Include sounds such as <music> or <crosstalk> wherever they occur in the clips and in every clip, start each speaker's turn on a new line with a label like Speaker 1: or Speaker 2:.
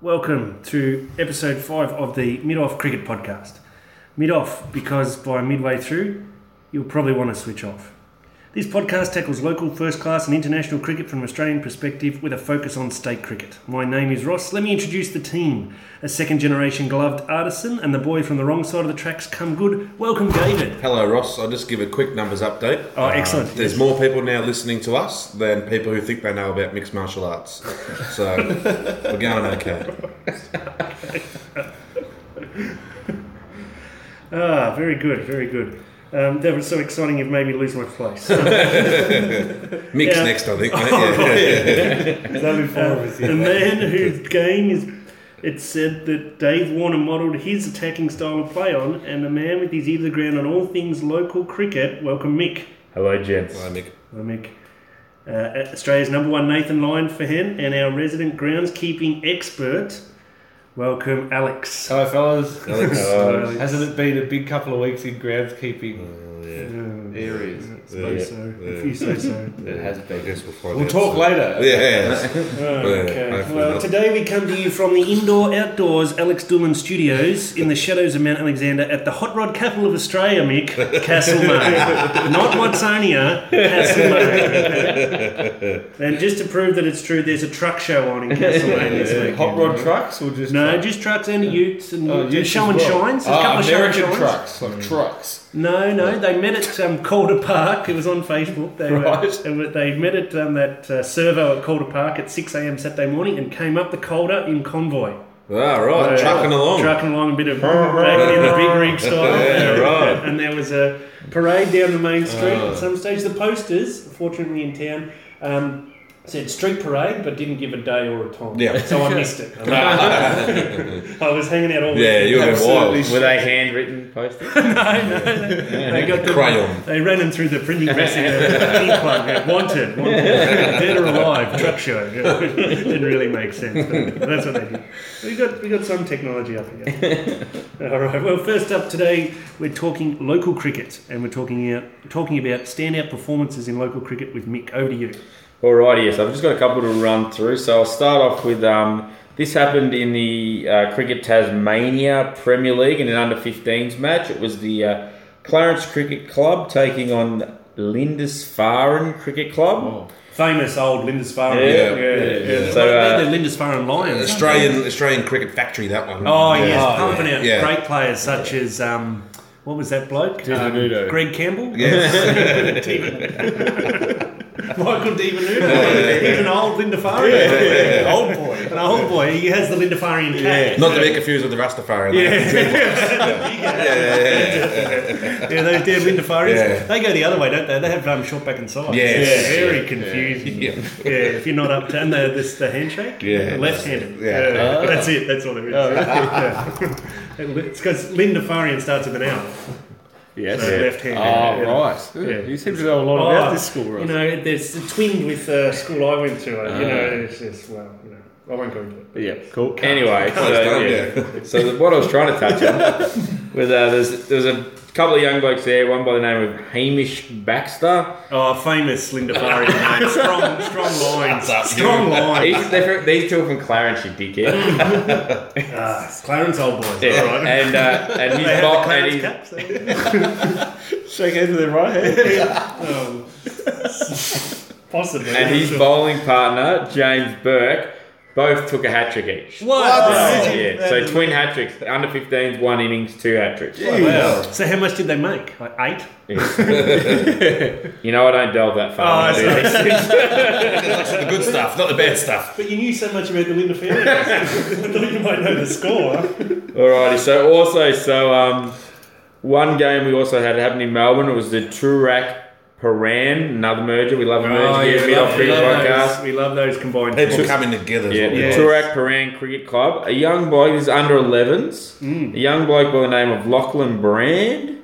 Speaker 1: Welcome to episode five of the Mid Off Cricket Podcast. Mid off because by midway through, you'll probably want to switch off. This podcast tackles local, first class, and international cricket from an Australian perspective with a focus on state cricket. My name is Ross. Let me introduce the team a second generation gloved artisan and the boy from the wrong side of the tracks come good. Welcome, David.
Speaker 2: Hello, Ross. I'll just give a quick numbers update.
Speaker 1: Oh,
Speaker 2: Uh,
Speaker 1: excellent.
Speaker 2: There's more people now listening to us than people who think they know about mixed martial arts. So we're going okay.
Speaker 1: Ah, very good, very good. Um, that was so exciting, you've made me lose my place. <laughs>
Speaker 2: Mix
Speaker 1: Yeah.
Speaker 2: next, I think. Mate. Yeah, <laughs>
Speaker 1: Uh, the man whose game is it's said that Dave Warner modelled his attacking style of play on, and the man with his ear to the ground on all things local cricket. Welcome, Mick.
Speaker 3: Hello, gents.
Speaker 2: Hello, Nick.
Speaker 1: Hello, Mick. Uh, Australia's number one Nathan Lyon Fahen and our resident groundskeeping expert. Welcome, Alex.
Speaker 4: Hello, fellas. <laughs>
Speaker 1: Hello, Alex.
Speaker 4: Hasn't it been a big couple of weeks in
Speaker 2: oh,
Speaker 4: groundskeeping
Speaker 1: Uh,
Speaker 4: areas?
Speaker 1: suppose
Speaker 2: Yeah.
Speaker 1: so.
Speaker 2: Yeah.
Speaker 1: If you say so.
Speaker 4: It has
Speaker 2: I
Speaker 4: been.
Speaker 2: guess we'll find
Speaker 4: We'll
Speaker 2: out
Speaker 4: talk
Speaker 2: soon.
Speaker 4: later.
Speaker 2: Yeah. Yeah,
Speaker 1: Oh, Okay.
Speaker 2: hopefully
Speaker 1: Well,
Speaker 2: not.
Speaker 1: today we come to you from the indoor outdoors Alex Doolan Studios in the shadows of Mount Alexander at the hot rod capital of Australia, Mick
Speaker 4: <laughs>
Speaker 1: Castlemar, not Watsonia, Castlemar.
Speaker 4: <laughs>
Speaker 1: and just to prove that it's true, there's a truck show on in Castlemar this weekend.
Speaker 4: Hot rod trucks or just
Speaker 1: No, just trucks and utes and
Speaker 4: Oh, yes,
Speaker 1: show and
Speaker 4: as well.
Speaker 1: shines. There's a couple
Speaker 4: Ah,
Speaker 1: of show and
Speaker 4: American
Speaker 1: shines.
Speaker 4: trucks, like
Speaker 3: Mm.
Speaker 4: trucks.
Speaker 1: No, no, they met at um, Calder Park. It was on Facebook. They, were-
Speaker 4: Right.
Speaker 1: they were, they met at um, that uh, servo at Calder Park at 6 a.m. Saturday morning and came up the Calder in convoy.
Speaker 2: Ah, right.
Speaker 1: Uh,
Speaker 2: Trucking along.
Speaker 1: Trucking along a bit of back in the big rig style.
Speaker 2: <laughs> Yeah, right. Uh.
Speaker 1: And there was a parade down the main street at some stage. The posters, fortunately in town, um, said street parade but didn't give a day or a time.
Speaker 2: Yeah.
Speaker 1: So
Speaker 2: <laughs>
Speaker 1: I missed it. I was hanging out all
Speaker 2: <laughs> yeah,
Speaker 1: weekend.
Speaker 2: you were
Speaker 4: Absolutely.
Speaker 2: wild.
Speaker 3: Were they handwritten posters?
Speaker 1: They got the-
Speaker 2: Crayon.
Speaker 1: They ran him through the uh, printing press in a pink one. yeah, Wanted, wanted. dead or alive, truck show. Yeah, <laughs> Didn't really make sense. But that's what they did. We got we got some technology up here. All right. Well, first up today, we're talking local cricket, and we're talking out, talking about standout performances in local cricket with Mick. Over to you.
Speaker 3: Alrighty, yes, I've just got a couple to run through. So I'll start off with um, this happened in the uh, Cricket Tasmania Premier League in an under 15s match. It was the uh, Clarence Cricket Club taking on Lindisfarne Cricket
Speaker 4: Oh.
Speaker 3: Club.
Speaker 1: Famous old Lindisfarne.
Speaker 2: Yeah, yeah,
Speaker 3: So, uh,
Speaker 1: they're the Lindisfarne Lions.
Speaker 2: Australian Australian Cricket Factory, that one.
Speaker 1: Oh yes,
Speaker 3: yeah.
Speaker 1: pumping out
Speaker 2: Yeah.
Speaker 1: great players such as um, what was that bloke? Um,
Speaker 4: Nudo.
Speaker 1: Greg Campbell.
Speaker 2: Yes.
Speaker 1: <laughs> Michael DiVenuto. He's an old Lindafari. An old boy. An old boy. He has the Lindafarian cat.
Speaker 2: Not to be confused with the Rastafari.
Speaker 1: <laughs> Yeah, those damn Lindafarians.
Speaker 2: Yeah.
Speaker 1: They go the other way, don't they? They have um, short back and sides.
Speaker 2: Yes.
Speaker 1: It's very confusing. Yeah.
Speaker 2: <laughs> Yeah.
Speaker 1: if you're not up to... And the, this, the handshake?
Speaker 2: Yeah.
Speaker 1: Left-handed.
Speaker 2: Yeah. Uh. Oh.
Speaker 1: That's it. That's all there is. Yeah. <laughs> It's because Lindafarian starts with an L.
Speaker 4: Yes.
Speaker 1: So left-handed.
Speaker 4: Oh,
Speaker 1: Yeah.
Speaker 4: right.
Speaker 1: Yeah.
Speaker 4: You seem to know a lot about
Speaker 1: Oh,
Speaker 4: this school, right?
Speaker 1: You know, there's a twin with the school I went to. uh, You know, it's just, well, you know, I won't go into it.
Speaker 4: yeah, cool.
Speaker 3: Anyway, so,
Speaker 2: it's done,
Speaker 3: yeah. so the, what I was trying to touch on
Speaker 1: <laughs>
Speaker 3: was uh, there's, there's a couple of young blokes there, one by the name of Hamish Baxter.
Speaker 1: Oh, famous Linda Fari, <laughs> mate. Strong, strong lines. strong lines.
Speaker 3: These, they're from, these two are from Clarence,
Speaker 1: <laughs>
Speaker 3: you dickhead.
Speaker 1: Ah, Clarence old boys.
Speaker 3: Yeah.
Speaker 1: All right.
Speaker 3: And, uh, and his
Speaker 1: they have
Speaker 3: bo-
Speaker 1: the
Speaker 3: and
Speaker 1: Clarence
Speaker 3: his-
Speaker 1: caps. eh?
Speaker 4: Shake hands with their right
Speaker 1: <laughs>
Speaker 4: hand.
Speaker 1: Oh. Possibly.
Speaker 3: and his bowling partner, James Burke, both took a hat trick each.
Speaker 1: What?
Speaker 3: So, yeah. so twin hat tricks, under 15s, one innings, two hat tricks.
Speaker 1: Wow. So how much did they make? Like eight?
Speaker 3: You know, I don't delve that far.
Speaker 1: Oh, I <laughs>
Speaker 3: into these things.
Speaker 2: The good stuff, not the bad stuff.
Speaker 1: But you knew so much about the Linda family. <laughs> I thought you might know the score.
Speaker 3: Alrighty, so also, so um, one game we also had happen in Melbourne it was the Turak Paran, another merger. Oh, We love a merger here,
Speaker 1: we,
Speaker 3: Mid Off
Speaker 1: Oh, love, we,
Speaker 3: Cricket
Speaker 1: love
Speaker 3: Podcast.
Speaker 1: those, we love those combined.
Speaker 2: It's
Speaker 1: forms.
Speaker 2: coming together. is
Speaker 3: Yeah,
Speaker 2: what we
Speaker 1: Yes.
Speaker 3: the Turak Paran Cricket Club. A young bloke, this is under 11s.
Speaker 4: Mm.
Speaker 3: A young bloke by the name of Lachlan Brand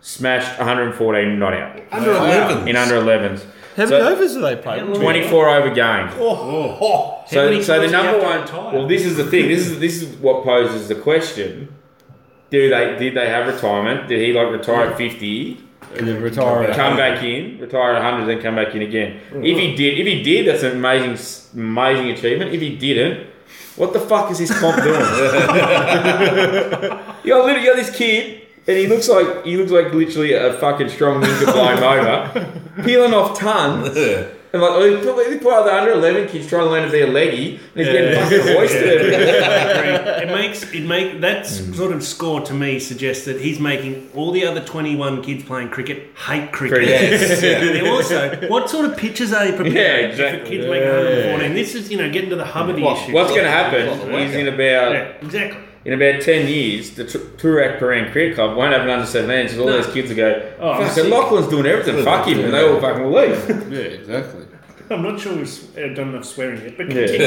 Speaker 3: smashed 114 not out
Speaker 2: Under
Speaker 4: Wow.
Speaker 2: 11.
Speaker 3: in under 11s.
Speaker 4: How many
Speaker 3: So,
Speaker 4: overs do they play?
Speaker 3: 24 over game.
Speaker 2: Oh,
Speaker 1: How
Speaker 3: So,
Speaker 1: many
Speaker 3: so the
Speaker 1: times do you
Speaker 3: number one.
Speaker 1: have to retire?
Speaker 3: Well, this is the thing. This is this is what poses the question. Do they did they have retirement? Did he like retire at 50?
Speaker 4: And then retire. at Mm-hmm.
Speaker 3: come
Speaker 4: home.
Speaker 3: back in, retire at 100, then come back in again. If he did, if he did, that's an amazing, amazing achievement. If he didn't, What the fuck is this comp
Speaker 4: <laughs>
Speaker 3: doing? you got literally got this kid, and he looks like he looks like literally a fucking strong wind
Speaker 4: <laughs>
Speaker 3: to blow him over, peeling off <laughs> tons. And like, oh, he put, he put out the under eleven kids trying to land if they're leggy, and he's getting
Speaker 1: Yeah. <laughs>
Speaker 3: fucking hoisted.
Speaker 1: <laughs> it makes it make that s- sort of score to me suggests that he's making all the other 21 kids playing cricket hate cricket. <laughs>
Speaker 2: Yes, yeah.
Speaker 1: And also, what sort of pitches are you preparing
Speaker 3: Yeah, exactly.
Speaker 1: for kids making 114? This is, you know, getting to the hub of the issue.
Speaker 3: What's going to happen is in about
Speaker 1: Yeah, exactly.
Speaker 3: in about ten years, the Tu- Turak Paran Cricket Club won't have an under 17s because all those kids will go,
Speaker 1: Oh,
Speaker 3: "Fuck,
Speaker 1: sick.
Speaker 3: Lachlan's doing everything. Fuck him," and they all fucking leave.
Speaker 4: Yeah, exactly.
Speaker 1: I'm not sure we've uh, done enough swearing yet, but continue.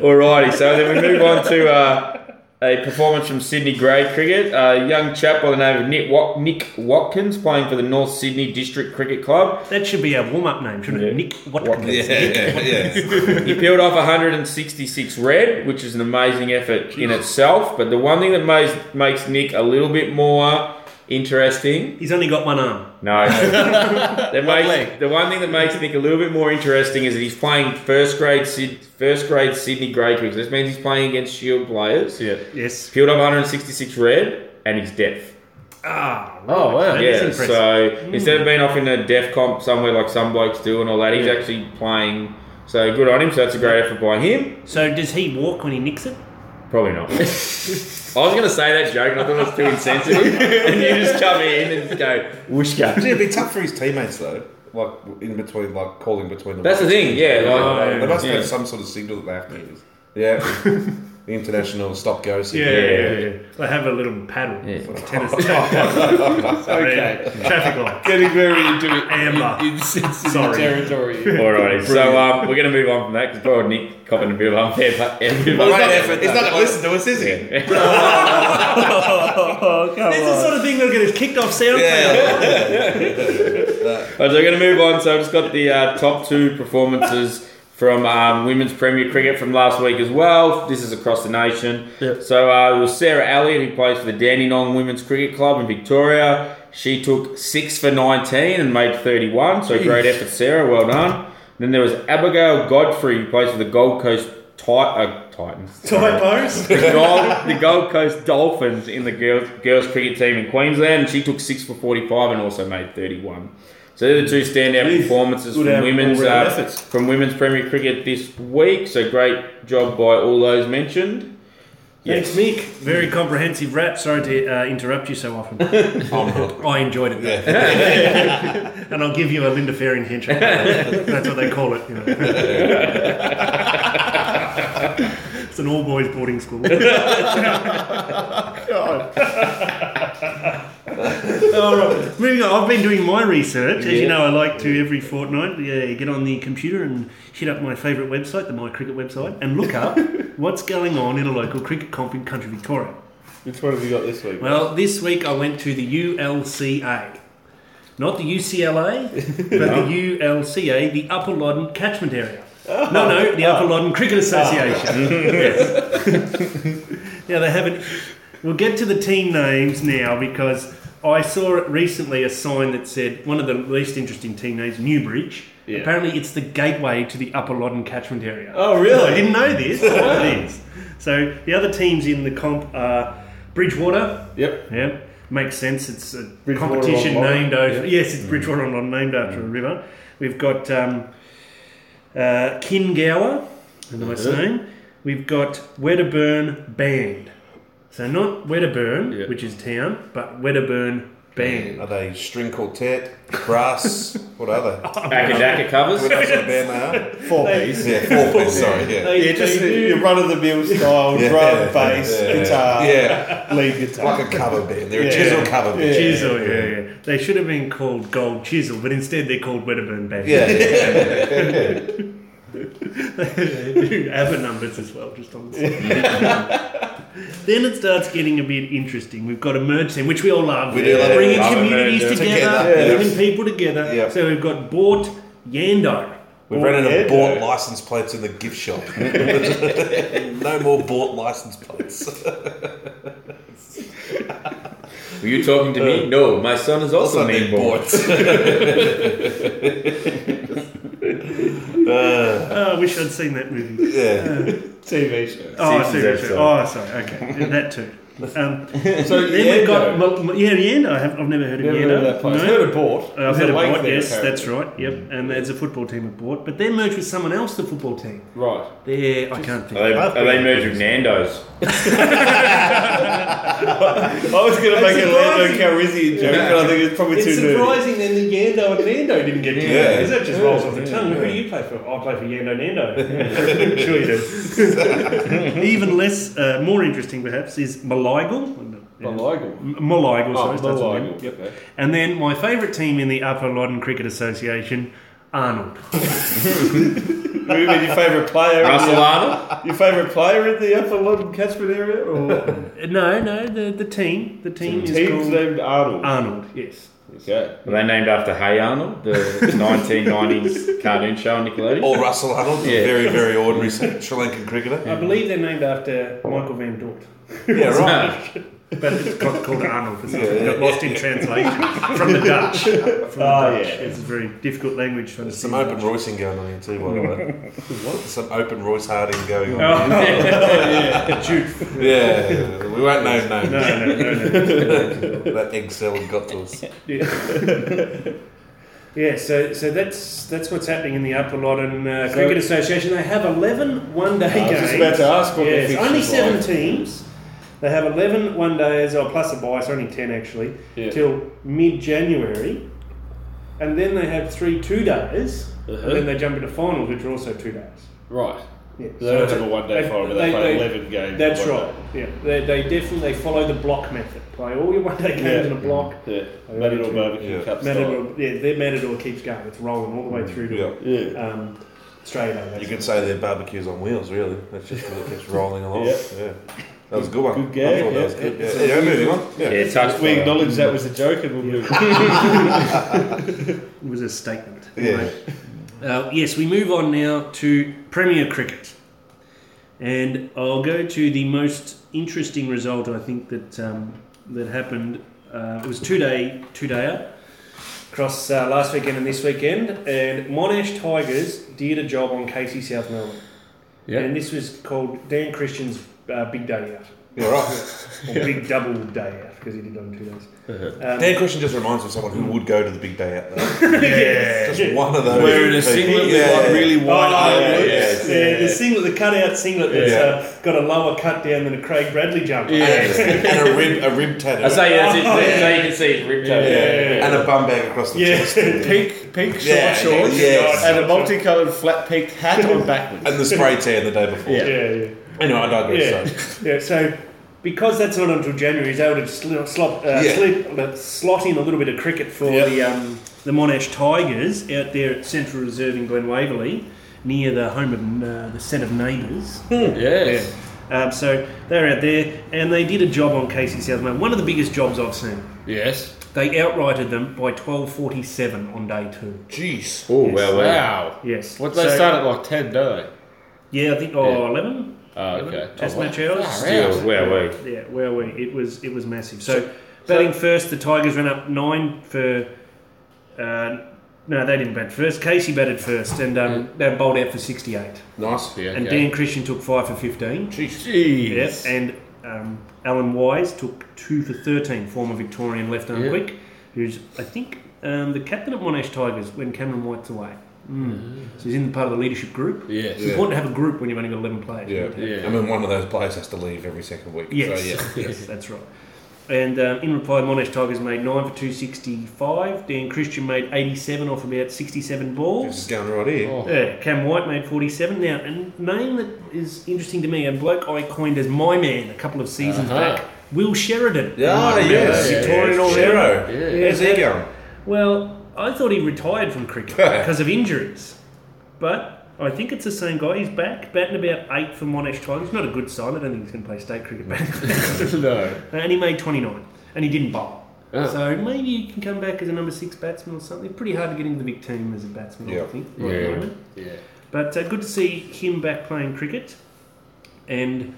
Speaker 1: <laughs>
Speaker 3: Alrighty, so then we move on to uh, a performance from Sydney Grade Cricket. A young chap by the name of Nick, Wat- Nick Watkins playing for the North Sydney District Cricket Club.
Speaker 1: that should be our warm up name, shouldn't
Speaker 3: Yeah.
Speaker 1: it? Nick Watkins.
Speaker 2: Yeah, yeah, yeah.
Speaker 3: He peeled off 166 red, which is an amazing effort in itself. But the one thing that makes, makes Nick a little bit more
Speaker 1: <laughs>
Speaker 3: interesting
Speaker 1: He's only got one arm. <laughs>
Speaker 3: No. That makes-
Speaker 4: leg?
Speaker 3: the one thing that makes Nick a little bit more interesting is that he's playing first grade Syd, first grade Sydney grade cricket. This means he's playing against Shield players.
Speaker 4: Yeah.
Speaker 1: Yes.
Speaker 3: Peeled up 166 red, and he's deaf.
Speaker 1: Ah,
Speaker 4: Oh, wow.
Speaker 1: That is
Speaker 3: yeah.
Speaker 1: impressive. Hmm.
Speaker 3: So instead of being off in a deaf comp somewhere like some blokes do and all that, he's actually playing. So good on him. So that's a great effort by him.
Speaker 1: So does he walk when he nicks it?
Speaker 3: Probably not. <laughs> I was going to say that joke, and I thought it was too insensitive. <laughs> and you just come in and just go, whooshka.
Speaker 2: It'd be tough for his teammates though. Like in between, like calling between the.
Speaker 3: That's the thing, yeah. Like,
Speaker 1: Oh,
Speaker 2: They must
Speaker 3: yeah.
Speaker 2: have some sort of signal that they have to use. Yeah. the international stop go signal.
Speaker 3: yeah,
Speaker 1: They have a little paddle.
Speaker 3: Yeah.
Speaker 1: It's tennis. <laughs> okay. Traffic
Speaker 3: <laughs>
Speaker 1: light.
Speaker 4: Getting very into
Speaker 1: Amber.
Speaker 4: in, insensitive
Speaker 1: Sorry.
Speaker 4: <laughs> territory.
Speaker 3: Alrighty, so um, we're going to move on from that because poor Nick copping a bit of unfair play.
Speaker 2: Great
Speaker 3: Everybody-
Speaker 2: effort. He's not listening to us, is he?
Speaker 3: Yeah.
Speaker 1: It's the sort of thing that'll get us kicked off sound.
Speaker 2: Yeah.
Speaker 3: Alright, so we're going to move on. So I've just got the uh, top two performances from um, women's Premier Cricket from last week as well. This is across the nation.
Speaker 4: Yep.
Speaker 3: So uh, it was Sarah Elliott who plays for the Dandenong Women's Cricket Club in Victoria. She took six for 19 and made 31. So great effort, Sarah. Well done. Then there was Abigail Godfrey who plays for the Gold Coast Ti- uh, Titans.
Speaker 1: Typos.
Speaker 3: the, Gold, the Gold Coast Dolphins in the girls, girls cricket team in Queensland. She took six for 45 and also made 31. So they're the two standout
Speaker 1: Jeez.
Speaker 3: performances
Speaker 1: Good
Speaker 3: from
Speaker 1: out-
Speaker 3: women's
Speaker 1: all-round
Speaker 3: uh,
Speaker 1: efforts.
Speaker 3: from women's Premier Cricket this week. So great job by all those mentioned.
Speaker 1: Thanks, Nick. Very comprehensive rap. Sorry to uh, interrupt you so
Speaker 3: <laughs>
Speaker 1: often. I enjoyed it. though. <laughs> and I'll give you a Linda Faring hinge. That's what they call it. You know. <laughs> it's an all boys boarding school.
Speaker 3: <laughs>
Speaker 1: <laughs> all right. Moving on. I've been doing my research. As you know, I like to every fortnight yeah, get on the computer and hit up my favourite website, the My Cricket website, and look up what's going on in a local cricket comp in country Victoria.
Speaker 4: Which one have you got this week?
Speaker 1: Well, this week I went to the ULCA. Not the UCLA, but
Speaker 4: <laughs>
Speaker 1: the ULCA, the Upper Loddon Catchment Area.
Speaker 4: Ah.
Speaker 1: No, no, the Upper Loddon Cricket
Speaker 4: <laughs>
Speaker 1: Association. Yes. yeah, they haven't. We'll get to the team names now because I saw recently a sign that said one of the least interesting team names, Newbridge.
Speaker 4: Yeah.
Speaker 1: Apparently, it's the gateway to the Upper Loddon Catchment Area.
Speaker 4: Oh, really?
Speaker 1: I didn't know this. It is. So the other teams in the comp are Bridgewater,
Speaker 4: yep.
Speaker 1: yeah, makes sense. It's a
Speaker 4: Bridgewater
Speaker 1: competition
Speaker 4: on Loddon,
Speaker 1: named over. Yes, it's Bridgewater on Loddon, named after a river. We've got um, uh, Kingower, a nice name. We've got Wedderburn Band. So not Wedderburn,
Speaker 4: Yeah.
Speaker 1: which is town, but Wedderburn Band.
Speaker 2: Are they string quartet, brass? what other?
Speaker 3: Akadaka covers.
Speaker 2: What else sort of band they are?
Speaker 4: Four piece.
Speaker 2: Yeah, four piece. Sorry, yeah.
Speaker 1: They-
Speaker 4: Yeah, just
Speaker 1: they do-
Speaker 4: your run of the <laughs> mill style,
Speaker 2: Yeah.
Speaker 4: drum, bass,
Speaker 2: Yeah.
Speaker 4: guitar,
Speaker 2: Yeah,
Speaker 4: lead guitar.
Speaker 2: like a cover band. They're
Speaker 4: Yeah.
Speaker 2: a chisel cover band.
Speaker 4: Yeah.
Speaker 1: Chisel, yeah, yeah, They should have been called Gold Chisel, but instead they're called Wedderburn Band.
Speaker 2: Yeah, yeah,
Speaker 1: they do ABBA numbers as well, just on the side. <laughs> then it starts getting a bit interesting. We've got a merge team, which we all love.
Speaker 2: We do love it.
Speaker 1: Bringing
Speaker 2: Love a
Speaker 1: communities
Speaker 2: merge.
Speaker 1: together,
Speaker 2: Together, yeah.
Speaker 1: bringing people together.
Speaker 2: Yeah.
Speaker 1: So we've got Bort Yando.
Speaker 2: We ran out
Speaker 4: Yeah.
Speaker 2: of bought license plates in the gift shop. <laughs> no more bought license plates.
Speaker 3: Were you talking to me? No, my son is also
Speaker 2: Also
Speaker 3: named
Speaker 2: need
Speaker 3: Boyd.
Speaker 2: bought.
Speaker 1: Uh, Oh, I wish I'd seen that movie.
Speaker 2: <laughs> Yeah.
Speaker 4: TV show.
Speaker 1: Oh, I see what
Speaker 3: Simpsons
Speaker 1: you're saying.
Speaker 3: episode.
Speaker 1: Oh, sorry. Okay, yeah, that too. Um,
Speaker 4: So
Speaker 1: then we've got well, m- yeah, Yendo. I have, I've never heard of
Speaker 4: Never heard of that
Speaker 1: Yendo.
Speaker 4: place.
Speaker 1: No.
Speaker 4: Heard of Port.
Speaker 1: Uh, I've heard of Port. Yes, that's
Speaker 4: right.
Speaker 1: right. Yep, and there's a football team at Port, but they're merged with someone else. The football team.
Speaker 4: Right.
Speaker 1: They're I can't think.
Speaker 3: Are they, are they merged with Nando's?
Speaker 4: I was going to make a Lando
Speaker 1: surprising.
Speaker 4: Calrissian joke, but I think it's probably
Speaker 1: It's
Speaker 4: too nerdy.
Speaker 1: surprising then the Yando and Nando didn't get together
Speaker 2: Yeah.
Speaker 1: because that just rolls off the tongue. Who do you play for? I play for Yando Nando. sure you do. Even less, uh, more interesting perhaps, is Maligal.
Speaker 4: Malaigal.
Speaker 1: M- Maligal, sorry,
Speaker 4: Oh,
Speaker 1: starts with M.
Speaker 4: Malaigal. Yep.
Speaker 1: And then my favourite team in the Upper Loddon Cricket Association, Arnold.
Speaker 4: Who been your favourite player? in
Speaker 3: Russell
Speaker 4: the-
Speaker 3: Arnold?
Speaker 4: Your favourite player in the Upper London catchment area? Or
Speaker 1: Uh, No, no, the, the team. The team is
Speaker 4: teams
Speaker 1: called
Speaker 4: named Arnold.
Speaker 1: Arnold, yes.
Speaker 4: Okay.
Speaker 3: Were they named after Hey Arnold, the 1990s cartoon show on
Speaker 2: <laughs>
Speaker 3: Nickelodeon?
Speaker 2: Or Russell Arnold,
Speaker 3: Yeah.
Speaker 2: a very, very ordinary Sri Lankan cricketer.
Speaker 1: I believe they're named after Michael Van Dort.
Speaker 2: Yeah, Oh,
Speaker 3: <laughs>
Speaker 2: right.
Speaker 1: But it got called Arnold for something. It got lost in translation from the Dutch. From the
Speaker 4: <laughs> Ah,
Speaker 1: Dutch.
Speaker 4: yeah.
Speaker 1: It's a very difficult language to
Speaker 2: Some
Speaker 1: understand. <laughs>
Speaker 2: open roicing going on here too, by the way. what? Some open Royce Harding going on.
Speaker 1: Oh, no,
Speaker 2: Yeah, we won't name names.
Speaker 1: no, no, no.
Speaker 2: <laughs> That egg cell got to us.
Speaker 1: <laughs> Yeah, so, so that's that's what's happening in the Upper Loddon uh, Cricket Association. They have 11 one-day
Speaker 4: I was
Speaker 1: games.
Speaker 4: just about to ask what
Speaker 1: Yes,
Speaker 4: the
Speaker 1: only
Speaker 4: fixture's
Speaker 1: seven
Speaker 4: like.
Speaker 1: teams. They have 11 one days, or plus a bye, so only 10 actually,
Speaker 4: Yeah.
Speaker 1: till mid January. And then they have three two days,
Speaker 4: Uh-huh.
Speaker 1: and then they jump into finals, which are also two days.
Speaker 4: Right.
Speaker 1: Yeah.
Speaker 4: They don't have a one day final, but they, play 11 games.
Speaker 1: That's
Speaker 4: one
Speaker 1: right. Yeah, they, they definitely they follow the block method. Play all your one day games
Speaker 4: Yeah.
Speaker 1: in a block.
Speaker 4: Day. Yeah. Matador Barbecue
Speaker 2: Yeah.
Speaker 4: Cup style.
Speaker 1: Matador, yeah, their Matador keeps going. It's rolling all the way through to
Speaker 2: Mm, Yeah.
Speaker 4: Yeah.
Speaker 1: um, Australia.
Speaker 2: You
Speaker 1: that's
Speaker 2: could
Speaker 1: it.
Speaker 2: say they're barbecues on wheels, really. That's just because it keeps rolling along.
Speaker 4: Yeah.
Speaker 2: Yeah. That was a good one.
Speaker 4: Good gag,
Speaker 2: I thought
Speaker 4: yeah.
Speaker 2: that was good.
Speaker 4: It's
Speaker 2: Yeah, yeah moving on. Yeah.
Speaker 3: Yeah, touch
Speaker 4: We
Speaker 3: fire.
Speaker 4: acknowledge that was a joke and we'll move on.
Speaker 1: It was a statement.
Speaker 2: Yeah.
Speaker 1: Uh, yes, we move on now to Premier Cricket. And I'll go to the most interesting result I think that um, that happened. Uh, it was two day two dayer across uh, last weekend and this weekend, and Monash Tigers did a job on Casey South Melbourne. And this was called Dan Christian's uh, big day out,
Speaker 2: Yeah, Uh-huh. right.
Speaker 1: or big double day out because he did it on two days. Um,
Speaker 2: <laughs> Dan Christian just reminds me of someone who would go to the big day out
Speaker 1: <laughs>
Speaker 2: there.
Speaker 1: yes.
Speaker 2: Just one of those.
Speaker 3: Wearing a singlet with like really wide
Speaker 1: Oh, yeah,
Speaker 3: armlets.
Speaker 1: yeah, the singlet, the cutout singlet that's uh, got a lower cut down than a Craig Bradley jumper.
Speaker 3: Yeah.
Speaker 2: And, and a rib, a rib tattoo.
Speaker 3: I say that's it. So you can see his rib
Speaker 2: yeah.
Speaker 3: tattoo.
Speaker 2: And a bum bag across the
Speaker 1: Yeah. <laughs>
Speaker 2: chest.
Speaker 4: Pink, pink short
Speaker 2: Yeah,
Speaker 4: shorts
Speaker 2: yes.
Speaker 4: and a multicoloured flat peaked hat on backwards. <laughs>
Speaker 2: And the spray tan the day before.
Speaker 4: Yeah.
Speaker 1: yeah, yeah.
Speaker 2: Anyway, I digress.
Speaker 1: Yeah.
Speaker 2: Sorry.
Speaker 1: yeah. So because that's not until January, he's able to sl- slot, uh,
Speaker 2: Yeah.
Speaker 1: slip, uh, slot in a little bit of cricket for
Speaker 2: Yeah.
Speaker 1: the um, the Monash Tigers out there at Central Reserve in Glen Waverley, near the home of uh, the set of neighbours.
Speaker 3: Yes.
Speaker 1: Um, so they're out there and they did a job on Casey Southman, one of the biggest jobs I've seen.
Speaker 3: Yes.
Speaker 1: They outrighted them by twelve forty seven on day two.
Speaker 2: Jeez.
Speaker 3: Oh, wow, wow.
Speaker 4: Wow.
Speaker 1: Yes.
Speaker 4: What they
Speaker 1: So-
Speaker 4: start at like 10, don't they?
Speaker 1: Yeah, I think oh,
Speaker 3: Yeah.
Speaker 1: 11
Speaker 4: Oh, okay.
Speaker 1: test match
Speaker 3: Still,
Speaker 1: hours.
Speaker 3: wow, wow.
Speaker 1: Yeah, where we? It was it was massive. So, batting first, the Tigers ran up nine for. Uh, no, they didn't bat first. Casey batted first, and um, they bowled out for sixty eight.
Speaker 2: Nice. Yeah.
Speaker 1: And Dan Christian took five for fifteen.
Speaker 4: Jeez.
Speaker 1: Yep, and um, Alan Wise took two for thirteen, former Victorian left arm
Speaker 3: Yeah.
Speaker 1: quick, who's I think um, the captain at Monash Tigers when Cameron White's away. Mm. So he's in the part of the leadership group.
Speaker 4: Yes.
Speaker 1: It's important to have a group when you've only got eleven players.
Speaker 2: Yeah.
Speaker 4: Yeah.
Speaker 2: I mean, one of those players has to leave every second week.
Speaker 1: Yes,
Speaker 2: So,
Speaker 1: <laughs>
Speaker 2: yeah.
Speaker 1: yes, that's right. And um, in reply, Monash Tigers made nine for two sixty-five. Dan Christian made eighty-seven off about sixty-seven
Speaker 2: This is
Speaker 1: balls.
Speaker 2: going right here.
Speaker 4: Oh.
Speaker 1: Yeah, Cam White made forty-seven. Now, a name that is interesting to me, a bloke I coined as my man a couple of seasons
Speaker 4: Uh-huh.
Speaker 1: back, Will Sheridan.
Speaker 2: Yeah, Ah, yes.
Speaker 4: yeah,
Speaker 2: Victorian
Speaker 1: yeah.
Speaker 2: all Shero.
Speaker 4: Yeah.
Speaker 2: How's he going?
Speaker 1: Well, I thought he retired from cricket because of injuries, but I think it's the same guy. He's back, batting about eight for Monash Tigers. Not a good sign. I don't think he's going to play state cricket. Back.
Speaker 4: no.
Speaker 1: Uh, and he made 29 and he didn't bowl. So maybe you can come back as a number six batsman or something. Pretty hard to get into the big team as a batsman, I
Speaker 2: Yeah.
Speaker 1: think.
Speaker 3: Yeah.
Speaker 1: At the moment.
Speaker 4: Yeah.
Speaker 1: But uh, good to see him back playing cricket. And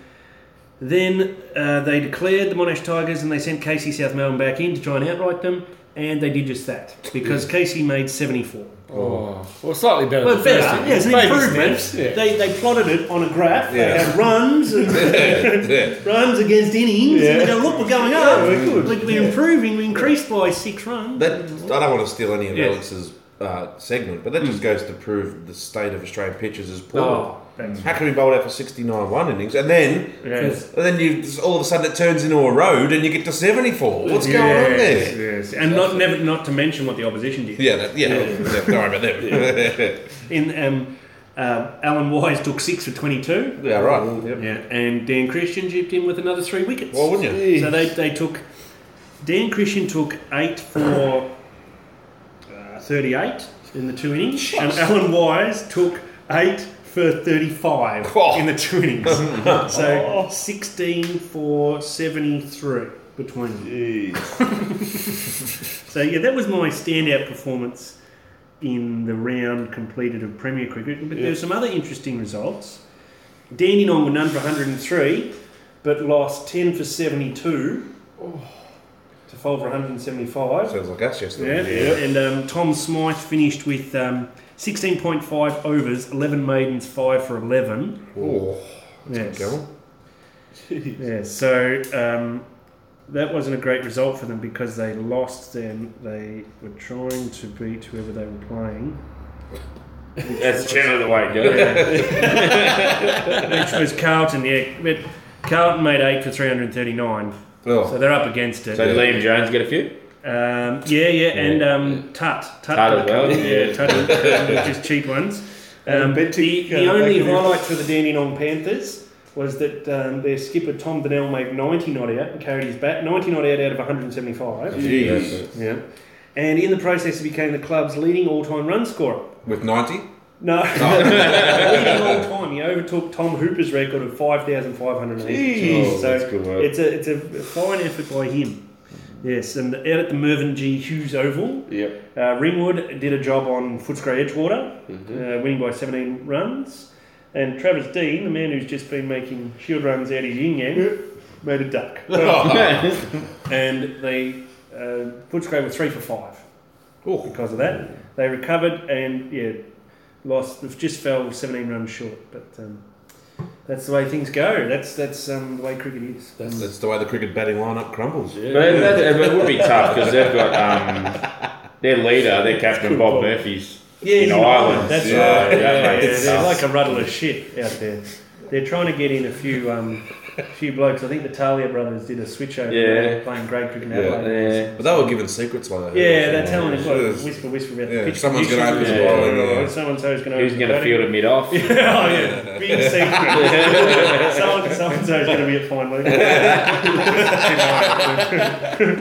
Speaker 1: then uh, they declared the Monash Tigers and they sent Casey South Melbourne back in to try and outright them. and they did just that because Casey made 74.
Speaker 5: Oh, well, slightly better.
Speaker 1: Well,
Speaker 5: than
Speaker 1: better.
Speaker 5: first year.
Speaker 1: Yeah, it's an
Speaker 5: Baby
Speaker 1: improvement.
Speaker 5: steps, yeah.
Speaker 1: They, they plotted it on a graph.
Speaker 2: Yeah.
Speaker 1: They had runs
Speaker 2: <laughs>
Speaker 1: and
Speaker 2: Yeah.
Speaker 1: runs against innings. And they
Speaker 4: Yeah.
Speaker 1: go, look, we're going up. we're Look, we're improving. We increased by six runs.
Speaker 2: That, I don't want to steal any of
Speaker 1: Yeah.
Speaker 2: Alex's uh, segment, but that just goes to prove the state of Australian pitchers is poor.
Speaker 1: Hmm. Oh, that's
Speaker 2: How can we bowl out for 69 one innings and then
Speaker 1: Yes.
Speaker 2: and then you all of a sudden it turns into a road and you get to 74? What's going
Speaker 1: Yes,
Speaker 2: on there?
Speaker 1: yes. And not never not to mention what the opposition did.
Speaker 2: Yeah, that, yeah, yeah. Don't worry about
Speaker 1: <laughs>
Speaker 2: them.
Speaker 1: In um, uh, Alan Wise took six for twenty-two.
Speaker 2: yeah, right. Yep.
Speaker 1: Yeah, and Dan Christian jipped in with another three wickets.
Speaker 2: Why wouldn't you?
Speaker 1: So they, they took Dan Christian took eight for uh, thirty-eight in the two innings, and Alan Wise took eight for thirty-five
Speaker 2: Oh.
Speaker 1: in the two innings. so sixteen for seventy-three between them. <laughs> So yeah, that was my standout performance in the round completed of Premier Cricket. But there were some other interesting results. Dandenong were none for 103, but lost 10 for 72 to fall for 175.
Speaker 2: Sounds like us yesterday.
Speaker 1: yeah, and um, Tom Smythe finished with um, 16.5 overs, 11 maidens, 5 for 11.
Speaker 2: Oh,
Speaker 1: Yes.
Speaker 2: go on.
Speaker 1: Yeah, so um, that wasn't a great result for them because they lost them. They were trying to beat whoever they were playing,
Speaker 3: That's generally the way to do it.
Speaker 1: which was Carlton. Yeah, but Carlton made eight for 339,
Speaker 2: Oh.
Speaker 1: so they're up against it.
Speaker 3: So did Liam Jones get a few?
Speaker 1: Um, yeah, yeah, and um, Tut. Tut,
Speaker 3: Tut as well,
Speaker 1: Yeah,
Speaker 3: yeah.
Speaker 1: Tut, um, just cheap ones. Um,
Speaker 4: <laughs> And Bentic,
Speaker 1: the the
Speaker 4: uh,
Speaker 1: only
Speaker 4: making a-
Speaker 1: highlight for the Dandenong Panthers was that um, their skipper Tom Donnell made 90 not out and carried his bat. 90 not out out of 175.
Speaker 2: Jeez.
Speaker 1: Yeah. And in the process, he became the club's leading all time run scorer. <laughs>
Speaker 2: With 90?
Speaker 3: <laughs>
Speaker 1: No, leading all time. He overtook Tom Hooper's record of 5,582.
Speaker 3: Jeez. Oh, that's good work.
Speaker 1: It's a, it's a fine effort by him. Yes, and out at the Mervyn G. Hughes Oval,
Speaker 5: Yep.
Speaker 1: uh, Ringwood did a job on Footscray Edgewater,
Speaker 3: Mm-hmm.
Speaker 1: uh, winning by 17 runs. And Travis Dean, the man who's just been making shield runs out of yin yang, made a
Speaker 3: <laughs>
Speaker 1: duck. <laughs> and they, uh, Footscray were three for five
Speaker 2: Oh,
Speaker 1: because of that. They recovered and yeah, lost. They've just fell 17 runs short, but um, that's the way things go. That's that's um, the way cricket is.
Speaker 2: that's, that's the way the cricket batting lineup crumbles.
Speaker 3: <laughs> But, that, but it would be tough because they've got um, their leader, their captain,
Speaker 1: Good
Speaker 3: Bob
Speaker 1: ball.
Speaker 3: Murphy's
Speaker 1: Yeah,
Speaker 3: in Ireland.
Speaker 1: That's
Speaker 3: so
Speaker 1: right.
Speaker 3: that
Speaker 1: Yeah,
Speaker 3: makes
Speaker 1: yeah,
Speaker 3: it
Speaker 1: they're
Speaker 3: tough.
Speaker 1: like a ruddle of shit out there. They're trying to get in a few um, few blokes. I think the Talia brothers did a switch over
Speaker 3: Yeah.
Speaker 1: playing great cricket in
Speaker 2: Yeah.
Speaker 1: Adelaide. Yeah.
Speaker 2: But they were given secrets by the
Speaker 1: they're telling us like,
Speaker 2: Yes.
Speaker 1: whisper, whisper about
Speaker 2: Yeah,
Speaker 1: the pitch.
Speaker 2: someone's gonna
Speaker 1: conditions.
Speaker 3: open the ball,
Speaker 2: yeah.
Speaker 1: or Someone's going to
Speaker 3: He was going to field it mid off.
Speaker 1: oh <laughs> yeah, big <laughs> secret. Someone, someone's always going to be at fine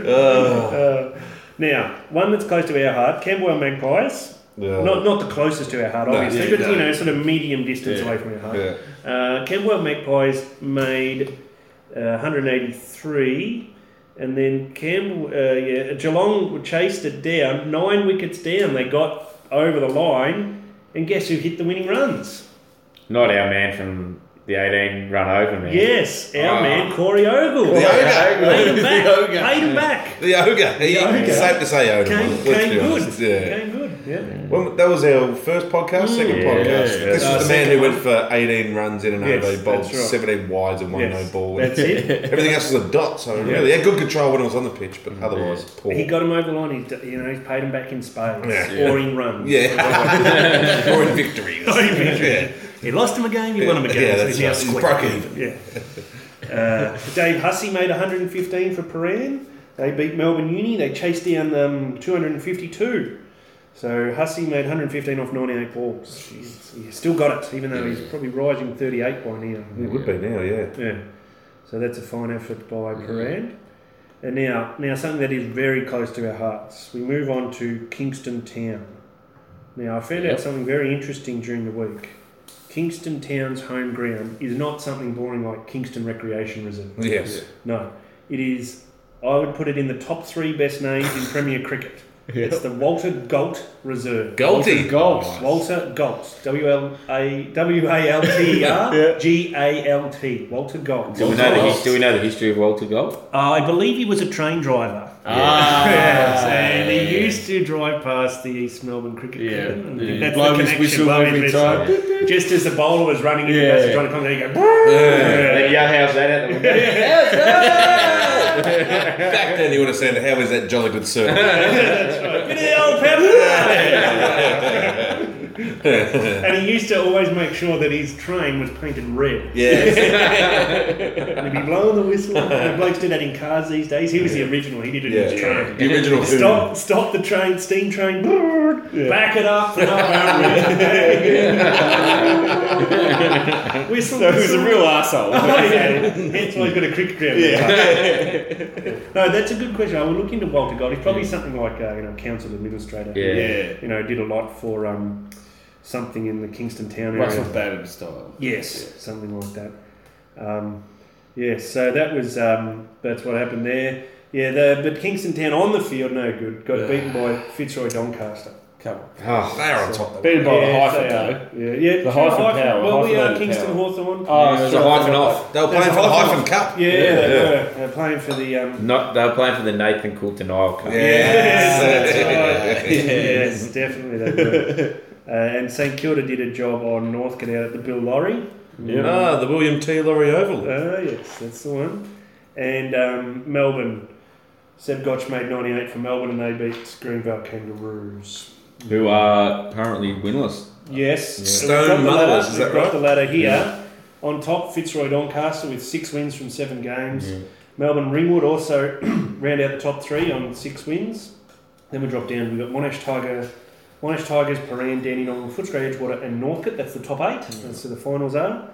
Speaker 2: <laughs>
Speaker 1: league. Uh, now, one that's close to our heart, Camberwell Magpies.
Speaker 2: Yeah.
Speaker 1: Not not the closest to our heart,
Speaker 2: No,
Speaker 1: obviously,
Speaker 2: yeah,
Speaker 1: but you
Speaker 2: no.
Speaker 1: know, sort of medium distance away from our heart.
Speaker 2: Yeah.
Speaker 1: Uh, Camberwell Magpies made uh, 183, and then Cam, uh, yeah, Geelong chased it down, nine wickets down. They got over the line, and guess who hit the winning runs?
Speaker 3: Not our man from the 18 run over, man.
Speaker 1: Yes, our
Speaker 3: Ah.
Speaker 1: man Corey Ogle.
Speaker 2: <laughs> The ogre.
Speaker 1: Paid him back.
Speaker 5: ogre.
Speaker 1: Paid him back.
Speaker 2: The ogre. He,
Speaker 1: ogre.
Speaker 2: It's safe to say ogre.
Speaker 1: Came,
Speaker 2: Let's
Speaker 1: came
Speaker 2: be
Speaker 1: good.
Speaker 2: honest. Yeah.
Speaker 1: Came good. Yeah.
Speaker 2: Well, that was our first podcast, second
Speaker 3: Yeah,
Speaker 2: podcast.
Speaker 3: yeah.
Speaker 2: This
Speaker 1: Uh,
Speaker 2: is the man
Speaker 1: second
Speaker 2: who went for 18 runs in and
Speaker 1: Yes,
Speaker 2: over. He bowled
Speaker 1: that's right.
Speaker 2: 17 wides and one
Speaker 1: Yes,
Speaker 2: no ball.
Speaker 1: That's it.
Speaker 2: <laughs>
Speaker 1: Mm.
Speaker 2: Everything else was a dot, so really, he had good control when it was on the pitch, but otherwise, poor.
Speaker 1: He got him over the line. He's, d- you know, he's paid him back in spades
Speaker 2: Yeah.
Speaker 1: or in runs. <laughs>
Speaker 2: <laughs> yeah. or in victories.
Speaker 1: Or in victories.
Speaker 2: <laughs> Yeah.
Speaker 1: He lost him a game. He won him a game.
Speaker 2: Yeah,
Speaker 1: so
Speaker 2: that's
Speaker 1: he's now
Speaker 2: right. He's
Speaker 1: square.
Speaker 2: broke even.
Speaker 1: Yeah. Uh, Dave Hussey made 115 for Paran. They beat Melbourne Uni. They chased down um, 252. So Hussey made 115 off 98 balls. He's, he's still got it, even though he's probably rising 38 by now.
Speaker 2: It would be now, yeah.
Speaker 1: Yeah. So that's a fine effort by Paran. And now, now something that is very close to our hearts. We move on to Kingston Town. Now, I found out something very interesting during the week. Kingston Town's home ground is not something boring like Kingston Recreation Reserve.
Speaker 2: Yes.
Speaker 1: No, it is. I would put it in the top three best names in Premier Cricket. It's the Walter Galt Reserve.
Speaker 2: Galty.
Speaker 4: Golf.
Speaker 1: Walter Galt. W L A W A L T E <laughs> R G A L T. Walter Galt.
Speaker 3: Do we, know the, his- do we know the history of Walter Gold?
Speaker 1: Uh, I believe he was a train driver.
Speaker 4: Ah,
Speaker 1: Yes, and he used to drive past the East Melbourne Cricket
Speaker 4: Yeah.
Speaker 1: Club. and
Speaker 4: Yeah.
Speaker 1: That's
Speaker 4: Blow
Speaker 1: the
Speaker 4: his
Speaker 1: connection.
Speaker 4: whistle
Speaker 1: blow his
Speaker 4: every
Speaker 1: whistle.
Speaker 4: time.
Speaker 1: Just as the bowler was running in,
Speaker 4: Yeah.
Speaker 1: yeah. trying to come there, you go.
Speaker 3: That young house that out the window.
Speaker 2: Back then, you would have said, "How is that jolly
Speaker 1: <laughs>
Speaker 2: good sir?"
Speaker 1: Bit of the old pepper. and he used to always make sure that his train was painted red.
Speaker 2: yes.
Speaker 1: And he'd be blowing the whistle. the blokes do that in cars these days. He was the original. He did it in his
Speaker 2: Yeah.
Speaker 1: train.
Speaker 2: The original who.
Speaker 1: Stop! Stop the train, steam train. Back it up. and up. whistle.
Speaker 6: So he's a real
Speaker 4: <laughs>
Speaker 6: asshole.
Speaker 1: Oh, <laughs> yeah. <laughs> Hence why he's got a cricket ground. Yeah. <laughs> no, that's a good question. I will look into Walter Gold. He's probably something like uh, you know council administrator.
Speaker 3: Yeah.
Speaker 6: yeah.
Speaker 1: You know, did a lot for um, something in the Kingston town area.
Speaker 6: Russell Bannon style.
Speaker 1: Yes, something like that. Um, yeah, so that was um, that's what happened there. Yeah, the, but Kingston Town on the field, no good. Got beaten by Fitzroy Doncaster.
Speaker 6: Come on.
Speaker 2: Oh, they are on top. Of
Speaker 6: Beaten by the
Speaker 1: yeah,
Speaker 6: hyphen,
Speaker 1: they are.
Speaker 6: though.
Speaker 1: Yeah, yeah.
Speaker 6: The
Speaker 1: sure,
Speaker 6: hyphen power,
Speaker 1: Well, we
Speaker 6: hyphen
Speaker 1: are
Speaker 6: over
Speaker 1: Kingston
Speaker 6: power.
Speaker 1: Hawthorn.
Speaker 6: Oh,
Speaker 2: There's a hyphen off. They were
Speaker 1: There's
Speaker 2: playing
Speaker 1: a
Speaker 2: for the
Speaker 1: hyphen
Speaker 2: hyphen cup.
Speaker 1: yeah, they
Speaker 2: Yeah.
Speaker 1: were. They're playing for the. Um,
Speaker 3: Not, they were playing for the Nathan Coulton Isle Cup.
Speaker 1: Yes,
Speaker 6: <laughs>
Speaker 1: that's right. yes, definitely they were. Uh, and St Kilda did a job on Northcote out at the Bill Lorry.
Speaker 2: Ah, the William T. Lorry Oval.
Speaker 1: Uh, yes, that's the one. And um, Melbourne. Seb Gotch made 98 for Melbourne and they beat Greenvale Kangaroos.
Speaker 3: Who are currently winless.
Speaker 1: Yes.
Speaker 2: Stone
Speaker 1: we've got the ladder-
Speaker 2: Mothers, is that
Speaker 1: we've got
Speaker 2: right?
Speaker 1: the ladder here. On top, Fitzroy Doncaster with six wins from seven games. Melbourne Ringwood also <clears throat> round out the top three on six wins. Then we drop down. We've got Monash Tiger, Monash Tigers, Paran, Dandenong, Footscray, Edgewater, and Northcote. That's the top eight. That's where the finals are.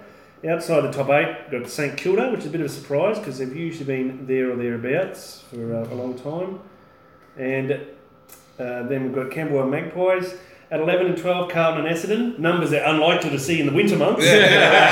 Speaker 1: Outside the top eight, we've got St Kilda, which is a bit of a surprise because they've usually been there or thereabouts for uh, a long time. And uh, then we've got Camberwell Magpies. At 11 and 12, Carlton and Essendon. Numbers they're unlikely to see in the winter months.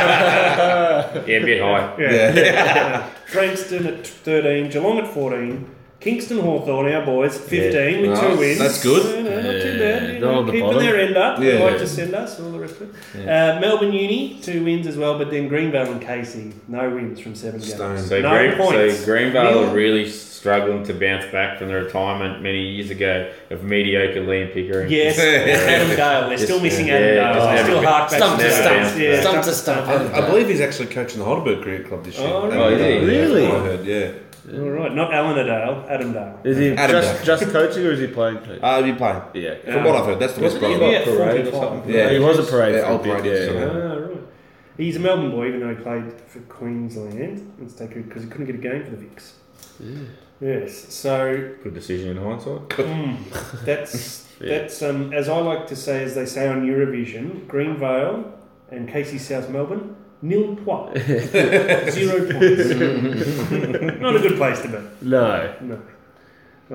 Speaker 3: Yeah, a bit high.
Speaker 1: Yeah. <laughs> Frankston at 13, Geelong at 14, Kingston Hawthorn, our boys, 15 with
Speaker 2: Nice.
Speaker 1: two wins.
Speaker 2: That's good.
Speaker 1: No, no, not too
Speaker 3: Yeah,
Speaker 1: bad. You
Speaker 3: they're
Speaker 1: know,
Speaker 3: on the
Speaker 1: keeping
Speaker 3: bottom.
Speaker 1: their end up.
Speaker 2: Yeah.
Speaker 1: They like to send us and all the rest of it. Uh, Melbourne Uni, two wins as well, but then Greenvale and Casey, no wins from seven
Speaker 2: Stone.
Speaker 1: games.
Speaker 3: So,
Speaker 1: no
Speaker 3: Green,
Speaker 1: points.
Speaker 3: so Greenvale
Speaker 1: Nil.
Speaker 3: are really struggling to bounce back from the retirement many years ago of mediocre Liam Pickering.
Speaker 1: Yes, Adam Dale. They're still
Speaker 3: Yes,
Speaker 1: missing
Speaker 3: yeah,
Speaker 1: Adam
Speaker 3: yeah,
Speaker 1: Dale.
Speaker 3: just
Speaker 1: They're still
Speaker 3: never-
Speaker 1: hark back
Speaker 4: Stump
Speaker 3: to stump.
Speaker 1: Yeah,
Speaker 4: Stump to stump.
Speaker 2: I, I believe he's actually coaching the Heidelberg Cricket Club this year.
Speaker 1: Oh,
Speaker 2: That-
Speaker 3: is he?
Speaker 2: that's
Speaker 4: Really?
Speaker 2: what I heard, yeah.
Speaker 1: All right, not Alan Dale, Adam Dale.
Speaker 4: Is he
Speaker 2: Adam
Speaker 4: just, just coaching or is he playing? coach?
Speaker 2: Uh, you playing?
Speaker 4: yeah.
Speaker 2: From what I've heard, that's the best
Speaker 3: Wasn't he
Speaker 2: problem.
Speaker 3: at parade or
Speaker 1: 45?
Speaker 3: something?
Speaker 2: Yeah.
Speaker 4: he was a parade.
Speaker 2: Yeah,
Speaker 4: for a
Speaker 2: old
Speaker 4: bit,
Speaker 2: parade,
Speaker 4: yeah.
Speaker 1: Ah,
Speaker 2: so.
Speaker 1: right. He's a Melbourne boy, even though he played for Queensland. It's taken because he couldn't get a game for the Vics. Yes, so hmm,
Speaker 3: Good decision in hindsight.
Speaker 1: that's
Speaker 3: Yeah.
Speaker 1: that's um, as I like to say, as they say on Eurovision, Greenvale and Casey South Melbourne nil point, zero points. Not a good place to be.
Speaker 4: No.
Speaker 1: No.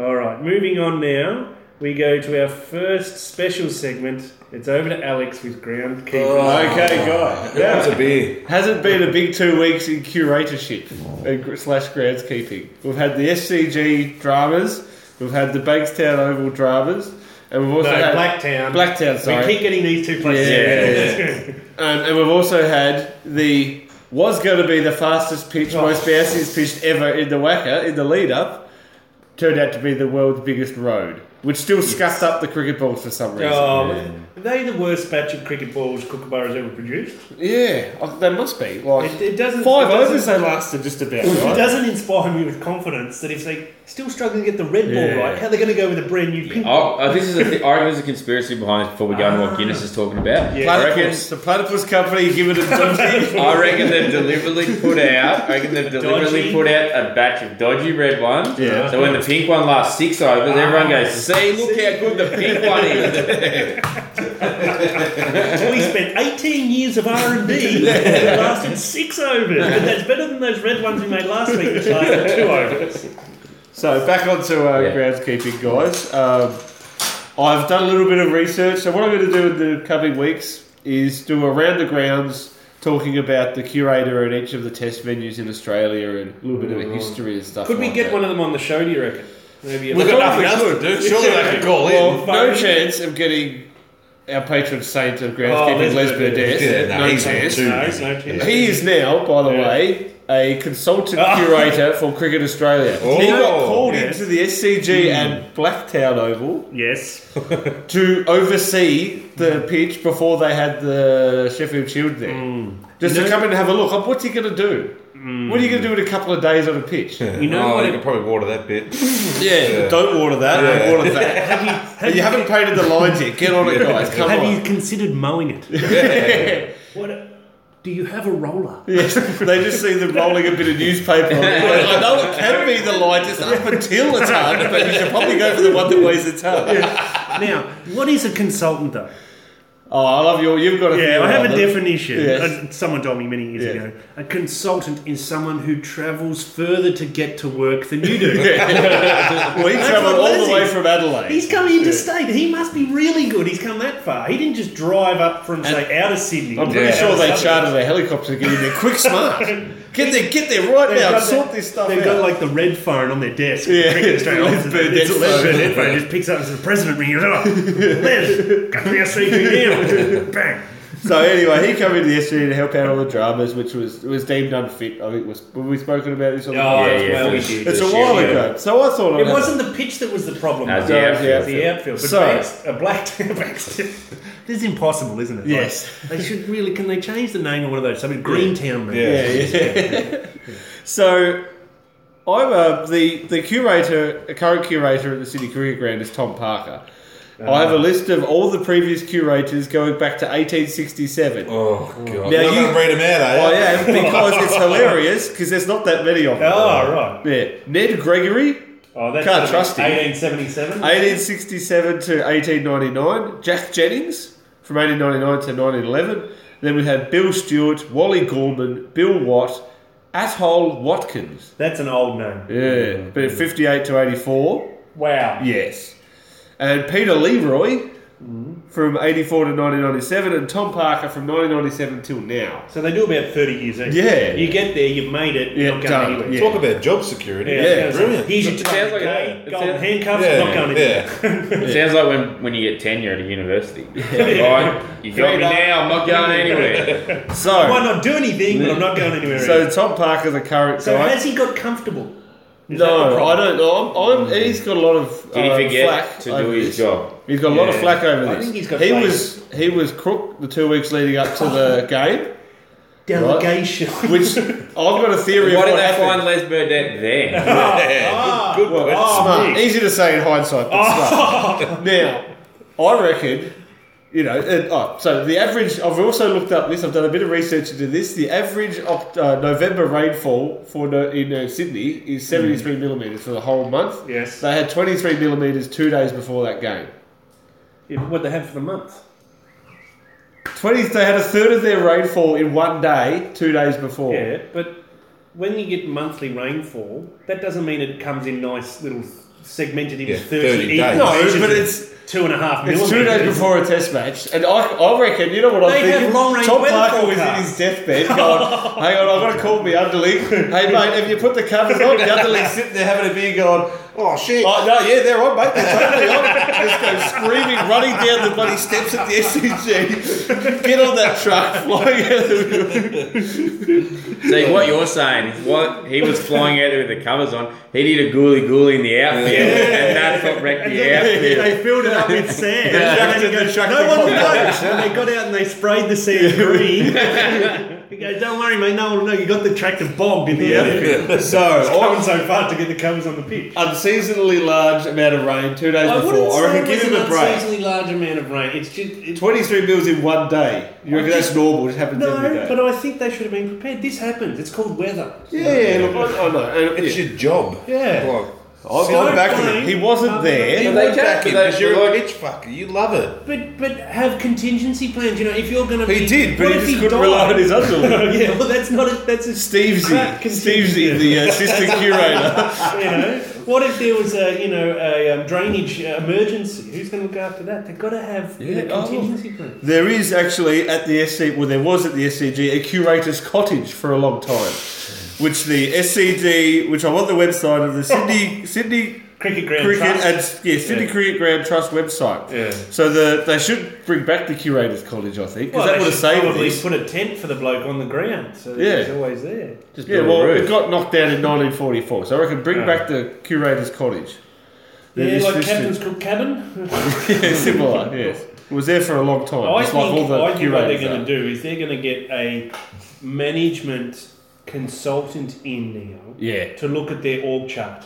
Speaker 1: All right, moving on now. We go to our first special segment. It's over to Alex with ground keepers.
Speaker 4: Oh, Okay, God.
Speaker 2: That's a beer.
Speaker 4: Hasn't been a big two weeks in curatorship and gr- slash groundskeeping. We've had the SCG dramas, we've had the Bankstown Oval dramas, and we've also
Speaker 1: No,
Speaker 4: had
Speaker 1: Blacktown.
Speaker 4: Blacktown. Sorry,
Speaker 1: We keep getting these two places.
Speaker 4: Yeah,
Speaker 1: <laughs>
Speaker 4: and, and we've also had the was going to be the fastest pitch,
Speaker 1: Oh.
Speaker 4: most bounciest pitch ever in the Wacker in the lead up, turned out to be the world's biggest road, which still scuffed up the cricket balls for some reason.
Speaker 1: Oh, Are they the worst batch of cricket balls Kookaburra's ever produced?
Speaker 4: Yeah, oh, they must be like
Speaker 1: It, it doesn't.
Speaker 4: five
Speaker 1: it
Speaker 4: overs
Speaker 1: doesn't,
Speaker 4: they lasted just about.
Speaker 1: it
Speaker 4: Right?
Speaker 1: doesn't inspire me with confidence that if they still struggle to get the red
Speaker 4: Yeah.
Speaker 1: ball right, how they're going to go with a brand new
Speaker 4: <laughs>
Speaker 1: pink ball.
Speaker 3: Oh, uh, this is a th- I reckon there's a conspiracy behind it before we go into what Guinness is talking about.
Speaker 1: Yeah.
Speaker 3: I reckon
Speaker 4: Platypus, the platypus company giving them dodgy.
Speaker 3: I reckon they've deliberately put out. I reckon they've deliberately
Speaker 1: Dodgy.
Speaker 3: put out a batch of dodgy red ones.
Speaker 4: Yeah.
Speaker 3: So when the pink one lasts six overs, everyone goes, "See, look how good the pink one
Speaker 4: <laughs>
Speaker 3: is."
Speaker 1: we spent 18 years of
Speaker 4: <laughs>
Speaker 1: R&D and it lasted six overs, but that's better than those red ones we made last week, which lasted two overs.
Speaker 4: <laughs> So back onto uh,
Speaker 3: Yeah.
Speaker 4: groundskeeping, guys. Um, I've done a little bit of research. So what I'm going to do in the coming weeks is do around the grounds, talking about the curator at each of the test venues in Australia and a little bit of a history and stuff.
Speaker 1: Could we
Speaker 4: like
Speaker 1: get
Speaker 4: that.
Speaker 1: one of them on the show? Do you reckon? Maybe a
Speaker 2: We've got
Speaker 1: Well,
Speaker 2: nothing else to do. Surely they can call in.
Speaker 4: No chance of getting our patron saint of groundskeeping
Speaker 1: Oh,
Speaker 4: Lesbo
Speaker 1: Lesbo
Speaker 4: Des.
Speaker 1: Des.
Speaker 2: Yeah, no,
Speaker 4: no
Speaker 2: he's on
Speaker 4: chance.
Speaker 2: too.
Speaker 1: No, it's no chance.
Speaker 4: He is now, by the way, a consultant
Speaker 7: Ah.
Speaker 4: curator for Cricket Australia. He got
Speaker 2: Oh.
Speaker 4: called
Speaker 7: Yeah.
Speaker 4: into the SCG
Speaker 7: Hmm.
Speaker 4: at Blacktown Oval <laughs>
Speaker 7: Yes.
Speaker 4: to oversee the pitch before they had the Sheffield Shield there. Just
Speaker 7: Hmm. You
Speaker 4: to
Speaker 7: know- Hmm.
Speaker 4: come and have a look. Like, What's he going to do? What are you going to do in a couple of days on a pitch? Yeah,
Speaker 7: You know
Speaker 2: oh,
Speaker 7: what
Speaker 2: you
Speaker 7: it-
Speaker 2: could probably water that bit.
Speaker 4: but don't water that. Don't water that.
Speaker 7: Have you,
Speaker 4: And
Speaker 7: have
Speaker 4: you
Speaker 7: you,
Speaker 4: haven't painted the lines yet.
Speaker 7: <laughs>
Speaker 4: Get on it, guys. Come
Speaker 7: have
Speaker 4: on.
Speaker 7: you considered mowing it?
Speaker 4: <laughs>
Speaker 7: What? a- do you have a roller?
Speaker 4: they just see them rolling a bit of newspaper. On it. Like, I know it can be the lightest up until a ton, but you should probably go for the one that weighs a ton.
Speaker 7: Now, what is a consultant though?
Speaker 4: Oh, I love you. You've got a
Speaker 7: Yeah,
Speaker 4: few
Speaker 7: I have a
Speaker 4: others.
Speaker 7: definition.
Speaker 4: Yes. <laughs>
Speaker 7: Uh, Someone told me many years
Speaker 4: Yeah.
Speaker 7: ago. A consultant is someone who travels further to get to work than you
Speaker 4: <laughs>
Speaker 7: do.
Speaker 4: We
Speaker 7: That's
Speaker 4: travelled
Speaker 7: what
Speaker 4: all the
Speaker 7: Liz
Speaker 4: way
Speaker 7: is.
Speaker 4: from Adelaide.
Speaker 7: He's come interstate. He must be really good. He's come that far. He didn't just drive up from, say, out of Sydney.
Speaker 4: I'm pretty
Speaker 2: Yeah.
Speaker 4: sure they
Speaker 7: Out of suburbs.
Speaker 4: chartered a helicopter to get in there quick, smart. Get there, get there right
Speaker 7: They've
Speaker 4: now.
Speaker 7: got
Speaker 4: sort
Speaker 7: that-
Speaker 4: this stuff
Speaker 7: They've
Speaker 4: out.
Speaker 7: got like the red phone on their desk.
Speaker 4: Yeah,
Speaker 7: Cricket
Speaker 4: it's
Speaker 7: straight
Speaker 4: <laughs> the
Speaker 7: off.
Speaker 4: Lisbon
Speaker 7: It's a
Speaker 4: desk
Speaker 7: Lisbon
Speaker 4: phone.
Speaker 7: dead phone. Just picks up and says, President ringing.
Speaker 4: <laughs>
Speaker 7: Oh, Liz, got the SCP now. Bang.
Speaker 4: so anyway, he came into the SG to help out on the dramas, which was was deemed unfit. I think was were we spoken about this on the
Speaker 1: Oh,
Speaker 3: Yeah,
Speaker 4: podcast?
Speaker 3: yeah,
Speaker 1: well, we
Speaker 3: for
Speaker 1: did.
Speaker 4: It's a
Speaker 3: this
Speaker 4: while
Speaker 3: year, yeah.
Speaker 4: ago. So I thought
Speaker 1: It
Speaker 4: I'd-
Speaker 1: wasn't the pitch that was the problem.
Speaker 3: No,
Speaker 1: it
Speaker 3: it's
Speaker 4: Yeah,
Speaker 3: the outfield.
Speaker 4: yeah.
Speaker 1: was the outfield. But
Speaker 4: So-
Speaker 1: Bank's- uh, <laughs> Blacktown, Bankstown.
Speaker 7: This is impossible, isn't it?
Speaker 4: Yes.
Speaker 7: Like, they should really. Can they change the name of one of those? Something Greentown, man.
Speaker 2: Yeah.
Speaker 4: <laughs> So I'm uh, the the curator, a current curator at the City Cricket Ground is Tom Parker. I have a list of all the previous curators going back to 1867.
Speaker 2: Oh, God. You're not
Speaker 4: you- Oh,
Speaker 2: going to read them out, are you?
Speaker 4: I am because it's hilarious because there's not that many of them.
Speaker 1: Oh, right.
Speaker 4: Yeah, Ned Gregory,
Speaker 1: Oh, that's
Speaker 4: Can't trust him.
Speaker 1: 1877.
Speaker 4: 1867 to 1899. Jack Jennings from 1899 to 1911. Then we had Bill Stewart, Wally Gorman, Bill Watt, Athol Watkins.
Speaker 1: That's an old name.
Speaker 4: Yeah, but 58 to 84.
Speaker 1: Wow.
Speaker 4: Yes. And Peter Leroy from 84 to 1997 and Tom Parker from 1997 till now.
Speaker 1: So they do about 30 years each.
Speaker 4: Yeah.
Speaker 1: You get there, you've made it,
Speaker 4: Yeah,
Speaker 1: you're not
Speaker 4: done,
Speaker 1: going anywhere.
Speaker 4: yeah.
Speaker 2: Talk about job security.
Speaker 1: Yeah,
Speaker 4: Yeah,
Speaker 1: I was gonna say,
Speaker 2: brilliant.
Speaker 1: Here's your
Speaker 3: It
Speaker 1: truck,
Speaker 3: sounds like a-
Speaker 1: hey,
Speaker 3: it
Speaker 1: golden
Speaker 3: sounds-
Speaker 1: handcuffs,
Speaker 2: Yeah,
Speaker 1: not going anywhere.
Speaker 3: It sounds like when, when you get tenure at
Speaker 4: <laughs>
Speaker 3: a university. Right? You got me
Speaker 4: Freedom.
Speaker 3: now, I'm
Speaker 4: <laughs>
Speaker 3: not going anywhere.
Speaker 4: So,
Speaker 1: I might not do anything, but I'm not going anywhere.
Speaker 4: so Tom Parker, the current
Speaker 1: So
Speaker 4: guy.
Speaker 1: has he got comfortable? Is that the
Speaker 4: No, I
Speaker 1: problem?
Speaker 4: don't know. I'm, I'm, he's got a lot of
Speaker 3: Hmm. Did he
Speaker 4: uh,
Speaker 3: forget
Speaker 4: flack
Speaker 3: to
Speaker 4: over
Speaker 3: do his
Speaker 4: this.
Speaker 3: job?
Speaker 4: He's got a lot of flack over this.
Speaker 1: I think he's got
Speaker 4: he
Speaker 1: flack.
Speaker 4: was he was crook the two weeks leading up
Speaker 1: <laughs>
Speaker 4: to the game,
Speaker 1: Delegation.
Speaker 4: which I've got a theory
Speaker 3: Why
Speaker 4: of
Speaker 3: did
Speaker 4: what
Speaker 3: they
Speaker 4: happened.
Speaker 3: find Les Burdett there?
Speaker 1: <laughs> Ah,
Speaker 2: Good work.
Speaker 4: Smart. Easy to say in hindsight, but smart. Now, I reckon, you know, and, oh, so the average, I've also looked up this, I've done a bit of research into this. The average oct- uh, November rainfall for no, in uh, Sydney is 73 millimetres for the whole month.
Speaker 7: Yes.
Speaker 4: They had 23 millimetres two days before that game.
Speaker 1: Yeah, what they have for the month.
Speaker 4: 20, they had a third of their rainfall in one day two days before.
Speaker 1: Yeah, but when you get monthly rainfall, that doesn't mean it comes in nice little segmented into
Speaker 2: Yeah,
Speaker 1: 30,
Speaker 2: 30
Speaker 1: equal
Speaker 2: days.
Speaker 4: No,
Speaker 1: inches
Speaker 4: but
Speaker 1: and
Speaker 4: it's-
Speaker 1: two and a half
Speaker 4: It's
Speaker 1: millimeters.
Speaker 4: two days before a test match, and I, I reckon, you know what I'm
Speaker 1: They have
Speaker 4: thinking?
Speaker 1: long-range
Speaker 4: Tom
Speaker 1: weather
Speaker 4: Parker was in
Speaker 1: forecast.
Speaker 4: his deathbed going, hang
Speaker 7: <laughs>
Speaker 4: on, I've got to call me underling. Hey, mate, have you put the covers on? The underling's sitting there having a beer going,
Speaker 2: Oh, shit.
Speaker 4: oh, no, <laughs> yeah, they're on, mate, they're <laughs> totally on. Just go screaming, running down the bloody steps at the SCG. Get on that truck, flying out the
Speaker 3: See, what you're saying is what he was flying out there with the covers on, he did a gooly gooly in the outfield, and that's what
Speaker 4: <laughs>
Speaker 3: wrecked the outfield.
Speaker 7: They filled it up with sand.
Speaker 4: Yeah.
Speaker 7: And then he goes,
Speaker 4: Chucked
Speaker 7: no
Speaker 4: the
Speaker 7: one will
Speaker 4: bomb
Speaker 7: notice.
Speaker 4: <laughs>
Speaker 7: And they got out and they sprayed the
Speaker 1: <laughs>
Speaker 7: sand green. <laughs> he goes, don't worry, mate. No one will know. You got the tractor bogged in the <laughs> outfield.
Speaker 4: So,
Speaker 7: Going
Speaker 4: I-
Speaker 7: so far to get the covers on the pitch.
Speaker 4: unseasonally large amount of rain two days before. I reckon give him a break.
Speaker 1: unseasonally large amount of rain. It's just it's
Speaker 4: 23 mils in one day. You reckon that's normal? It happens every day.
Speaker 1: no, but I think they should have been prepared. This happens. It's called weather.
Speaker 4: Yeah, yeah, look, I, I know. And
Speaker 2: It's
Speaker 4: yeah.
Speaker 2: your job.
Speaker 1: Yeah.
Speaker 2: Like,
Speaker 4: I'll
Speaker 1: so
Speaker 4: go back to
Speaker 1: funny.
Speaker 4: it. He wasn't there.
Speaker 3: But they
Speaker 2: they
Speaker 3: can't,
Speaker 2: back in
Speaker 3: they-
Speaker 2: because you're a
Speaker 3: like-
Speaker 2: bitch fucker. You love it.
Speaker 1: But but have contingency plans. You know, if you're going to
Speaker 4: He
Speaker 1: be,
Speaker 4: did, but
Speaker 1: what
Speaker 4: he
Speaker 1: if
Speaker 4: just couldn't
Speaker 1: died? <laughs>
Speaker 4: rely on his underling.
Speaker 1: yeah, well, that's not a, that's a
Speaker 4: <laughs> Steve Z,
Speaker 1: crap
Speaker 4: Steve
Speaker 1: contingency.
Speaker 4: Z, the uh, assistant curator.
Speaker 1: You know, what if there was a you know a um, drainage uh, emergency? Who's going to look after that? They've got to have you
Speaker 4: Yeah,
Speaker 1: know,
Speaker 4: oh.
Speaker 1: contingency plans.
Speaker 4: <laughs> There is actually at the SC, well, there was at the SCG a curator's cottage for a <laughs> long time, which the SCG, which I'm on the website of the Sydney Sydney
Speaker 1: Cricket Grand
Speaker 4: cricket
Speaker 1: Trust.
Speaker 4: and yeah, Sydney
Speaker 1: Yeah.
Speaker 4: Cricket Grand Trust website.
Speaker 1: Yeah.
Speaker 4: So the they should bring back the curators college, I think,
Speaker 1: Well,
Speaker 4: because that
Speaker 1: they
Speaker 4: would have
Speaker 1: should
Speaker 4: saved
Speaker 1: probably
Speaker 4: this.
Speaker 1: put a tent for the bloke on the ground, so that
Speaker 4: Yeah.
Speaker 1: he's always there.
Speaker 3: Just
Speaker 4: Yeah,
Speaker 3: build a
Speaker 4: well,
Speaker 3: roof.
Speaker 4: it got knocked down in 1944, so I reckon bring
Speaker 1: Oh.
Speaker 4: back the curators college. Then
Speaker 1: Yeah,
Speaker 4: it's
Speaker 1: like
Speaker 4: just-
Speaker 1: Captain's Cook Cabin.
Speaker 4: <laughs> yeah, similar. Yes, it was there for a long time.
Speaker 1: I
Speaker 4: just
Speaker 1: think,
Speaker 4: like all the
Speaker 1: I think what they're
Speaker 4: curators.
Speaker 1: going
Speaker 4: are.
Speaker 1: to do is they're going to get a management consultant in now
Speaker 4: Yeah.
Speaker 1: to look at their org chart,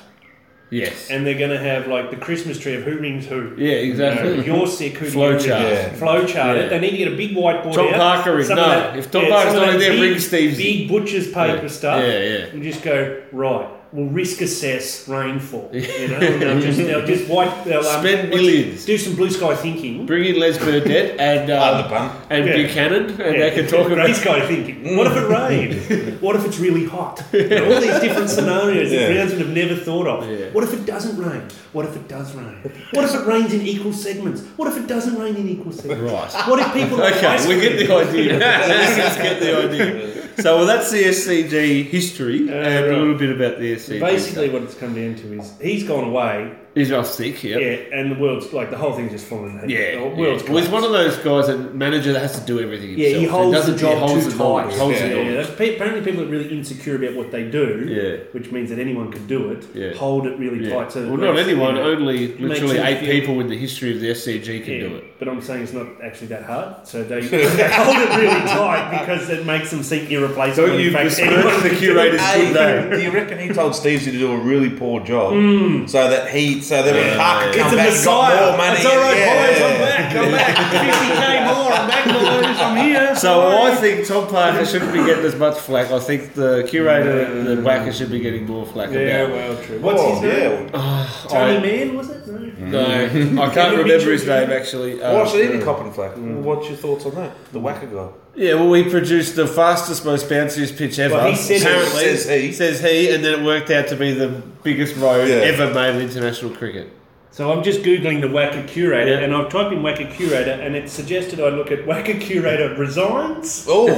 Speaker 4: Yes.
Speaker 1: and they're going to have like the Christmas tree of who rings who.
Speaker 4: yeah.
Speaker 1: You know,
Speaker 4: Exactly.
Speaker 1: you're sick. Who do
Speaker 4: Flow
Speaker 1: you ring?
Speaker 4: chart.
Speaker 2: Yeah.
Speaker 1: Flow chart.
Speaker 4: Yeah.
Speaker 1: They need to get a big whiteboard.
Speaker 4: Tom
Speaker 1: out.
Speaker 4: Parker is-
Speaker 1: Some of
Speaker 4: no,
Speaker 1: that-
Speaker 4: if Tom
Speaker 1: yeah,
Speaker 4: Parker's
Speaker 1: some of
Speaker 4: not in
Speaker 1: that
Speaker 4: there,
Speaker 1: big,
Speaker 4: bring Steve's in.
Speaker 1: Big butcher's paper
Speaker 4: Yeah.
Speaker 1: stuff.
Speaker 4: Yeah, yeah.
Speaker 1: And just go right. We'll risk assess rainfall. You know,
Speaker 4: <laughs>
Speaker 1: and they'll just they'll just white. They'll, um,
Speaker 4: Spend
Speaker 1: what's-
Speaker 4: millions.
Speaker 1: Do some blue sky thinking.
Speaker 4: <laughs> Bring in Les Burdett and
Speaker 2: Pardon the
Speaker 4: uh,
Speaker 2: pun.
Speaker 4: and
Speaker 1: Yeah.
Speaker 4: Buchanan, and they can
Speaker 1: <laughs>
Speaker 4: talk about. <laughs>
Speaker 1: Ray's guy thinking, what if it rained? what if it's really hot? You know, all these different scenarios
Speaker 2: Yeah.
Speaker 1: that Brownsmen have never thought of.
Speaker 4: Yeah.
Speaker 1: What if it doesn't rain? What if it does rain? What if it rains in equal segments? What if it doesn't rain in equal segments? <laughs>
Speaker 4: Right.
Speaker 1: What if people like ice
Speaker 4: <laughs> Okay, we
Speaker 1: cream?
Speaker 4: get
Speaker 1: <laughs>
Speaker 4: the idea. <laughs> Listeners get the idea. So, well, that's the SCG history
Speaker 1: Uh,
Speaker 4: and
Speaker 1: right.
Speaker 4: a little bit about the SCG.
Speaker 1: Basically, what it's come down to is he's gone away,
Speaker 4: he's off sick. Yep.
Speaker 1: yeah, and the world's like the whole thing's just fallen.
Speaker 4: Yeah,
Speaker 1: the
Speaker 4: yeah.
Speaker 1: world's
Speaker 4: Well, he's one of those guys, a manager that has to do everything himself.
Speaker 1: yeah, he holds the job
Speaker 4: holds
Speaker 1: too tight.
Speaker 4: the knowledge, Holds
Speaker 1: yeah,
Speaker 4: the
Speaker 1: yeah,
Speaker 4: knowledge.
Speaker 1: that's- pe- Apparently, people are really insecure about what they do,
Speaker 4: Yeah.
Speaker 1: which means that anyone could do it.
Speaker 4: Yeah.
Speaker 1: Hold it really
Speaker 4: Yeah.
Speaker 1: tight. So that
Speaker 4: well, not
Speaker 1: makes-
Speaker 4: anyone.
Speaker 1: you know,
Speaker 4: Only literally
Speaker 1: him
Speaker 4: eight
Speaker 1: feel-
Speaker 4: people in the history of the SCG can do it.
Speaker 1: But I'm saying it's not actually that hard. So they, <laughs> they hold it really tight because it makes them seem irreplaceable.
Speaker 4: Don't
Speaker 1: In
Speaker 4: you
Speaker 1: fact,
Speaker 4: besmirch
Speaker 1: anyone can
Speaker 4: the
Speaker 1: do
Speaker 4: curator's
Speaker 1: it.
Speaker 4: good name.
Speaker 2: Do you reckon he told Steve's to do a really poor job so that he so that when Parker
Speaker 1: Hmm. It's
Speaker 2: comes
Speaker 1: a
Speaker 2: back and got
Speaker 1: messiah.
Speaker 2: more money?
Speaker 1: It's all right, boys. I'm
Speaker 2: yeah.
Speaker 1: back. I'm back. 50k more. I'm back, boys. I'm here.
Speaker 4: So I think Tom Parker shouldn't be getting as much flack. I think the curator, and the whacker, should be getting more flack about. it.
Speaker 1: well, true.
Speaker 2: What's
Speaker 1: What's his name?
Speaker 2: Yeah.
Speaker 1: Tony
Speaker 4: I-
Speaker 1: Mann, was it? No.
Speaker 4: Mm. No, <laughs> I can't remember his name actually. Uh,
Speaker 2: Why should he be copping flack?
Speaker 1: Hmm.
Speaker 2: What's your thoughts on that? The whacker guy.
Speaker 4: yeah, well, we produced the fastest, most bounciest pitch ever.
Speaker 1: Well, he said it.
Speaker 4: Apparently,
Speaker 2: Says he.
Speaker 4: says he, and then it worked out to be the biggest road
Speaker 2: Yeah.
Speaker 4: ever made in international cricket.
Speaker 1: So I'm just googling the Wacker curator,
Speaker 4: Yeah.
Speaker 1: and I've typed in Wacker curator, and it suggested I look at Wacker curator resigns,
Speaker 2: Oh,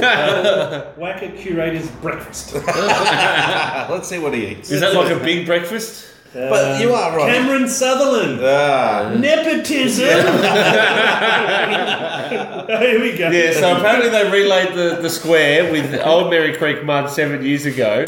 Speaker 1: Wacker curator's breakfast.
Speaker 2: <laughs> let's see what he eats.
Speaker 4: Is that like a big breakfast?
Speaker 1: Uh,
Speaker 2: But you are right.
Speaker 1: Cameron Sutherland.
Speaker 2: Ah,
Speaker 1: Nepotism. <laughs> Oh, Here we go.
Speaker 4: Yeah, so <laughs> apparently they relayed the, the square with old Merry Creek mud seven years ago.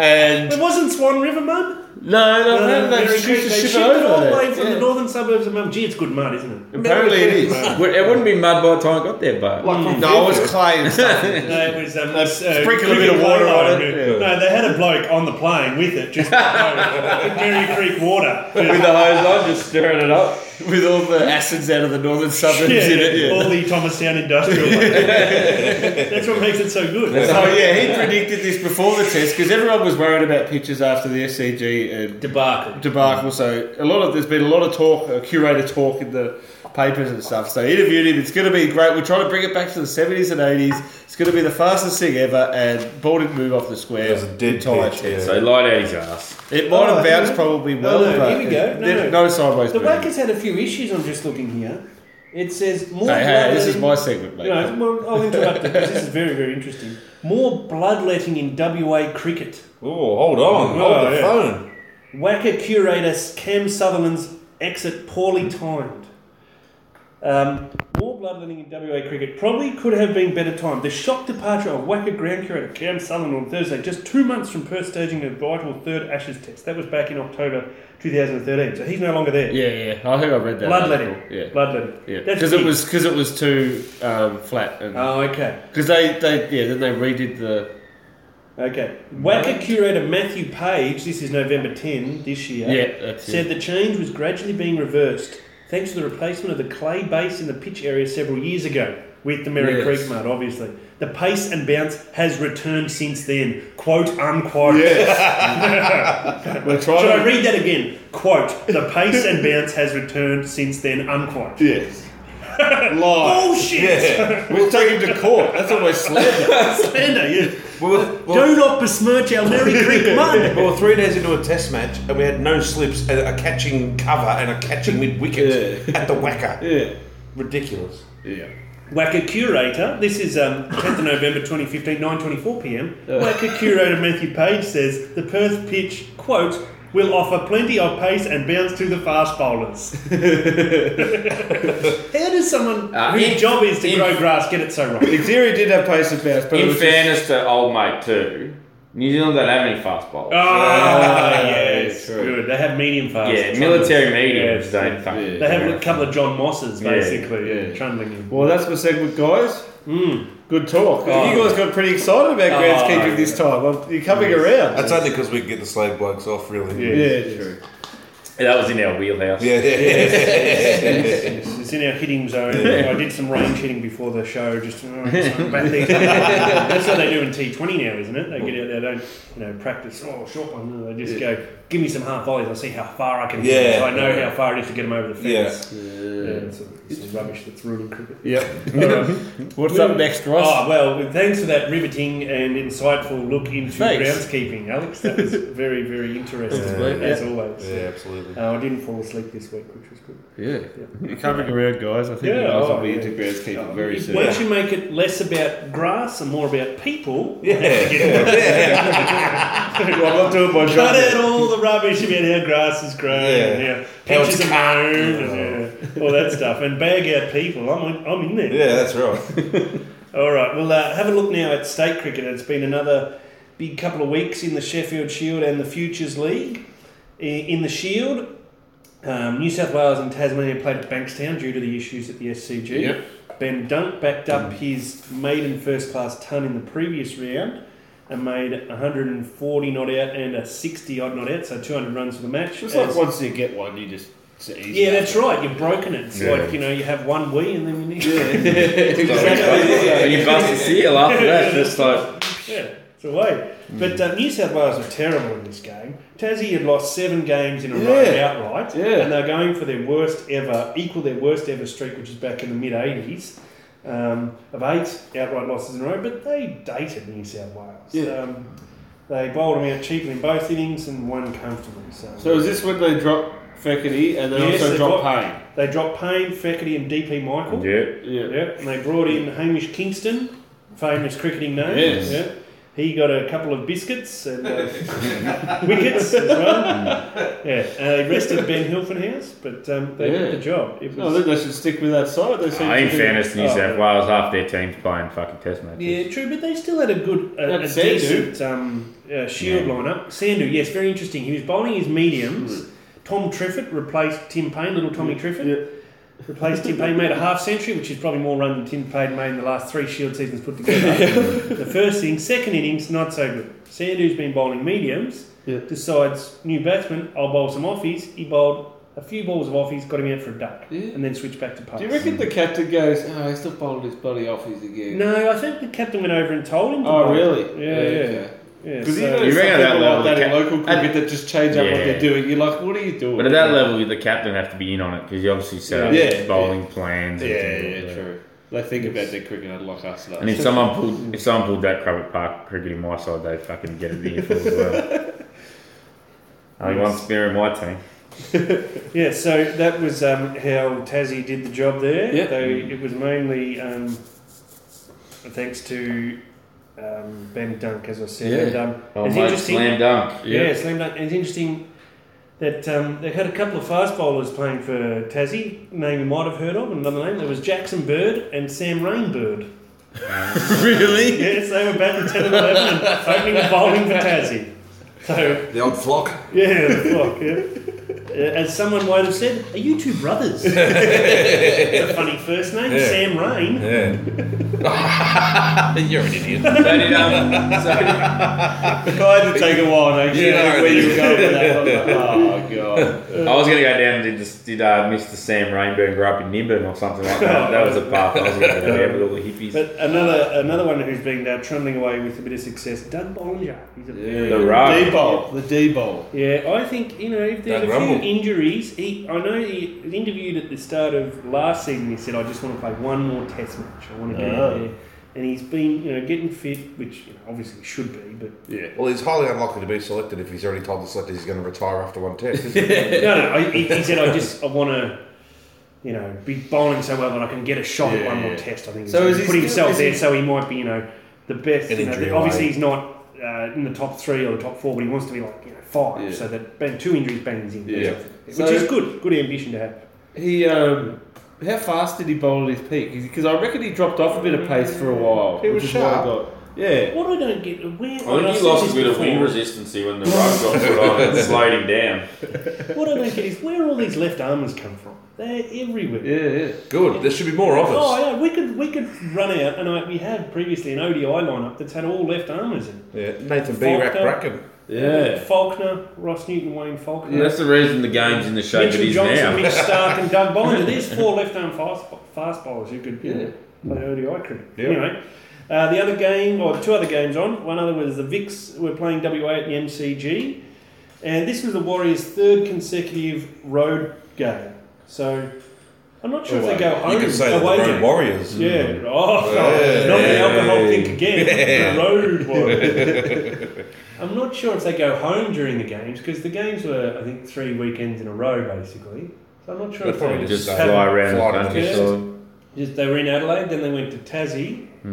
Speaker 4: And
Speaker 1: It wasn't Swan River mud.
Speaker 4: no, no,
Speaker 1: Uh,
Speaker 4: apparently they
Speaker 1: Mary
Speaker 4: just
Speaker 1: Creek,
Speaker 4: used to
Speaker 1: they
Speaker 4: ship it
Speaker 1: shipped it all
Speaker 4: over
Speaker 1: the way
Speaker 4: there.
Speaker 1: from the
Speaker 4: Yeah.
Speaker 1: northern suburbs of Mum. Gee, it's good mud, isn't it?
Speaker 4: Apparently it is.
Speaker 3: Would- it wouldn't be mud by the time it got there, but
Speaker 4: No, it was clay and
Speaker 1: <laughs>
Speaker 4: stuff.
Speaker 1: No, it was um, s- uh,
Speaker 4: sprinkle a bit
Speaker 1: cricket
Speaker 4: of water
Speaker 1: playground.
Speaker 4: on it.
Speaker 1: No, they had a bloke on the plane with it, just Mary Creek water.
Speaker 3: with the hose on, just stirring it up.
Speaker 4: With all the acids out of the northern suburbs
Speaker 1: Yeah,
Speaker 4: in it.
Speaker 1: all
Speaker 4: Yeah.
Speaker 1: the Thomastown
Speaker 4: <laughs>
Speaker 1: industrial. That's what makes it so good.
Speaker 4: So yeah,
Speaker 1: <laughs>
Speaker 4: he predicted this before the test because everyone was worried about pitches after the SCG and
Speaker 1: debacle.
Speaker 4: uh, debacle. So a lot of there's been a lot of talk, uh, curator talk in the papers and stuff. So I interviewed him. It's going to be great. We're trying to bring it back to the seventies and eighties. It's going to be the fastest thing ever, and ball didn't move off the square.
Speaker 2: it was a dead
Speaker 4: entire
Speaker 2: pitch.
Speaker 4: test.
Speaker 2: Yeah.
Speaker 3: So he lied out his ass.
Speaker 4: It might
Speaker 1: Oh,
Speaker 4: have bounced
Speaker 1: yeah.
Speaker 4: probably well,
Speaker 1: Oh, no,
Speaker 4: but
Speaker 1: here we go. No,
Speaker 4: there-
Speaker 1: no.
Speaker 4: sideways.
Speaker 1: The
Speaker 4: movement.
Speaker 1: Wackers had a few issues. I'm just looking here. It says more.
Speaker 4: Hey, hey,
Speaker 1: blood
Speaker 4: this is
Speaker 1: in-
Speaker 4: my segment, mate.
Speaker 1: No, well, I'll interrupt it because this is very, very interesting. More bloodletting in WA cricket.
Speaker 2: Oh, hold on. Hold
Speaker 1: Oh,
Speaker 2: the
Speaker 1: yeah.
Speaker 2: phone.
Speaker 1: Wacker curator Cam Sutherland's exit poorly timed. Um, more bloodletting in WA cricket probably could have been better timed. The shock departure of Wacker ground curator Cam Sutherland on Thursday, just two months from Perth staging a vital third Ashes test. That was back in October 2013, so he's no longer there.
Speaker 4: Yeah, yeah. I think I read that.
Speaker 1: Bloodletting.
Speaker 4: article. Yeah.
Speaker 1: Bloodletting.
Speaker 4: Yeah,
Speaker 1: That's
Speaker 4: because it
Speaker 1: big.
Speaker 4: was because it was too um, flat, and
Speaker 1: Oh, okay.
Speaker 4: because they, they yeah then they redid the
Speaker 1: Okay. Wacker curator Matthew Page, this is November 10 this year,
Speaker 4: Yeah, that's
Speaker 1: said the change was gradually being reversed thanks to the replacement of the clay base in the pitch area several years ago with the Merry
Speaker 4: Yes.
Speaker 1: Creek mud, obviously. The pace and bounce has returned since then. Quote unquote.
Speaker 4: <laughs> We're
Speaker 1: <laughs> Should I
Speaker 4: trying.
Speaker 1: read that again? Quote, the pace and bounce has returned since then, unquote.
Speaker 4: yes. <laughs> Lie. <laughs>
Speaker 1: Bullshit! <laughs>
Speaker 4: We'll take him to court. That's almost <laughs> slander.
Speaker 1: Slander, yeah.
Speaker 2: Well, well,
Speaker 1: Do not besmirch our Merry Creek
Speaker 4: <laughs>
Speaker 1: mud!
Speaker 2: well, three days into a test match, and we had no slips, and a catching cover, and a catching mid wicket at the whacker.
Speaker 4: Yeah.
Speaker 2: Ridiculous.
Speaker 4: Yeah.
Speaker 1: Wacker Curator, this is
Speaker 3: <laughs>
Speaker 1: um, 10th of November
Speaker 3: Uh.
Speaker 1: 2015, 9.24pm. Wacker Curator Matthew Page says the Perth pitch, quote, will offer plenty of pace and bounce to the fast
Speaker 3: <laughs>
Speaker 1: bowlers. How does someone
Speaker 3: Uh,
Speaker 1: whose
Speaker 3: in-
Speaker 1: job is to
Speaker 3: in-
Speaker 1: grow grass get it so
Speaker 3: <laughs>
Speaker 1: wrong?
Speaker 4: In theory, did have pace and bounce, but it
Speaker 3: In
Speaker 4: was
Speaker 3: fairness to old mate too, New Zealand don't have any fast bowlers.
Speaker 1: Oh, Ah, yes,
Speaker 4: true.
Speaker 1: good. They have medium fast.
Speaker 3: yeah,
Speaker 1: Trundles.
Speaker 3: military
Speaker 1: Yes.
Speaker 3: mediums don't fuck.
Speaker 4: Yeah.
Speaker 1: They have a couple of John Mosses,
Speaker 3: Yeah,
Speaker 1: basically,
Speaker 4: yeah.
Speaker 1: trundling him.
Speaker 4: just, well, that's my segment, guys.
Speaker 1: Mm.
Speaker 4: Good talk.
Speaker 1: Oh.
Speaker 4: You guys got pretty excited about groundskeeping
Speaker 1: yeah.
Speaker 4: this time. Well, You're coming around.
Speaker 2: That's only because we can get the slave blokes off, really.
Speaker 4: yeah,
Speaker 1: Yeah.
Speaker 4: true.
Speaker 3: That was in our wheelhouse. <laughs>
Speaker 2: Yeah,
Speaker 1: Yes, it's in our hitting
Speaker 2: <laughs>
Speaker 1: zone. I did some range hitting before the show. Just oh, so back there. that's what they do in T Twenty now, isn't it? They get out there, don't you know, practice. Oh, short one. They just go, give me some half volleys. I'll see how far I can. hit
Speaker 2: Yeah.
Speaker 1: so I know how far it is to get them over the
Speaker 2: Yeah.
Speaker 1: fence. Yeah, it's, it's rubbish that's ruining
Speaker 2: <laughs>
Speaker 1: cricket.
Speaker 4: Yep.
Speaker 1: All right.
Speaker 4: What's up next, Ross?
Speaker 1: Oh, well, thanks for that riveting and insightful look into
Speaker 4: Thanks.
Speaker 1: groundskeeping, Alex. That was very, very interesting,
Speaker 4: Yeah.
Speaker 1: as always.
Speaker 2: yeah, absolutely.
Speaker 1: Uh, I didn't fall asleep this week, which was good.
Speaker 4: Yeah. You're coming around, guys. I think
Speaker 1: Yeah,
Speaker 4: you guys
Speaker 1: oh,
Speaker 4: will be into
Speaker 1: yeah.
Speaker 4: groundskeeping very soon.
Speaker 1: Once you make it less about grass and more about people, <laughs>
Speaker 4: Well, I'm not doing my job.
Speaker 1: cut out all the rubbish about how grass is grown and
Speaker 2: Yeah.
Speaker 1: how
Speaker 2: How it's
Speaker 1: pictures are mown and yeah, all that stuff, and bag out people. I'm, I'm in there.
Speaker 2: Yeah, that's right.
Speaker 1: All right. Well, uh, have a look now at state cricket. It's been another big couple of weeks in the Sheffield Shield and the Futures League. I- In the Shield, um, New South Wales and Tasmania played at Bankstown due to the issues at the SCG.
Speaker 4: Yep.
Speaker 1: Ben Dunk backed up his maiden first class ton in the previous round and made 140 not out and a 60 odd not out, so 200 runs for the match.
Speaker 4: It's like
Speaker 1: As-
Speaker 4: once you get one, you just it's easy.
Speaker 1: yeah,
Speaker 3: <laughs>
Speaker 1: that's right. You've broken it. It's
Speaker 2: Yeah.
Speaker 1: like you know, you have one wee and then you need. <laughs>
Speaker 3: When
Speaker 4: <laughs>
Speaker 3: you bust a seal after that, just like
Speaker 1: Yeah, it's a way. But
Speaker 4: Hmm.
Speaker 1: uh, New South Wales were terrible in this game. Tassie had lost seven games in a row
Speaker 4: Yeah.
Speaker 1: outright,
Speaker 4: Yeah.
Speaker 1: and they're going for their worst ever, equal their worst ever streak, which is back in the mid 80s, um, of eight outright losses in a row. But they dated New South Wales.
Speaker 4: Yeah.
Speaker 1: Um, they bowled them out cheaply in both innings and won comfortably. So,
Speaker 4: So is this when they drop Fekity and they
Speaker 1: Yes,
Speaker 4: also
Speaker 1: they
Speaker 4: drop
Speaker 1: drop-
Speaker 4: Payne?
Speaker 1: they dropped Payne, Feckerty, and DP Michael.
Speaker 3: yeah.
Speaker 4: Yeah.
Speaker 1: Yep, and they brought in Hamish Kingston, famous cricketing name.
Speaker 4: Yes.
Speaker 1: Yep. He got a couple of biscuits and uh, <laughs> wickets as well. Yeah, and they rested Ben Hilfenhaus, but um, they
Speaker 4: Hmm. Yeah.
Speaker 1: did the job. It
Speaker 4: No, I
Speaker 1: was,
Speaker 4: think they should stick with that side. They seem
Speaker 3: I ain't
Speaker 4: to do-
Speaker 3: fairness to New
Speaker 1: Oh.
Speaker 3: South Wales, half their team's playing fucking test matches.
Speaker 1: yeah, true, but they still had a good, uh,
Speaker 4: Like
Speaker 1: a
Speaker 4: Sandu.
Speaker 1: decent um, uh, shield
Speaker 3: Yeah.
Speaker 1: lineup. Sandu, yes, very interesting. He was bowling his mediums. Tom Triffitt replaced Tim Payne, little Tommy Triffitt. Replaced Tim Payne, made a half century, which is probably more run than Tim Payne made in the last three Shield seasons put together.
Speaker 4: <laughs>
Speaker 1: the first inning, second innings, not so good. Sandu's been bowling mediums,
Speaker 4: Yeah.
Speaker 1: decides new batsman, I'll bowl some offies. He bowled a few balls of offies, got him out for a duck,
Speaker 4: Yeah.
Speaker 1: and then switched back to pass.
Speaker 4: Do you reckon the captain goes, oh, he's not bowling his bloody offies again?
Speaker 1: no, I think the captain went over and told him. To
Speaker 4: Oh,
Speaker 1: bowl.
Speaker 4: really?
Speaker 1: Yeah, yeah. yeah.
Speaker 4: Because
Speaker 1: so-
Speaker 4: you know,
Speaker 3: You
Speaker 4: some
Speaker 3: reckon that
Speaker 4: people like
Speaker 3: level
Speaker 4: that in
Speaker 3: ca-
Speaker 4: local cricket that just change up what
Speaker 3: Yeah.
Speaker 4: they're doing. You're like, what are you doing?
Speaker 3: But at that level, the captain have to be in on it because you obviously set up
Speaker 4: Yeah.
Speaker 3: bowling plans.
Speaker 4: Yeah,
Speaker 3: And
Speaker 4: yeah,
Speaker 3: things like that.
Speaker 4: true. They think about their cricket unlike us. though.
Speaker 3: <laughs> And if someone pulled, if someone pulled that crap at Park Cricket in my side, they'd fucking get an earful as well. Oh, I think one spear in my team.
Speaker 1: Yeah, so that was um, how Tassie did the job there.
Speaker 4: Yeah.
Speaker 1: Though it was mainly um, thanks to um, Ben Dunk, as I said.
Speaker 4: Yeah.
Speaker 1: And, um,
Speaker 3: Oh,
Speaker 1: it's
Speaker 3: mate,
Speaker 1: interesting.
Speaker 3: slam dunk.
Speaker 1: yeah, slam dunk. And it's interesting that um, they had a couple of fast bowlers playing for Tassie. Name you might have heard of, another name. There was Jackson Bird and Sam Rainbird. <laughs>
Speaker 4: really?
Speaker 1: yes, they were batting 10 and 11 and opening the bowling for Tassie. So
Speaker 2: The old flock.
Speaker 1: yeah, fuck, yeah. Uh, As someone might have said, are you two
Speaker 2: <laughs>
Speaker 1: brothers? It's a funny first name,
Speaker 2: Yeah.
Speaker 1: Sam Rain.
Speaker 2: Yeah. <laughs> You're an idiot.
Speaker 3: So did, um, so,
Speaker 4: I had to take a while to actually
Speaker 2: Yeah,
Speaker 4: know where you were going with that. I was like, <laughs> oh, God.
Speaker 3: I was going to go down and did, this, did uh, Mr. Sam Rainburn grow up in Nimbin or something like that. That was a path I was going to go down with all the hippies.
Speaker 1: But another another one who's been uh, trundling away with a bit of success, Doug Bollinger. He's a very-
Speaker 3: The rug.
Speaker 4: D-bowl. The D-bowl.
Speaker 1: yeah, I think you know if there's
Speaker 2: Doug
Speaker 1: a few
Speaker 2: Rumble.
Speaker 1: injuries, he, I know he was interviewed at the start of last season. He said, "I just want to play one more Test match. I want to get
Speaker 2: Ah.
Speaker 1: out
Speaker 4: Oh.
Speaker 1: there." And he's been you know getting fit, which you know, obviously should be, but
Speaker 4: Yeah.
Speaker 2: Well, he's highly unlikely to be selected if he's already told the selectors he's going to retire after one test. Isn't he?
Speaker 1: no, no. I, he, he said, "I just I want to, you know, be bowling so well that I can get a shot at
Speaker 4: Yeah,
Speaker 1: one more
Speaker 4: yeah.
Speaker 1: test." I think.
Speaker 4: So
Speaker 1: So he's
Speaker 4: is he
Speaker 1: put
Speaker 4: still-
Speaker 1: himself
Speaker 4: is
Speaker 1: there,
Speaker 4: he-
Speaker 1: so he might be, you know, the best.
Speaker 2: An
Speaker 1: You know,
Speaker 2: injury
Speaker 1: the- obviously,
Speaker 2: away.
Speaker 1: he's not uh, know, in the top three or the top four, but he wants to be like, you know, five.
Speaker 4: Yeah.
Speaker 1: So that bang, two injuries bangs in.
Speaker 4: Yeah.
Speaker 1: Which
Speaker 4: So-
Speaker 1: is good. Good ambition to have.
Speaker 4: He, um, how fast did he bowl at his peak? Because I reckon he dropped off a bit of pace for a while.
Speaker 2: He was
Speaker 4: which is why I
Speaker 2: sharp.
Speaker 4: got- Yeah.
Speaker 1: What I don't get, where,
Speaker 3: I think he lost a bit of wind resistance when the rug got put on and slowed him down.
Speaker 1: What I don't get is where all these left armers come from. They're everywhere.
Speaker 4: Yeah, yeah.
Speaker 2: <laughs> Good. There should be more of
Speaker 1: Oh,
Speaker 2: us.
Speaker 1: yeah, we could we could run out, and I, we have previously an ODI lineup that's had all left armers in.
Speaker 2: Yeah. Nathan B. Rack
Speaker 1: Faulkner.
Speaker 2: Bracken.
Speaker 4: Yeah.
Speaker 1: Faulkner, Ross Newton, Wayne Faulkner,
Speaker 3: And that's the reason the game's in the shape
Speaker 1: Mitchell
Speaker 3: it is
Speaker 1: Johnson,
Speaker 3: now.
Speaker 1: Mitch Stark, and
Speaker 2: <laughs>
Speaker 1: Doug Binder. There's four left arm fast, fast bowlers who could
Speaker 4: Yeah.
Speaker 1: play ODI cricket.
Speaker 2: Yeah.
Speaker 1: Anyway, uh, the other game, or two other games on, one other was the Vics were playing WA at the MCG, and this was the Warriors' third consecutive road game. So I'm not sure if they go home.
Speaker 2: Oh, You could say that the
Speaker 1: away
Speaker 2: Road
Speaker 1: game.
Speaker 2: Warriors.
Speaker 1: Yeah. Oh, <laughs>
Speaker 2: Hey.
Speaker 1: not the alcohol think again. Road warrior. I'm not sure if they go home during the games because the games were, I think, three weekends in a row basically. So I'm not sure
Speaker 2: They'll
Speaker 1: if
Speaker 2: probably
Speaker 1: they
Speaker 3: Just
Speaker 1: just,
Speaker 2: stay.
Speaker 3: fly around
Speaker 2: Fly
Speaker 3: the
Speaker 2: to
Speaker 1: the
Speaker 3: countryside.
Speaker 1: just they were in Adelaide, then they went to Tassie, uh,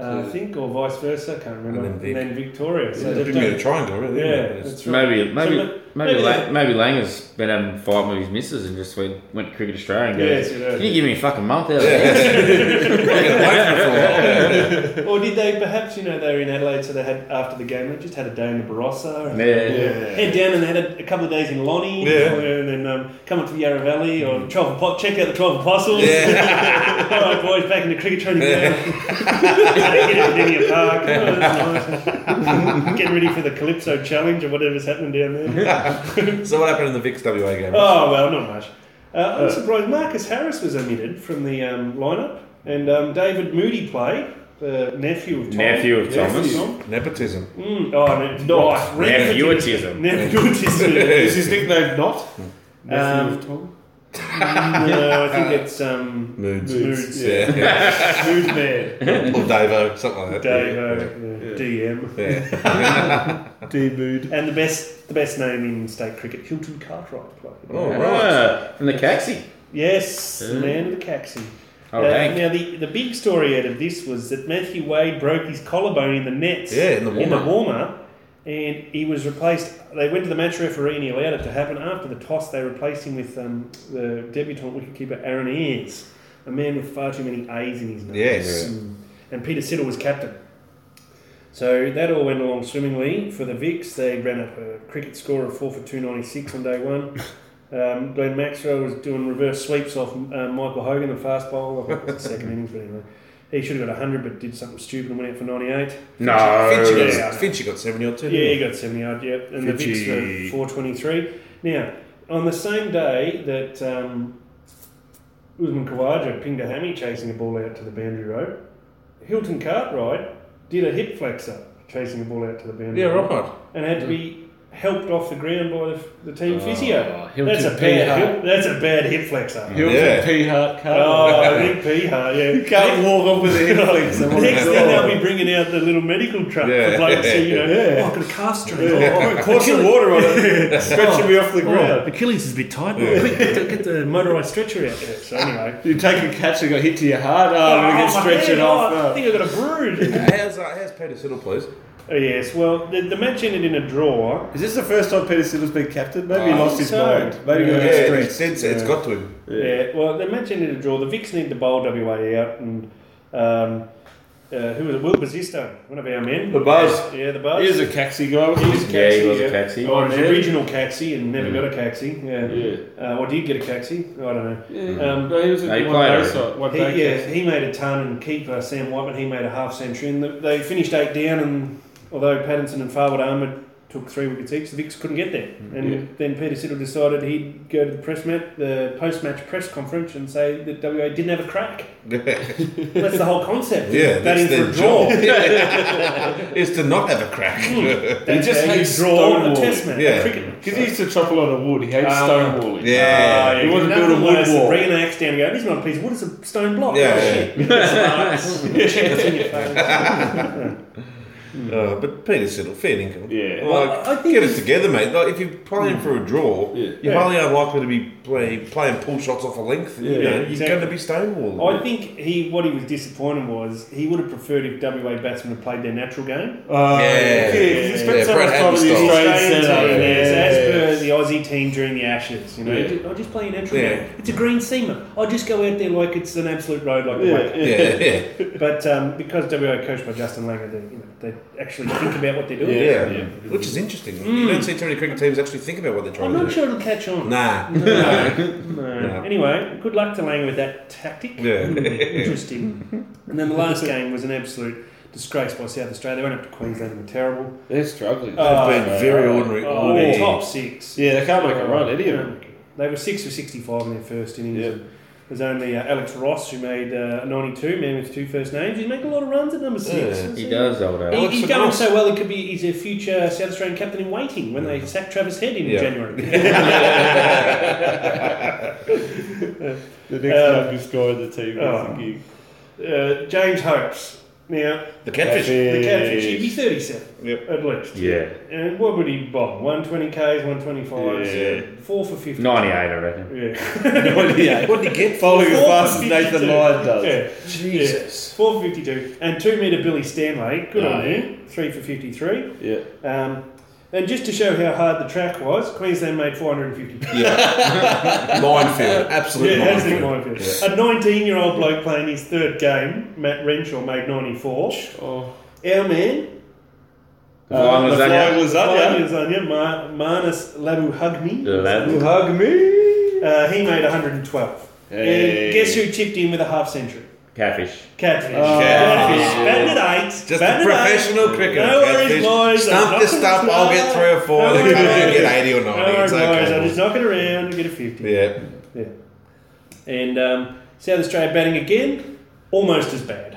Speaker 1: I
Speaker 4: Yeah.
Speaker 1: think, or vice versa. I can't remember.
Speaker 2: And
Speaker 1: And
Speaker 2: then
Speaker 1: then, Victoria. So
Speaker 2: It's a
Speaker 1: they've
Speaker 2: bit
Speaker 1: done-
Speaker 2: of a triangle, really. isn't
Speaker 1: yeah,
Speaker 2: it?
Speaker 1: that's right.
Speaker 3: Maybe, maybe,
Speaker 1: So ma-
Speaker 3: maybe,
Speaker 1: maybe
Speaker 3: Lang, maybe Lang has been having a fight with his missus and just went, went to Cricket Australia and goes,
Speaker 1: Yes, you know.
Speaker 3: Can you give me a fucking month out of
Speaker 2: <laughs>
Speaker 3: this?
Speaker 1: Or did they perhaps, you know, they were in Adelaide, so they had after the game, they just had a day in the Barossa. and-
Speaker 3: Yeah.
Speaker 1: Head down and they had a, a couple of days in Lonnie,
Speaker 2: Yeah.
Speaker 1: and then um, come up to the Yarra Valley or Twelve Apo- check out the Twelve Apostles. <laughs> All right, boys, back in the cricket training ground. <laughs> Get out in your park. Oh, that's nice. <laughs> Getting ready for the Calypso Challenge or whatever's happening down there.
Speaker 2: So what happened in the Vicks WA game?
Speaker 1: Oh well, not much. Uh, I'm surprised Marcus Harris was omitted from the um, lineup, and um, David Moody played. The nephew of Tom.
Speaker 3: Nephew of Thomas.
Speaker 1: Tom.
Speaker 2: Nepotism.
Speaker 1: Mm, oh, no, right.
Speaker 3: Nepotism.
Speaker 1: Nepotism.
Speaker 4: Is his nickname not?
Speaker 1: Um, no, Mm, I think it's um,
Speaker 2: Moods.
Speaker 1: Moods.
Speaker 2: Yeah. yeah.
Speaker 1: <laughs> Mood Man.
Speaker 2: or Davo, something like that.
Speaker 1: Dave, uh, DM.
Speaker 2: Yeah. Yeah.
Speaker 1: <laughs>
Speaker 4: D Mood.
Speaker 1: And the best the best name in state cricket, Hilton Cartwright. played.
Speaker 2: Oh, right.
Speaker 3: Ah, from the Caxi.
Speaker 1: Yes, the man of the Caxi.
Speaker 3: Oh,
Speaker 1: now,
Speaker 3: dang.
Speaker 1: now the, the big story out of this was that Matthew Wade broke his collarbone in the nets
Speaker 2: Yeah, in the
Speaker 1: in the
Speaker 2: warm-up.
Speaker 1: warmer, and he was replaced. They went to the match referee and he allowed it to happen. After the toss, they replaced him with um, the debutant wicketkeeper Aaron Ayres, a man with far too many A's in his name.
Speaker 2: Yes.
Speaker 1: and Peter Siddle was captain. So that all went along swimmingly for the Vics. They ran up a cricket score of four for two ninety six on day one. Um, Glenn Maxwell was doing reverse sweeps off um, Michael Hogan, the fast bowler. I think it was the second <laughs> innings, but anyway, he should have got hundred, but did something stupid and went out for ninety eight.
Speaker 2: Finchie
Speaker 3: No.
Speaker 2: got,
Speaker 1: Yeah.
Speaker 2: Finchie got 70 odd too.
Speaker 1: Yeah,
Speaker 2: didn't
Speaker 1: he got 70 odd, yep. And the Vicks
Speaker 2: Fiji.
Speaker 1: were 423. Now, on the same day that um, Usman Khawaja pinged a hammy chasing a ball out to the boundary road, Hilton Cartwright did a hip flexor chasing a ball out to the boundary
Speaker 2: he? Yeah,
Speaker 1: road
Speaker 2: right.
Speaker 1: and had to be helped off the ground by the, the team physio.
Speaker 4: Hilton
Speaker 1: That's a,
Speaker 4: P.
Speaker 1: bad
Speaker 4: Hart.
Speaker 1: hip, that's a bad hip flexor.
Speaker 4: He was
Speaker 2: Yeah.
Speaker 4: a P Hart card.
Speaker 1: Oh, Nick Pihar, yeah.
Speaker 4: You can't walk
Speaker 1: <laughs>
Speaker 4: off with a hip flex. I'm like,
Speaker 1: Next thing
Speaker 4: "Oh."
Speaker 1: they'll be bringing out the little medical truck
Speaker 2: Yeah.
Speaker 1: for blokes who, you know,
Speaker 4: Yeah.
Speaker 1: "Oh, I've got a cast strain.
Speaker 4: Yeah. Pour some water on
Speaker 1: <laughs>
Speaker 4: it. Stretching me off the
Speaker 1: Oh,
Speaker 4: ground.
Speaker 1: Achilles is a bit tight. Quick, get the, get the motorised stretcher out there. So <laughs> anyway.
Speaker 4: You take a catch and got hit to your heart. Oh, I'm going to
Speaker 1: my
Speaker 4: stretch
Speaker 1: hand,
Speaker 4: it off.
Speaker 1: oh, I
Speaker 4: no.
Speaker 1: think I got a bruise.
Speaker 2: How's, uh, how's Peter Siddle, please?
Speaker 1: <laughs> Oh, yes, well, the, the match ended in a draw.
Speaker 4: Is this the first time Peter Siddle's been captain? Maybe he
Speaker 2: I
Speaker 4: lost
Speaker 1: think
Speaker 4: his
Speaker 1: so.
Speaker 4: mind. Maybe he
Speaker 2: Yeah,
Speaker 4: got
Speaker 2: it's,
Speaker 4: stressed.
Speaker 2: it's- it's got to him. <laughs>
Speaker 1: Yeah. well, the match ended in a draw. The Vicks need to bowl WA out, and um, uh, who was it? Will Bazisto, one of our men.
Speaker 4: The Buzz.
Speaker 1: Yeah, the Buzz.
Speaker 4: He is a Caxi guy. wasn't
Speaker 1: He's a
Speaker 3: Yeah, he
Speaker 1: Caxi,
Speaker 3: was a Caxi.
Speaker 1: Oh, an
Speaker 4: Yeah.
Speaker 1: original Caxi and never got a Caxi. Yeah.
Speaker 4: Yeah.
Speaker 1: Uh, or did get a Caxi? I don't know. Um,
Speaker 4: no, he was
Speaker 3: No, he
Speaker 4: a
Speaker 3: played
Speaker 4: one-day
Speaker 3: it.
Speaker 4: side-
Speaker 1: He,
Speaker 4: one-day
Speaker 1: yeah,
Speaker 4: Caxi.
Speaker 1: he made a ton, and keeper Sam Whiteman he made a half century, and the, they finished eight down. And although Pattinson and Farwood Armour took three wickets each, the Vicks couldn't get there. And
Speaker 4: Yeah.
Speaker 1: then Peter Siddle decided he'd go to the press mat, the post-match press conference, and say that WA didn't have a crack. that's the whole concept.
Speaker 2: <laughs> Yeah, that's
Speaker 1: batting for
Speaker 2: their
Speaker 1: a draw.
Speaker 2: job. <laughs> It's to not have a crack.
Speaker 1: That's
Speaker 4: just
Speaker 1: how you
Speaker 4: hates
Speaker 1: draw a
Speaker 4: stonewalling.
Speaker 1: test match.
Speaker 2: Yeah.
Speaker 1: a cricket. match.
Speaker 4: Because he used to chop a lot of wood. He hates
Speaker 1: Ah.
Speaker 4: stonewalling.
Speaker 1: Ah,
Speaker 2: <laughs> yeah.
Speaker 4: He wanted to
Speaker 1: nothing
Speaker 4: build a wood
Speaker 1: worse than
Speaker 4: wall.
Speaker 1: bringing an axe down and going, "This is not a piece of wood; it's a stone block."
Speaker 2: Yeah,
Speaker 4: <laughs>
Speaker 1: Oh,
Speaker 4: Uh,
Speaker 1: shit. It's an axe. It's in your face.
Speaker 2: Uh, but Peter Siddle, fair income.
Speaker 8: Yeah.
Speaker 2: Like,
Speaker 1: I think Mm.
Speaker 2: get it together, mate. Like, if you're playing for a draw,
Speaker 8: Yeah.
Speaker 2: you're highly unlikely to be play, playing pull shots off a length. you know,
Speaker 1: exactly.
Speaker 2: You're going to be stonewalled.
Speaker 1: I think he what he was disappointed was he would have preferred if WA batsmen had played their natural game.
Speaker 4: Uh,
Speaker 2: yeah.
Speaker 8: Yeah, you spent so
Speaker 2: Brad
Speaker 8: much time with the
Speaker 2: Haddon style.
Speaker 8: Australian
Speaker 1: Australian
Speaker 8: setup.
Speaker 1: team,
Speaker 8: Yeah,
Speaker 1: yes,
Speaker 8: yeah, yeah.
Speaker 1: as per the Aussie team during the Ashes. You know,
Speaker 8: Yeah.
Speaker 1: "Ju- I'll just play an natural
Speaker 2: Yeah.
Speaker 1: game. It's a green seamer. I'll just go out there like it's an absolute road, like the
Speaker 8: Yeah,
Speaker 1: way.
Speaker 2: Yeah, yeah.
Speaker 1: But um, because WA coached by Justin Langer, they, you know, they actually think about what they're doing.
Speaker 2: Yeah. which is interesting. You don't see too many cricket teams actually think about what they're
Speaker 1: Mm. I'm
Speaker 2: trying
Speaker 1: not
Speaker 2: to
Speaker 1: sure it'll catch on.
Speaker 2: do.
Speaker 1: <laughs>
Speaker 2: Nah. <laughs>
Speaker 1: No.
Speaker 2: No.
Speaker 1: Anyway, good luck to Langer with that tactic.
Speaker 2: Yeah.
Speaker 1: <laughs> Interesting. and then the last game was an absolute disgrace by South Australia. They went up to Queensland and were terrible.
Speaker 4: They're struggling.
Speaker 2: They've been very ordinary.
Speaker 1: Oh,
Speaker 2: all
Speaker 1: they're
Speaker 2: year.
Speaker 1: top six.
Speaker 4: Uh, yeah, they can't make a run, any of them.
Speaker 1: Um, They were six for 65 in their first innings.
Speaker 8: Yeah.
Speaker 1: There's only uh, Alex Ross who made uh, 92, man with two first names. He's making a lot of runs at number six.
Speaker 2: Yeah.
Speaker 1: Is
Speaker 3: He does, old Al.
Speaker 1: He-
Speaker 2: Alex
Speaker 1: he's going
Speaker 2: Ross.
Speaker 1: so well, he could be he's a future South Australian captain in waiting when they sack Travis Head in
Speaker 2: Yeah.
Speaker 1: January.
Speaker 8: The next
Speaker 1: Uh,
Speaker 8: youngest guy in the team
Speaker 1: oh.
Speaker 8: gets the gig.
Speaker 1: <laughs> uh, James Hopes. Now,
Speaker 2: The catfish.
Speaker 1: the
Speaker 4: <laughs>
Speaker 1: catfish, he'd be 37
Speaker 2: Yep.
Speaker 1: at least.
Speaker 3: Yeah.
Speaker 1: And what would he bomb? 120Ks, 125s, 4 for 50.
Speaker 3: 98, I reckon.
Speaker 1: Yeah.
Speaker 2: <laughs> What did he get?
Speaker 4: Following as
Speaker 1: Four
Speaker 4: fast as
Speaker 1: for
Speaker 4: Nathan
Speaker 1: 52.
Speaker 4: Lyon does.
Speaker 1: Yeah.
Speaker 2: Jesus.
Speaker 1: Four for fifty-two and two meter Billy Stanley. Good
Speaker 8: Oh,
Speaker 1: on you. Three for fifty-three.
Speaker 8: Yeah.
Speaker 1: Um, and just to show how hard the track was, Queensland made four hundred and
Speaker 2: <laughs>
Speaker 1: fifty.
Speaker 2: Minefield. Absolute
Speaker 1: yeah, that's the
Speaker 2: minefield.
Speaker 1: mind field. A nineteen-year-old bloke playing his third game, Matt Renshaw made ninety-four.
Speaker 8: Oh.
Speaker 1: Our man,
Speaker 3: The
Speaker 4: Uh,
Speaker 3: flying
Speaker 8: the
Speaker 3: lasagna.
Speaker 8: flying
Speaker 1: Flying
Speaker 8: lasagna.
Speaker 1: Lasagna, Ma- Manus Labu
Speaker 3: Labu.
Speaker 1: Hugme.
Speaker 8: Hug me.
Speaker 1: Uh, he made one hundred and twelve.
Speaker 8: Hey.
Speaker 1: And guess who chipped in with a half century?
Speaker 3: Catfish.
Speaker 1: Catfish.
Speaker 2: Oh. Catfish.
Speaker 1: Catfish. Batting at eight.
Speaker 2: Just
Speaker 1: batting
Speaker 2: a
Speaker 1: at eight.
Speaker 2: professional cricketer.
Speaker 1: No worries,
Speaker 2: Catfish.
Speaker 1: boys, I'm
Speaker 2: Stump
Speaker 1: not
Speaker 2: this
Speaker 1: gonna
Speaker 2: stuff. I'll get
Speaker 1: try.
Speaker 2: three or four.
Speaker 1: No
Speaker 2: Then come
Speaker 1: worries.
Speaker 2: in
Speaker 1: <laughs>
Speaker 2: and get 80 or 90.
Speaker 1: No worries,
Speaker 2: it's
Speaker 1: guys.
Speaker 2: okay.
Speaker 1: I'm just knocking around and get a 50.
Speaker 2: yeah.
Speaker 1: And um, South Australia batting again, almost as
Speaker 2: <laughs>
Speaker 1: bad.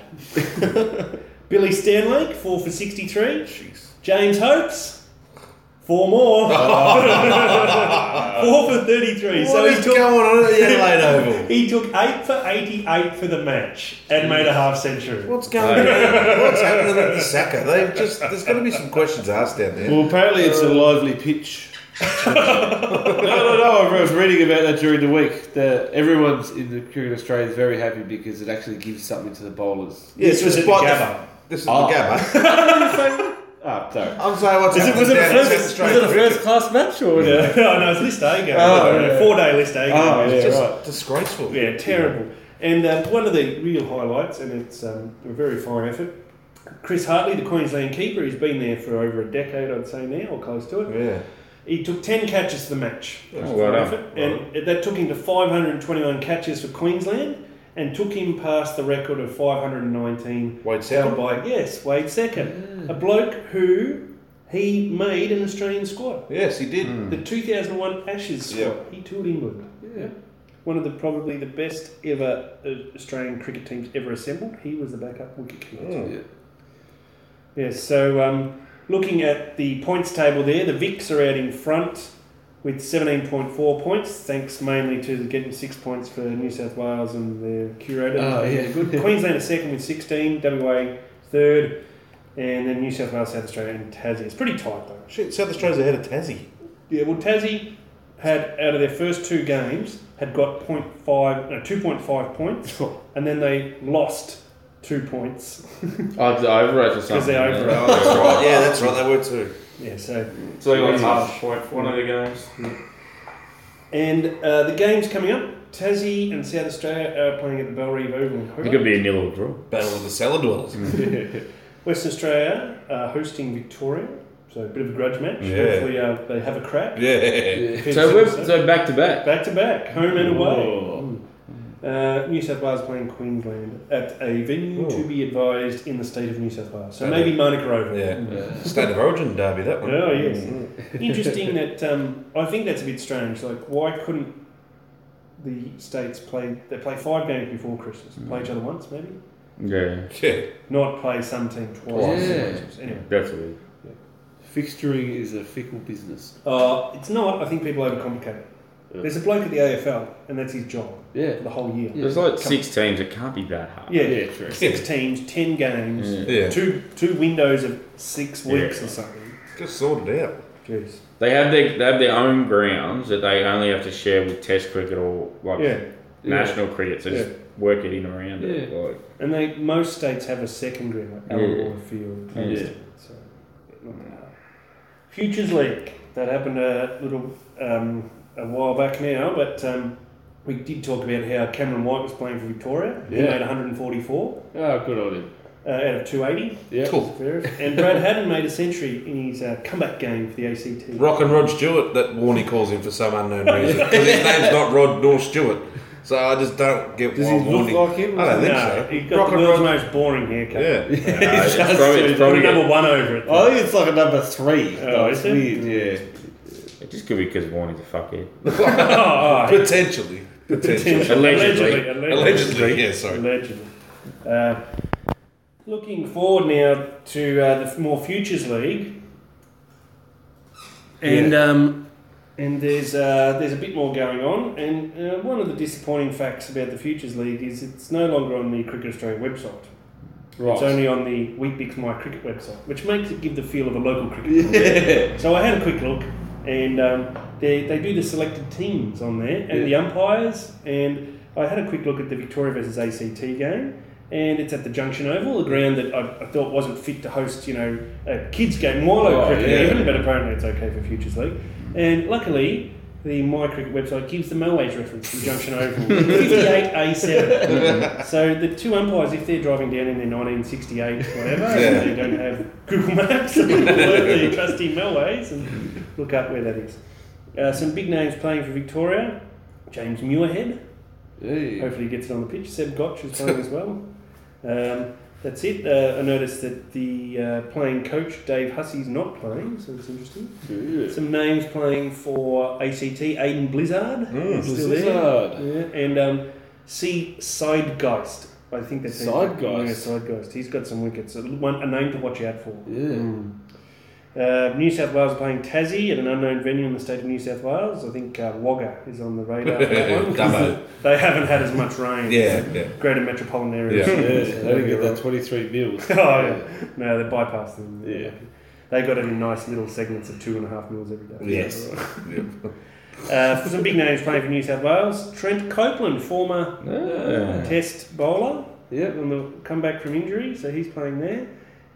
Speaker 1: Billy Stanlake, 4 for 63. James Hopes, 4
Speaker 2: <laughs>
Speaker 1: more. 4 for 33. so
Speaker 2: what
Speaker 1: he
Speaker 2: is
Speaker 1: took,
Speaker 2: going on at the Adelaide Oval?
Speaker 1: he took 8 for 88 for the match and made a half century.
Speaker 2: <laughs> What's going on? What's happening at the Saka? They've just there's going to be some questions asked down there.
Speaker 4: Well, apparently it's a lively pitch. no, no, no. I was reading about that during the week. That everyone's in the cricket Australia is very happy because it actually gives something to the bowlers.
Speaker 2: Yeah,
Speaker 1: This was at the
Speaker 2: despite
Speaker 1: Gabba.
Speaker 2: This is
Speaker 4: Oh.
Speaker 2: the Gabba.
Speaker 4: Ah, sorry.
Speaker 2: I'm saying what's happening down at South Australia cricket.
Speaker 4: class match or?
Speaker 1: Yeah.
Speaker 2: <laughs>
Speaker 1: <laughs> oh, no, it's list A game.
Speaker 4: Oh, yeah.
Speaker 1: Four day list A game.
Speaker 4: Oh, yeah,
Speaker 2: Just
Speaker 4: right.
Speaker 2: disgraceful.
Speaker 1: Yeah, terrible. And um, one of the real highlights, and it's um, a very fine effort, Chris Hartley, the Queensland keeper, who's been there for over a decade, I'd say now, or close to it.
Speaker 2: Yeah.
Speaker 1: He took 10 catches to the match.
Speaker 3: Oh,
Speaker 1: Fine
Speaker 3: well done.
Speaker 1: effort. And that took him to 521 catches for Queensland and took him past the record of 519
Speaker 2: Wade
Speaker 1: held
Speaker 2: Second.
Speaker 1: by, yes, Wade Second. A bloke who he made an Australian squad.
Speaker 2: Yes, he did.
Speaker 1: The 2001 Ashes squad.
Speaker 2: Yeah.
Speaker 1: He toured England.
Speaker 4: Yeah.
Speaker 1: One of the probably the best ever uh, Australian cricket teams ever assembled. He was the backup wicketkeeper.
Speaker 4: Oh.
Speaker 2: Mm.
Speaker 1: Yes. So um, looking at the points table there, the Vics are out in front with 17.4 points, thanks mainly to the getting six points for New South Wales and their curator.
Speaker 4: Oh, yeah.
Speaker 1: Good. <laughs> Queensland is second with 16, WA third, and then New South Wales, South Australia, and Tassie. It's pretty tight though.
Speaker 2: Shit, South Australia's ahead of Tassie.
Speaker 1: Yeah, well, Tassie had out of their first two games had got 0.5, no, 2.5 points, and then they lost two points <laughs>
Speaker 3: Oh, it's the overage or something.
Speaker 1: because they overrode.
Speaker 2: Oh, that's right. <laughs> Yeah, that's right. They were too.
Speaker 1: Yeah, so
Speaker 3: So
Speaker 1: they got
Speaker 3: half point for one of the games.
Speaker 1: and uh, the games coming up, Tassie and South Australia are playing at the Belrive Oval. in Hobart.
Speaker 3: It could be a nil or draw.
Speaker 2: Battle of the Cellar Dwellers.
Speaker 1: Western Australia are hosting Victoria, so a bit of a grudge match.
Speaker 2: Yeah.
Speaker 1: Hopefully, uh, they have a crack.
Speaker 2: <laughs> Yeah.
Speaker 3: So we're so back to back.
Speaker 1: back to back, home and away.
Speaker 8: Oh.
Speaker 1: Uh, New South Wales playing Queensland at a venue to be advised in the state of New South Wales. So
Speaker 2: Okay.
Speaker 1: maybe Monica Rover.
Speaker 2: Yeah. State of Origin derby, that one.
Speaker 1: Oh yes. Interesting that um, I think that's a bit strange. Like, why couldn't the states play? They play five games before Christmas. Play each other once, maybe.
Speaker 3: Yeah,
Speaker 2: Yeah.
Speaker 1: Not play some team twice.
Speaker 4: Yeah.
Speaker 1: Anyway,
Speaker 3: that's weird.
Speaker 4: Fixturing is a fickle business.
Speaker 1: uh, it's not. I think people overcomplicate. it. There's a bloke at the AFL, and that's his job
Speaker 4: Yeah.
Speaker 1: for the whole year.
Speaker 3: There's like six teams. It can't be that hard.
Speaker 1: Yeah,
Speaker 4: Yeah, true.
Speaker 1: six teams, ten games,
Speaker 2: Yeah.
Speaker 1: two two windows of six
Speaker 3: Yeah.
Speaker 1: weeks or something.
Speaker 2: Get sorted out.
Speaker 1: Jeez.
Speaker 3: They have their they have their own grounds that they only have to share with Test cricket or like
Speaker 1: Yeah.
Speaker 3: national cricket. So just
Speaker 1: Yeah.
Speaker 3: work it in around it.
Speaker 4: Yeah.
Speaker 3: Like,
Speaker 1: And they most states have a second ground, like Allenborough Field.
Speaker 3: Yeah.
Speaker 1: Kingston, So, not bad. Futures League that happened a little um, a while back now, but um, we did talk about how Cameron White was playing for Victoria. He
Speaker 4: Yeah.
Speaker 1: made 144
Speaker 4: Oh, good on him.
Speaker 1: uh, out of 280.
Speaker 4: Yeah.
Speaker 2: Cool.
Speaker 1: and Brad Haddon made a century in his uh, comeback game for the ACT.
Speaker 2: Rock and Rod Stewart that Warney calls him for some unknown reason. Because his name's not Rod nor Stewart. So I just don't get
Speaker 4: Does
Speaker 2: why
Speaker 4: he look
Speaker 2: Warney-
Speaker 4: like him?
Speaker 2: I don't think
Speaker 1: No,
Speaker 2: so.
Speaker 1: he got the world's most boring haircut. <laughs>
Speaker 2: Yeah. Oh,
Speaker 3: uh, it's
Speaker 4: just
Speaker 3: probably-
Speaker 4: too-
Speaker 3: it's
Speaker 1: Put
Speaker 3: probably-
Speaker 1: a number one over it.
Speaker 4: I think it's like a number three.
Speaker 1: Oh,
Speaker 4: Like,
Speaker 1: is
Speaker 4: it's
Speaker 1: it?
Speaker 4: weird, yeah.
Speaker 3: it just could be because Warney's a fuckhead.
Speaker 2: <laughs>
Speaker 1: Oh,
Speaker 2: Potentially. Potentially.
Speaker 3: Allegedly.
Speaker 2: Allegedly, yeah, sorry.
Speaker 1: Allegedly. Uh, looking forward now to uh, the more futures league, and um, and there's uh, there's a bit more going on. And uh, one of the disappointing facts about the futures league is it's no longer on the Cricket Australia website. It's only on the Wheatbix My Cricket website, which makes it give the feel of a local cricket. club.
Speaker 4: <laughs> Yeah.
Speaker 1: So I had a quick look, and um, they, they do the selected teams on there and the umpires. And I had a quick look at the Victoria versus ACT game, and it's at the Junction Oval, a ground that I, I thought wasn't fit to host, you know, a kids game, Milo
Speaker 4: Oh,
Speaker 1: cricket
Speaker 4: yeah.
Speaker 1: even, but apparently it's okay for Futures League. And luckily. The My Cricket website gives the Melways reference to Junction Oval, 58A7. so the two umpires, if they're driving down in their 1968 whatever,
Speaker 2: Yeah.
Speaker 1: and they don't have Google Maps, <laughs> they can alert their trusty Melways and look up where that is. Uh, some big names playing for Victoria. James Muirhead,
Speaker 4: Yeah.
Speaker 1: hopefully he gets it on the pitch. Seb Gotch is playing as well. Um, that's it. Uh, I noticed that the uh, playing coach, Dave Hussey's not playing, so it's interesting. Some names playing for ACT, Aiden Blizzard.
Speaker 2: Mm.
Speaker 1: still
Speaker 4: Hmm, Blizzard.
Speaker 1: there. Yeah. And um, C. Sidegeist. I think that's how you-
Speaker 4: Sidegeist?
Speaker 1: Yeah, Sidegeist. He's got some wickets. A, one, a name to watch out for.
Speaker 4: Yeah.
Speaker 1: Uh, New South Wales playing Tassie at an unknown venue in the state of New South Wales. I think uh, Wagga is on the radar. for that
Speaker 4: <laughs>
Speaker 1: one, 'cause
Speaker 2: Dubbo.
Speaker 1: <laughs> they haven't had as much rain.
Speaker 2: Yeah, yeah.
Speaker 1: Greater metropolitan areas.
Speaker 2: Yeah.
Speaker 4: Yeah,
Speaker 1: So
Speaker 4: they didn't
Speaker 1: they'll
Speaker 4: get
Speaker 1: be
Speaker 4: that 23 <laughs> mils.
Speaker 1: all right. <laughs> Oh, yeah. No, they bypassed them.
Speaker 4: Yeah.
Speaker 1: They got it in nice little segments of two and a half mils every day.
Speaker 2: Yes.
Speaker 1: <laughs>
Speaker 2: Yep.
Speaker 1: Uh, for some big names playing for New South Wales, Trent Copeland, former
Speaker 3: Yeah.
Speaker 1: Test bowler,
Speaker 4: Yeah.
Speaker 1: on the comeback from injury, so he's playing there.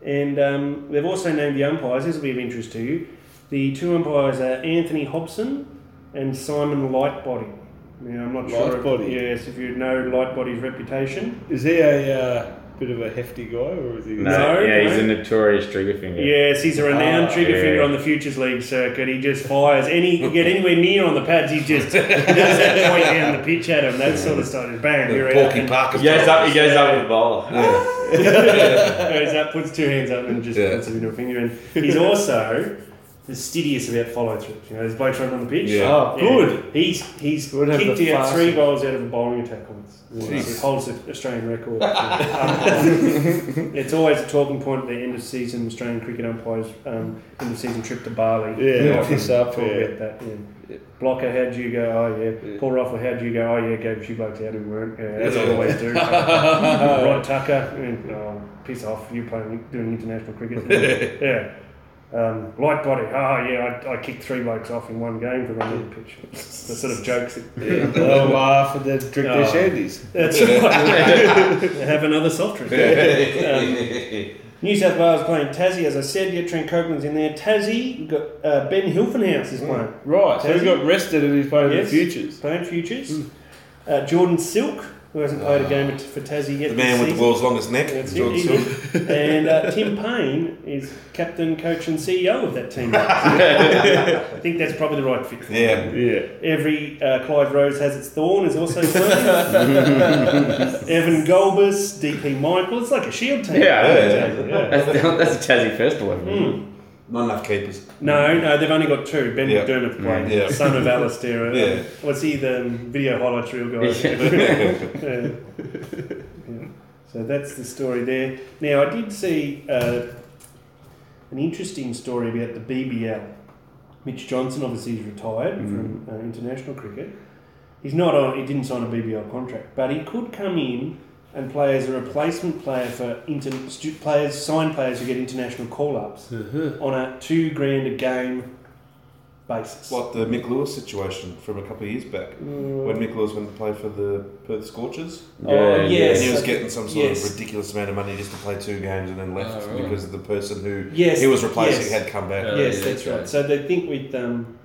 Speaker 1: And um, they've also named the umpires. This will be of interest to you. The two umpires are Anthony Hobson and Simon Lightbody. Now, I'm not sure.
Speaker 4: Lightbody?
Speaker 1: If, yes, if you know Lightbody's reputation.
Speaker 4: Is he a uh, bit of a hefty guy, or is he? <laughs>
Speaker 3: No,
Speaker 1: No,
Speaker 3: yeah, he's
Speaker 1: no.
Speaker 3: a notorious trigger finger.
Speaker 1: Yes, he's a renowned
Speaker 4: Ah,
Speaker 1: trigger
Speaker 3: yeah.
Speaker 1: finger on the Futures League circuit. He just fires any you get anywhere near on the pads, he just he does that point down the pitch at him. That sort of stuff. and Bang, you're out.
Speaker 2: Porky
Speaker 1: And
Speaker 2: Parker.
Speaker 3: He goes up. He goes up with the bowler.
Speaker 1: <laughs> goes up, puts two hands up, and just
Speaker 2: Yeah.
Speaker 1: puts a middle finger in. He's also fastidious about follow through. You know, there's blokes running on the pitch.
Speaker 2: Yeah.
Speaker 4: Oh, good.
Speaker 1: He's he's
Speaker 4: Would have
Speaker 1: kicked
Speaker 4: the
Speaker 1: out
Speaker 4: fastest.
Speaker 1: three goals out of a bowling attack once. He holds the Australian record. <laughs> Um, it's always a talking point at the end of season Australian cricket umpires um, end of season trip to Bali.
Speaker 4: Yeah,
Speaker 1: They often
Speaker 4: piss up,
Speaker 1: talk
Speaker 4: yeah.
Speaker 1: about that. Yeah. Blocker, how'd you go? Oh yeah. Paul Ruffler, how'd you go? Oh yeah, gave a few blokes out who weren't. Yeah, as I always <laughs> do. Rod Tucker, and, oh, piss off! You playing doing international <laughs> cricket? yeah. Um, light body, oh yeah, I, I kicked three blokes off in one game for running the pitch. The sort of jokes. <laughs> That,
Speaker 4: They'll laugh and then drink their
Speaker 1: Oh.
Speaker 4: shandies.
Speaker 1: that's right. Have another soft drink. Um, New South Wales playing Tassie, as I said. Yeah, Trent Copeland's in there. Tassie, we've got uh, Ben Hilfenhaus is playing.
Speaker 4: Right, so
Speaker 1: Has
Speaker 4: he
Speaker 1: he?
Speaker 4: got rested and he's playing
Speaker 1: Yes.
Speaker 4: the futures.
Speaker 1: Playing futures. Uh, Jordan Silk, who hasn't played a game for Tassie yet.
Speaker 2: The man
Speaker 1: this
Speaker 2: with the
Speaker 1: season.
Speaker 2: world's longest neck.
Speaker 1: That's it.
Speaker 2: George
Speaker 1: <laughs>
Speaker 2: Silver.
Speaker 1: and uh, Tim Payne is captain, coach, and CEO of that
Speaker 2: <laughs>
Speaker 1: team. I think that's probably the right fit. for him.
Speaker 2: Yeah.
Speaker 4: Yeah.
Speaker 1: Every uh, Clive Rose has its thorn is
Speaker 2: <laughs>
Speaker 1: also playing. Evan Golbus, DP Michael. It's like a shield team.
Speaker 3: Yeah,
Speaker 2: Yeah.
Speaker 3: <laughs> That's, that's a Tassie festival.
Speaker 1: Hmm.
Speaker 3: I mean.
Speaker 2: Not enough keepers. <laughs>
Speaker 1: No, no, they've only got two. Ben
Speaker 2: Yeah. Mm,
Speaker 1: McDermott playing,
Speaker 2: Yeah.
Speaker 1: son of Alistair. uh,
Speaker 2: <laughs> Yeah.
Speaker 1: Was he the um, video highlights reel guy? Yeah. Yeah. So that's the story there. Now, I did see uh, an interesting story about the BBL. Mitch Johnson obviously is retired from uh, international cricket. He's not on. He didn't sign a BBL contract, but he could come in and play as a replacement player for inter, stu- players, signed players who get international call-ups on a two grand a game basis.
Speaker 2: Like the Mick Lewis situation from a couple of years back, when Mick Lewis went to play for the Perth Scorchers,
Speaker 1: Oh,
Speaker 3: Yeah,
Speaker 2: and
Speaker 1: yes.
Speaker 2: he was getting some sort
Speaker 1: Yes.
Speaker 2: of ridiculous amount of money just to play two games and then left
Speaker 4: Oh, right.
Speaker 2: because the person who
Speaker 1: Yes,
Speaker 2: he was
Speaker 1: yes.
Speaker 2: replacing had come back.
Speaker 4: Yeah.
Speaker 1: yes,
Speaker 4: yeah,
Speaker 1: that's
Speaker 4: okay.
Speaker 1: right. So they think with um,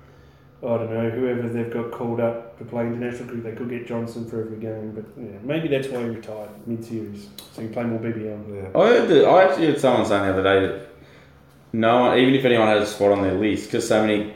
Speaker 1: I don't know whoever they've got called up to play international cricket, they could get Johnson for every game. But yeah, maybe that's why he retired mid-series, so he can play more BBL.
Speaker 2: Yeah.
Speaker 3: I heard that, I actually heard someone saying the other day that no one, even if anyone has a spot on their list, because so many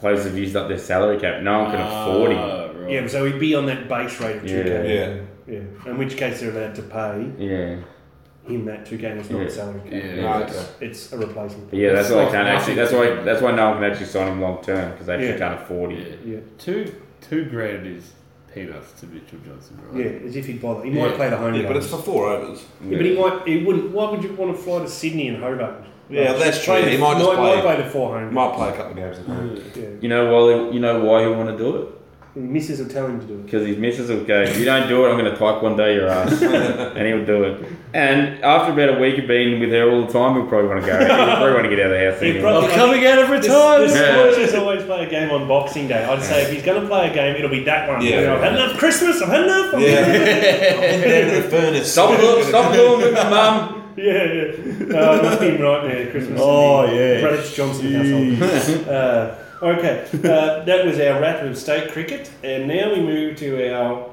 Speaker 3: players have used up their salary cap, no one can afford him.
Speaker 4: Ah, right.
Speaker 1: Yeah, so he'd be on that base rate of two
Speaker 3: Yeah.
Speaker 1: K.
Speaker 2: Yeah.
Speaker 1: Yeah, in which case they're allowed to pay
Speaker 3: Yeah,
Speaker 1: him that two K. It's not
Speaker 3: Yeah.
Speaker 1: salary. cap.
Speaker 4: Yeah.
Speaker 2: No, okay.
Speaker 1: It's a replacement.
Speaker 3: But yeah, that's
Speaker 4: It's
Speaker 3: why they
Speaker 4: like
Speaker 3: can't actually.
Speaker 4: nothing.
Speaker 3: That's why that's why no one can actually sign him long term because they actually
Speaker 1: Yeah.
Speaker 3: can't afford him.
Speaker 4: Yeah.
Speaker 1: Yeah,
Speaker 4: Two two grand is peanuts to Mitchell Johnson,
Speaker 1: yeah,
Speaker 4: right?
Speaker 1: as if he'd bother. He might
Speaker 4: Yeah.
Speaker 1: play the home
Speaker 2: Yeah,
Speaker 1: games.
Speaker 2: but it's for four overs.
Speaker 1: Yeah, but he might. He wouldn't. Why would you want to fly to Sydney and Hobart?
Speaker 2: Yeah, that's true. He might just
Speaker 1: might, might
Speaker 2: play.
Speaker 1: play the four home.
Speaker 2: Might play a couple of games. Mm.
Speaker 1: games. Yeah.
Speaker 3: You know why? You know why he'll want to do it.
Speaker 1: The missus will tell him to do it.
Speaker 3: Because his missus will go, if you don't do it, I'm going to taekwondo
Speaker 1: <laughs>
Speaker 3: your ass. and he'll do it. And after about a week of being with her all the time, he'll probably want to go. He'll probably want to get out of the house. anyway.
Speaker 1: probably-
Speaker 4: I'm Oh, coming out of
Speaker 1: The
Speaker 4: retirement.
Speaker 3: Yeah.
Speaker 1: Scorchers always play a game on Boxing Day. I'd say if he's going to play a game, it'll be that one.
Speaker 2: Yeah.
Speaker 1: You know, I've had enough Christmas. I've had enough. I'm
Speaker 2: Yeah. In there <laughs> in the furnace.
Speaker 3: Stop doing, stop doing with my mum.
Speaker 1: <laughs> Yeah, yeah. No, it must be right there, Christmas.
Speaker 4: Oh,
Speaker 1: Eve.
Speaker 4: yeah.
Speaker 1: Reddit's Johnson household. <laughs> uh, okay, uh, that was our wrap of state cricket, and now we move to our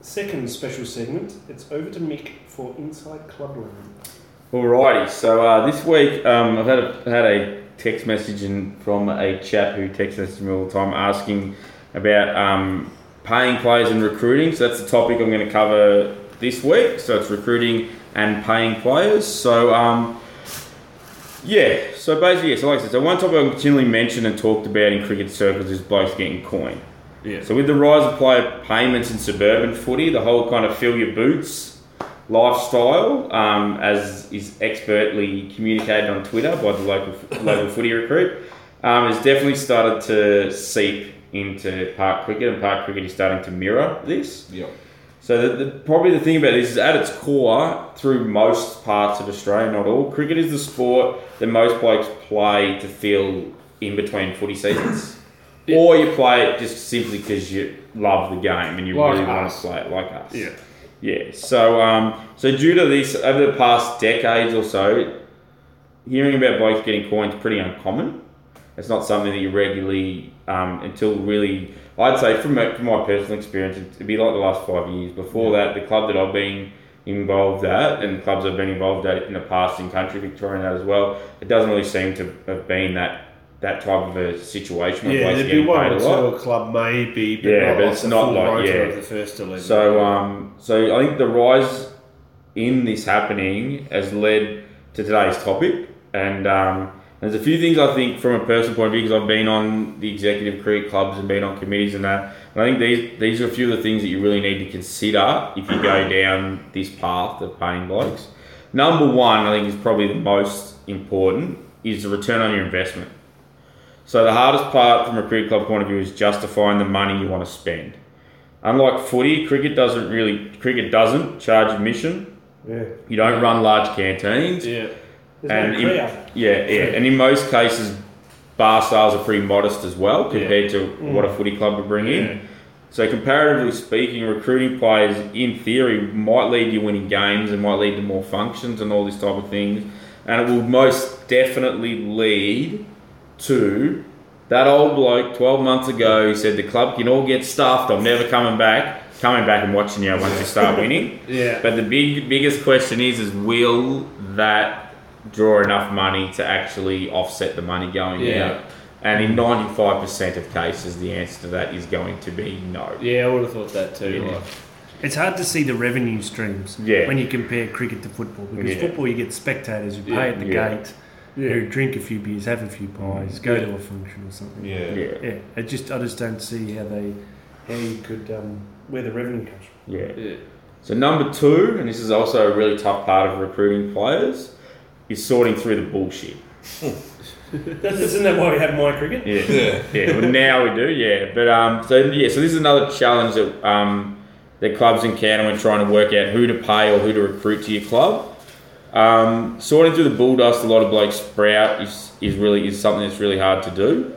Speaker 1: second special segment. It's over to Mick for Inside Clubland.
Speaker 3: Alrighty, so uh, this week um, I've had a, had a text message in, from a chap who texts messages me all the time asking about um, paying players and recruiting. So that's the topic I'm going to cover this week. So it's recruiting and paying players. So um, yeah, so basically, yeah, so like I said, so one topic I'm continually mentioned and talked about in cricket circles is blokes getting coin.
Speaker 4: Yeah.
Speaker 3: So with the rise of player payments in suburban footy, the whole kind of fill your boots lifestyle, um, as is expertly communicated on Twitter by the local <laughs> local footy recruit, um, has definitely started to seep into park cricket, and park cricket is starting to mirror this.
Speaker 2: Yep.
Speaker 3: So the, the, probably the thing about this is at its core, through most parts of Australia, not all, cricket is the sport that most blokes play to fill in between footy seasons. Or you play it just simply because you love the game and you
Speaker 4: Like
Speaker 3: really want to
Speaker 4: us.
Speaker 3: play it like us.
Speaker 4: Yeah.
Speaker 3: Yeah. So, um, so due to this, over the past decades or so, hearing about blokes getting coins pretty uncommon. It's not something that you regularly um, until really. I'd say from my, from my personal experience, it'd be like the last five years. Before that, the club that I've been involved at and clubs I've been involved at in the past in country Victoria and that as well, it doesn't really seem to have been that that type of a situation. where
Speaker 4: Yeah,
Speaker 3: blokes
Speaker 4: there'd be
Speaker 3: getting
Speaker 4: one
Speaker 3: paid
Speaker 4: or
Speaker 3: a
Speaker 4: two
Speaker 3: lot.
Speaker 4: a club maybe, but
Speaker 3: Yeah,
Speaker 4: not
Speaker 3: but
Speaker 4: like
Speaker 3: it's
Speaker 4: the
Speaker 3: not
Speaker 4: full
Speaker 3: like-
Speaker 4: rotor
Speaker 3: yeah.
Speaker 4: of the first eleven.
Speaker 3: So, um, so I think the rise in this happening has led to today's topic, and um, there's a few things I think from a personal point of view because I've been on the executive career clubs and been on committees and that, and I think these these are a few of the things that you really need to consider if you go down this path of paying blokes. Number one, I think is probably the most important is the return on your investment. So the hardest part from a cricket club point of view is justifying the money you want to spend. Unlike footy, cricket doesn't really cricket doesn't charge admission.
Speaker 1: Yeah.
Speaker 3: You don't run large canteens.
Speaker 4: yeah,
Speaker 1: There's
Speaker 3: And
Speaker 1: no
Speaker 3: in,
Speaker 1: crowd.
Speaker 3: yeah, yeah, and in most cases, bar sales are pretty modest as well compared to what a footy club would bring
Speaker 4: Yeah.
Speaker 3: in. So comparatively speaking, recruiting players in theory might lead you winning games and might lead to more functions and all these type of things, and it will most definitely lead to that old bloke 12 months ago who said the club can all get stuffed. I'm never coming back. Coming back and watching you once you start winning.
Speaker 4: yeah.
Speaker 3: But the big biggest question is is will that draw enough money to actually offset the money going
Speaker 4: Yeah.
Speaker 3: out? And in ninety five percent of cases the answer to that is going to be no.
Speaker 4: yeah, I would have thought that too.
Speaker 3: Yeah.
Speaker 4: Like,
Speaker 7: It's hard to see the revenue streams
Speaker 3: Yeah.
Speaker 7: when you compare cricket to football because
Speaker 3: Yeah.
Speaker 7: football you get spectators who pay at the
Speaker 3: Yeah.
Speaker 7: gate, who drink a few beers, have a few pies,
Speaker 1: Mm.
Speaker 7: go to a function or something.
Speaker 2: Yeah.
Speaker 3: Yeah.
Speaker 7: Yeah, I just I just don't see how they how you could um, where the revenue comes from.
Speaker 3: Yeah.
Speaker 4: yeah.
Speaker 3: So number two, and this is also a really tough part of recruiting players, is sorting through the bullshit.
Speaker 1: That's, <laughs> isn't that why we have my cricket?
Speaker 3: Yeah. Yeah. Well, now we do. Yeah. But um. So yeah. So this is another challenge that um, that clubs encounter when trying to work out who to pay or who to recruit to your club. Um, sorting through the bull dust, a lot of blokes sprout is, is really is something that's really hard to do,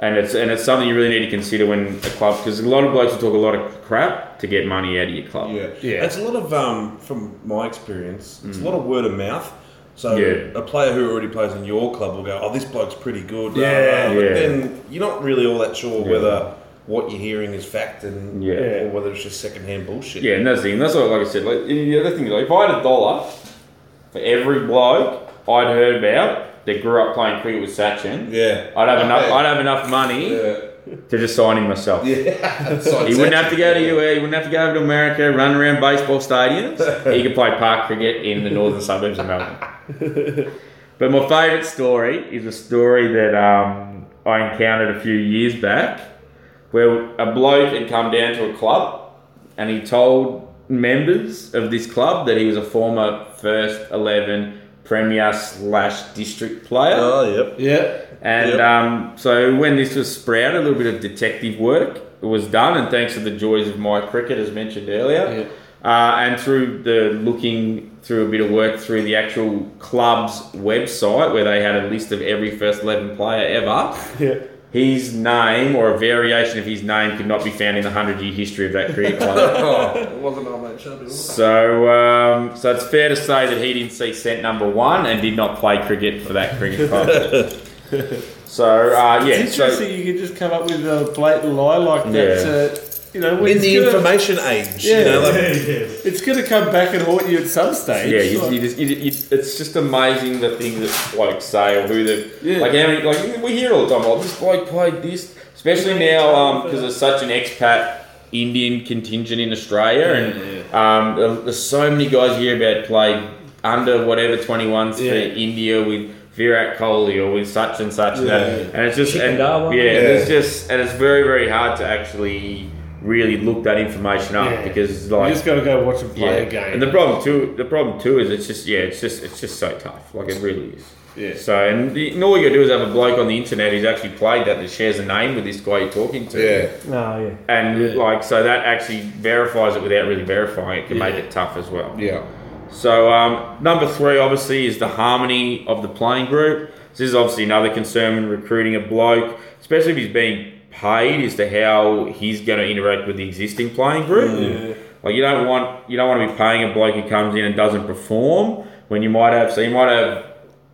Speaker 3: and it's and it's something you really need to consider when a club because a lot of blokes will talk a lot of crap to get money out of your club.
Speaker 2: Yeah. It's a lot of, um, from my experience, it's a lot of word of mouth. So
Speaker 3: Yeah.
Speaker 2: a player who already plays in your club will go, oh, this bloke's pretty good. blah,
Speaker 4: Yeah,
Speaker 2: blah, blah.
Speaker 3: yeah.
Speaker 2: But then you're not really all that sure
Speaker 3: Yeah.
Speaker 2: whether what you're hearing is fact and
Speaker 3: Yeah.
Speaker 2: or whether it's just secondhand bullshit.
Speaker 3: Yeah, and that's the thing. That's what, like I said, like the other thing, like if I had a dollar for every bloke I'd heard about that grew up playing cricket with Sachin, <laughs>
Speaker 2: Yeah.
Speaker 3: I'd have enough. I'd have enough money to just sign him myself.
Speaker 2: Yeah. So
Speaker 3: He wouldn't have to go to UA. He wouldn't have to go over to America, run around baseball stadiums. he could play park cricket in the northern suburbs of Melbourne. but my favourite story is a story that um, I encountered a few years back, where a bloke had come down to a club, and he told members of this club that he was a former first eleven Premier slash district player.
Speaker 2: Oh, yep.
Speaker 4: Yeah.
Speaker 3: And
Speaker 2: Yep.
Speaker 3: um, so when this was sprouted, a little bit of detective work was done, and thanks to the joys of my cricket, as mentioned earlier, uh, and through the looking through a bit of work through the actual club's website, where they had a list of every first eleven player ever. His name or a variation of his name could not be found in the hundred-year history of that cricket club.
Speaker 2: Oh, it wasn't on that show.
Speaker 3: So, um, so it's fair to say that he didn't see cent number one and did not play cricket for that cricket club. so, uh, yeah,
Speaker 4: It's interesting
Speaker 3: so,
Speaker 4: you can just come up with a blatant lie like that.
Speaker 3: Yeah.
Speaker 7: uh,
Speaker 4: To, you know, when
Speaker 2: In
Speaker 4: it's
Speaker 2: the
Speaker 4: gonna,
Speaker 2: information age,
Speaker 4: Yeah.
Speaker 2: you know, like,
Speaker 4: it's going to come back and haunt you at some stage.
Speaker 3: yeah, you,
Speaker 4: Like,
Speaker 3: you just, you, you, it's just amazing the things that blokes say or who the
Speaker 4: Yeah.
Speaker 3: like how many like we hear all the time. Oh, this bloke played this, especially now because there's such an expat Indian contingent in Australia, and Um, there- there's so many guys you hear about played under whatever 21s for
Speaker 4: Yeah.
Speaker 3: India with. Virat Kohli or with such and such and that, and it's just and, yeah,
Speaker 1: Chikandala.
Speaker 3: and it's just and it's very very hard to actually really look that information up
Speaker 4: Yeah.
Speaker 3: because
Speaker 4: you
Speaker 3: like
Speaker 4: just got to go watch him
Speaker 3: yeah.
Speaker 4: play a
Speaker 3: And
Speaker 4: game.
Speaker 3: the problem too, the problem too is it's just yeah, it's just it's just so tough. Like it really is.
Speaker 4: Yeah.
Speaker 3: So and, the, and all you gotta do is have a bloke on the internet who's actually played that that shares a name with this guy you're talking to.
Speaker 2: yeah.
Speaker 1: Oh, yeah.
Speaker 3: And like so that actually verifies it without really verifying it can make it tough as well.
Speaker 2: Yeah.
Speaker 3: So um, number three, obviously, is the harmony of the playing group. This is obviously another concern when recruiting a bloke, especially if he's being paid, as to how he's going to interact with the existing playing group. Like you don't want you don't want to be paying a bloke who comes in and doesn't perform when you might have so you might have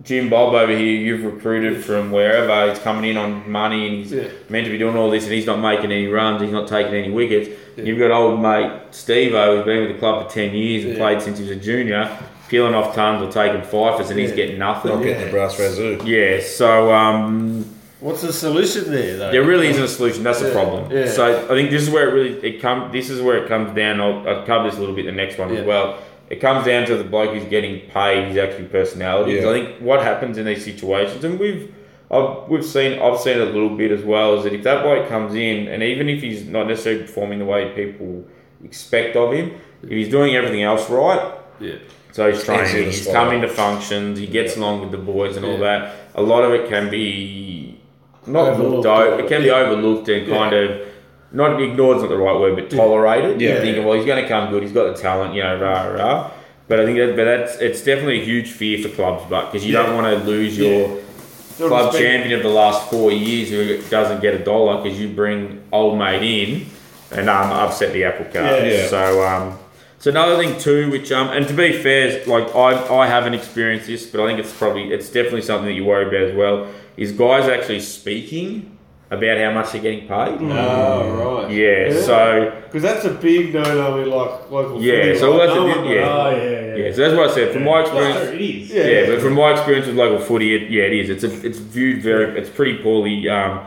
Speaker 3: Jim Bob over here you've recruited from wherever he's coming in on money and he's meant to be doing all this and he's not making any runs he's not taking any wickets you've got old mate Steve O who's been with the club for 10 years and played since he was a junior peeling off tons or taking fifers and he's getting nothing
Speaker 2: Not getting the brass razoo.
Speaker 3: yeah so um,
Speaker 4: What's the solution there, though?
Speaker 3: there really isn't a solution. That's the problem.
Speaker 4: yeah.
Speaker 3: So I think this is where it really it come. This is where it comes down. I'll, I'll cover this a little bit in the next one
Speaker 4: Yeah.
Speaker 3: as well. It comes down to the bloke who's getting paid. His actual personality. 'Cause
Speaker 2: Yeah.
Speaker 3: I think what happens in these situations, and we've I've, we've seen I've seen it a little bit as well, is that if that bloke comes in, and even if he's not necessarily performing the way people expect of him, if he's doing everything else right,
Speaker 4: Yeah.
Speaker 3: so he's
Speaker 2: easier
Speaker 3: training,
Speaker 2: to
Speaker 3: he's
Speaker 2: swallow.
Speaker 3: coming to functions, he gets along with the boys and all that. A lot of it can be not
Speaker 4: Overlooked.
Speaker 3: overlooked, o- it can be overlooked and kind of not ignored is not the right word, but tolerated.
Speaker 2: Yeah.
Speaker 3: You think, well, he's going to come good, he's got the talent, you know, rah rah. But I think that, but that's it's definitely a huge fear for clubs, but because you don't want to lose your club champion of the last four years who doesn't get a dollar because you bring old mate in and um, upset the apple cart.
Speaker 2: Yeah. Yeah.
Speaker 3: So um, so another thing too, which um, and to be fair, is, like I I haven't experienced this, but I think it's probably it's definitely something that you worry about as well. Is guys actually speaking about how much they're getting paid?
Speaker 4: Oh, right.
Speaker 3: Yeah, So
Speaker 4: Because that's a big no-no in like local
Speaker 3: Yeah,
Speaker 4: footy,
Speaker 3: so
Speaker 4: like,
Speaker 3: that's a
Speaker 4: no
Speaker 3: bit-
Speaker 4: one-
Speaker 3: yeah.
Speaker 1: Oh, yeah, yeah.
Speaker 3: yeah. So that's what I said from my experience.
Speaker 1: Well, Oh, it is.
Speaker 4: Yeah.
Speaker 3: yeah, but from my experience with local footy, it, yeah, it is. It's a, it's viewed very, it's pretty poorly um,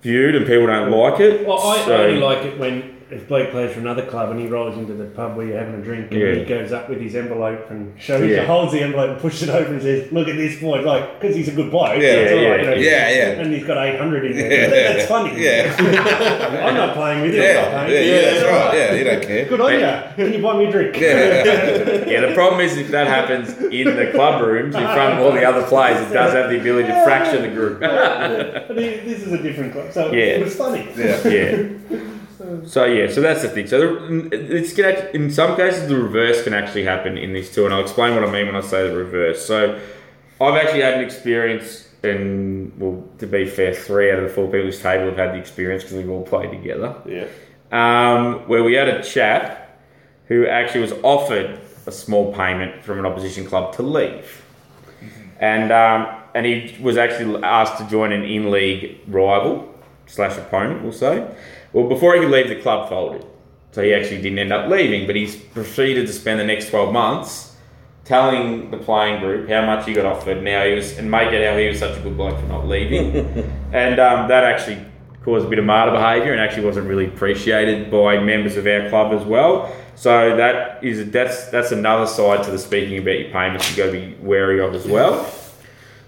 Speaker 3: viewed, and people don't like it.
Speaker 1: Well, I
Speaker 3: So-
Speaker 1: only like it when if Blake plays for another club and he rolls into the pub where you're having a drink and
Speaker 3: Yeah.
Speaker 1: he goes up with his envelope and shows
Speaker 3: Yeah.
Speaker 1: you, holds the envelope and pushes it over and says, "Look at this boy," like because he's a good bloke.
Speaker 2: Yeah,
Speaker 1: so it's all
Speaker 3: yeah,
Speaker 1: right, you know,
Speaker 2: yeah, yeah.
Speaker 1: And he's got 800 in there.
Speaker 2: Yeah.
Speaker 1: I think that's funny.
Speaker 2: Yeah,
Speaker 1: <laughs> I'm not playing with you. I'm not
Speaker 2: yeah, yeah,
Speaker 1: playing.
Speaker 2: that's right. Yeah, you don't care.
Speaker 1: Good on you. Can you buy me a drink?
Speaker 2: Yeah,
Speaker 3: Yeah, the problem is if that happens in the club rooms in front of all the other players, it does have the ability to fracture the group.
Speaker 1: <laughs> But he- this is a different club, so
Speaker 3: Yeah.
Speaker 1: it was funny.
Speaker 2: yeah,
Speaker 3: yeah. <laughs> So yeah, so that's the thing. So the, it's can act- in some cases the reverse can actually happen in this too, and I'll explain what I mean when I say the reverse. So I've actually had an experience, and well, to be fair, three out of the four people at this table have had the experience because we've all played together.
Speaker 9: Yeah.
Speaker 3: Um, where we had a chap who actually was offered a small payment from an opposition club to leave, and um, and he was actually asked to join an in league rival slash opponent, we'll say. Well, before he could leave, the club folded. So he actually didn't end up leaving, but he's proceeded to spend the next 12 months telling the playing group how much he got offered and how he was, and make it how he was such a good bloke for not leaving. and um, that actually caused a bit of martyr behaviour and actually wasn't really appreciated by members of our club as well. So that is that's that's another side to the speaking about your payments you got to be wary of as well.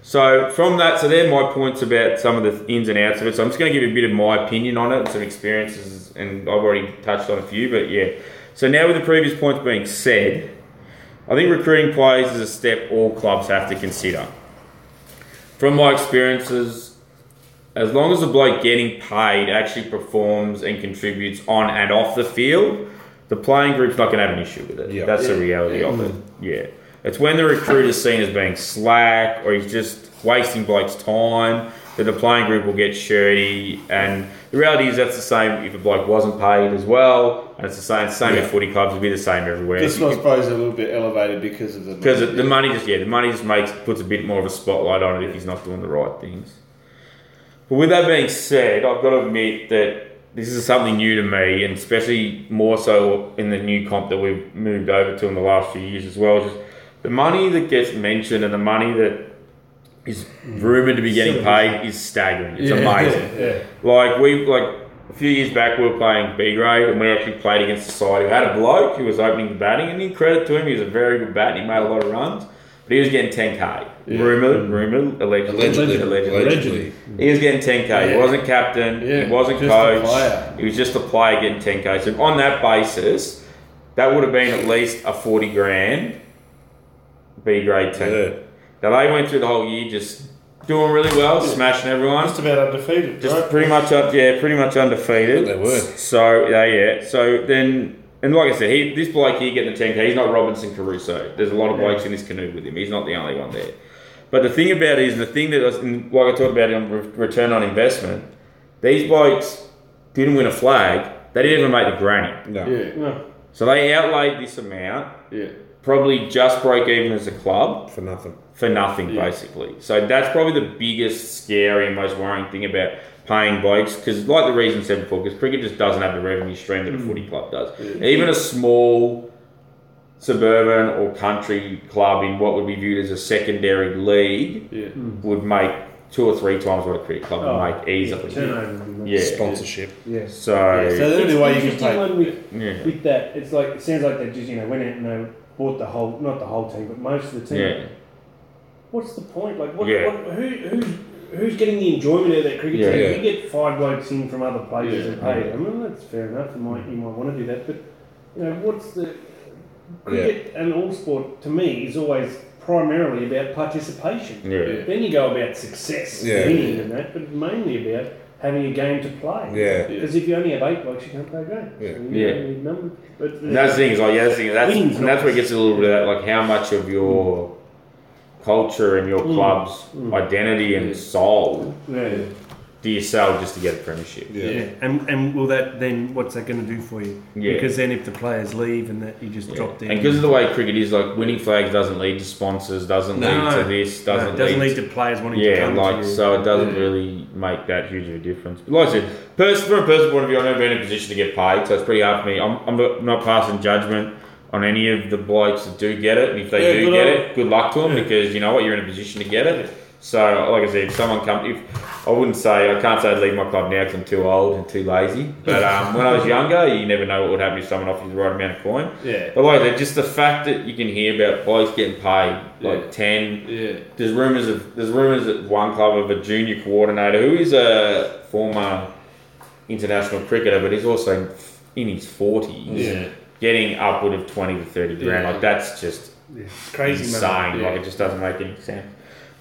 Speaker 3: So from that, so they're my points about some of the ins and outs of it. So I'm just going to give you a bit of my opinion on it, some experiences, and I've already touched on a few, but yeah. So now with the previous points being said, I think recruiting players is a step all clubs have to consider. From my experiences, as long as the bloke getting paid actually performs and contributes on and off the field, the playing group's not going to have an issue with it.
Speaker 2: Yeah.
Speaker 3: That's the reality of it. Yeah. It's when the recruiter's seen as being slack or he's just wasting bloke's time that the playing group will get shirty. And the reality is that's the same if a bloke wasn't paid as well. And it's the same, same
Speaker 2: Yeah.
Speaker 3: at footy clubs, it'd be the same everywhere.
Speaker 4: This
Speaker 3: If you
Speaker 4: one, I suppose, is a little bit elevated because of the
Speaker 3: because the money just yeah, the money just makes puts a bit more of a spotlight on it if he's not doing the right things. But with that being said, I've got to admit that this is something new to me, and especially more so in the new comp that we've moved over to in the last few years as well. Just the money that gets mentioned and the money that is rumored to be getting paid is staggering. It's amazing. Like we like a few years back, we were playing B grade, and we actually played against Society. We had a bloke who was opening the batting, and in credit to him, he was a very good bat. and He made a lot of runs, but he was getting 10k.
Speaker 4: Mm.
Speaker 3: Rumored, rumored, allegedly,
Speaker 2: allegedly,
Speaker 3: allegedly.
Speaker 2: allegedly.
Speaker 3: He was getting 10k. He
Speaker 4: Yeah.
Speaker 3: wasn't captain.
Speaker 4: Yeah,
Speaker 3: He wasn't
Speaker 4: just a player.
Speaker 3: coach. He was just a player getting 10k. So on that basis, that would have been at least a 40 grand B grade team.
Speaker 2: Yeah.
Speaker 3: Now they went through the whole year just doing really well, smashing everyone.
Speaker 9: Just about undefeated,
Speaker 3: Just
Speaker 9: right?
Speaker 3: pretty much, un- yeah, pretty much undefeated.
Speaker 2: They were.
Speaker 3: So yeah, yeah. So then, and like I said, he, this bloke here getting the ten k. He's not Robinson Caruso. There's a lot of blokes in this canoe with him. He's not the only one there. But the thing about it is, the thing that, was, and like I talked about on re- return on investment, these blokes didn't win a flag. They didn't even make the granny.
Speaker 2: No.
Speaker 4: yeah,
Speaker 3: So they outlaid this amount,
Speaker 4: yeah.
Speaker 3: probably just broke even as a club
Speaker 2: for nothing.
Speaker 3: for nothing basically. So that's probably the biggest, scary, most worrying thing about paying blokes because, like the reason said before, because cricket just doesn't have the revenue stream that a footy club does. Even a small suburban or country club in what would be viewed as a secondary league
Speaker 4: Yeah.
Speaker 3: would make two or three times what a cricket club would make easily.
Speaker 1: Turnover. would be-
Speaker 3: Oh. Yeah.
Speaker 2: Sponsorship.
Speaker 4: So
Speaker 3: So
Speaker 4: the only
Speaker 1: It's an
Speaker 4: way you can
Speaker 1: interesting
Speaker 4: play.
Speaker 1: one with,
Speaker 3: yeah,
Speaker 1: with that. It's like it sounds like they just you know went out and they bought the whole not the whole team but most of the team.
Speaker 3: yeah,
Speaker 1: What's the point? Like what,
Speaker 3: Yeah.
Speaker 1: what who who's who's getting the enjoyment out of that cricket
Speaker 3: Yeah.
Speaker 1: team?
Speaker 2: Yeah.
Speaker 1: You get five blokes in from other places
Speaker 4: Yeah.
Speaker 1: and pay them, and that's fair enough. You might you might want to do that, but you know what's the cricket and all sport to me is always primarily about participation.
Speaker 3: yeah,
Speaker 1: Then you go about success,
Speaker 2: Yeah.
Speaker 1: winning, and that, but mainly about having a game to play.
Speaker 2: Yeah,
Speaker 1: Because if you only have eight blokes, you can't play a game.
Speaker 2: Yeah.
Speaker 1: So you
Speaker 3: Yeah.
Speaker 1: don't need number- But
Speaker 3: And that's the thing is like yeah, that's the thing, that's and that's where it gets a little bit of that, like how much of your culture and your club's identity and soul
Speaker 1: yeah.
Speaker 3: do you sell just to get a premiership?
Speaker 2: yeah.
Speaker 1: Yeah, and and will that then what's that going to do for you?
Speaker 3: Yeah.
Speaker 1: Because then if the players leave and that you just drop down,
Speaker 3: And because of the way cricket is, like winning flags doesn't lead to sponsors, doesn't lead to this,
Speaker 1: No,
Speaker 3: doesn't,
Speaker 1: it doesn't
Speaker 3: lead
Speaker 1: lead to players wanting to
Speaker 3: Yeah,
Speaker 1: come
Speaker 3: like
Speaker 1: to you.
Speaker 3: so, it doesn't really make that huge of a difference. But like I said, pers- from a personal point of view, I've never been in a position to get paid, so it's pretty hard for me. I'm, I'm not- not passing judgment on any of the blokes that do get it, and if they
Speaker 4: Yeah,
Speaker 3: do
Speaker 4: good
Speaker 3: get
Speaker 4: on
Speaker 3: it, good luck to them because you know what, you're in a position to get it. So, like I said, if someone comes, if I wouldn't say I can't say I'd leave my club now because I'm too old and too lazy. But um, when I was younger, you never know what would happen if someone offered you the right amount of coin.
Speaker 10: Yeah.
Speaker 3: But like, just the fact that you can hear about players getting paid like
Speaker 10: Yeah.
Speaker 3: ten,
Speaker 10: Yeah.
Speaker 3: there's rumours of there's rumours at one club of a junior coordinator who is a former international cricketer, but he's also in his forties,
Speaker 10: Yeah.
Speaker 3: getting upward of twenty to thirty grand.
Speaker 10: Yeah.
Speaker 3: Like that's just
Speaker 1: Crazy man.
Speaker 3: insane.
Speaker 10: Yeah.
Speaker 3: Like it just doesn't make any sense.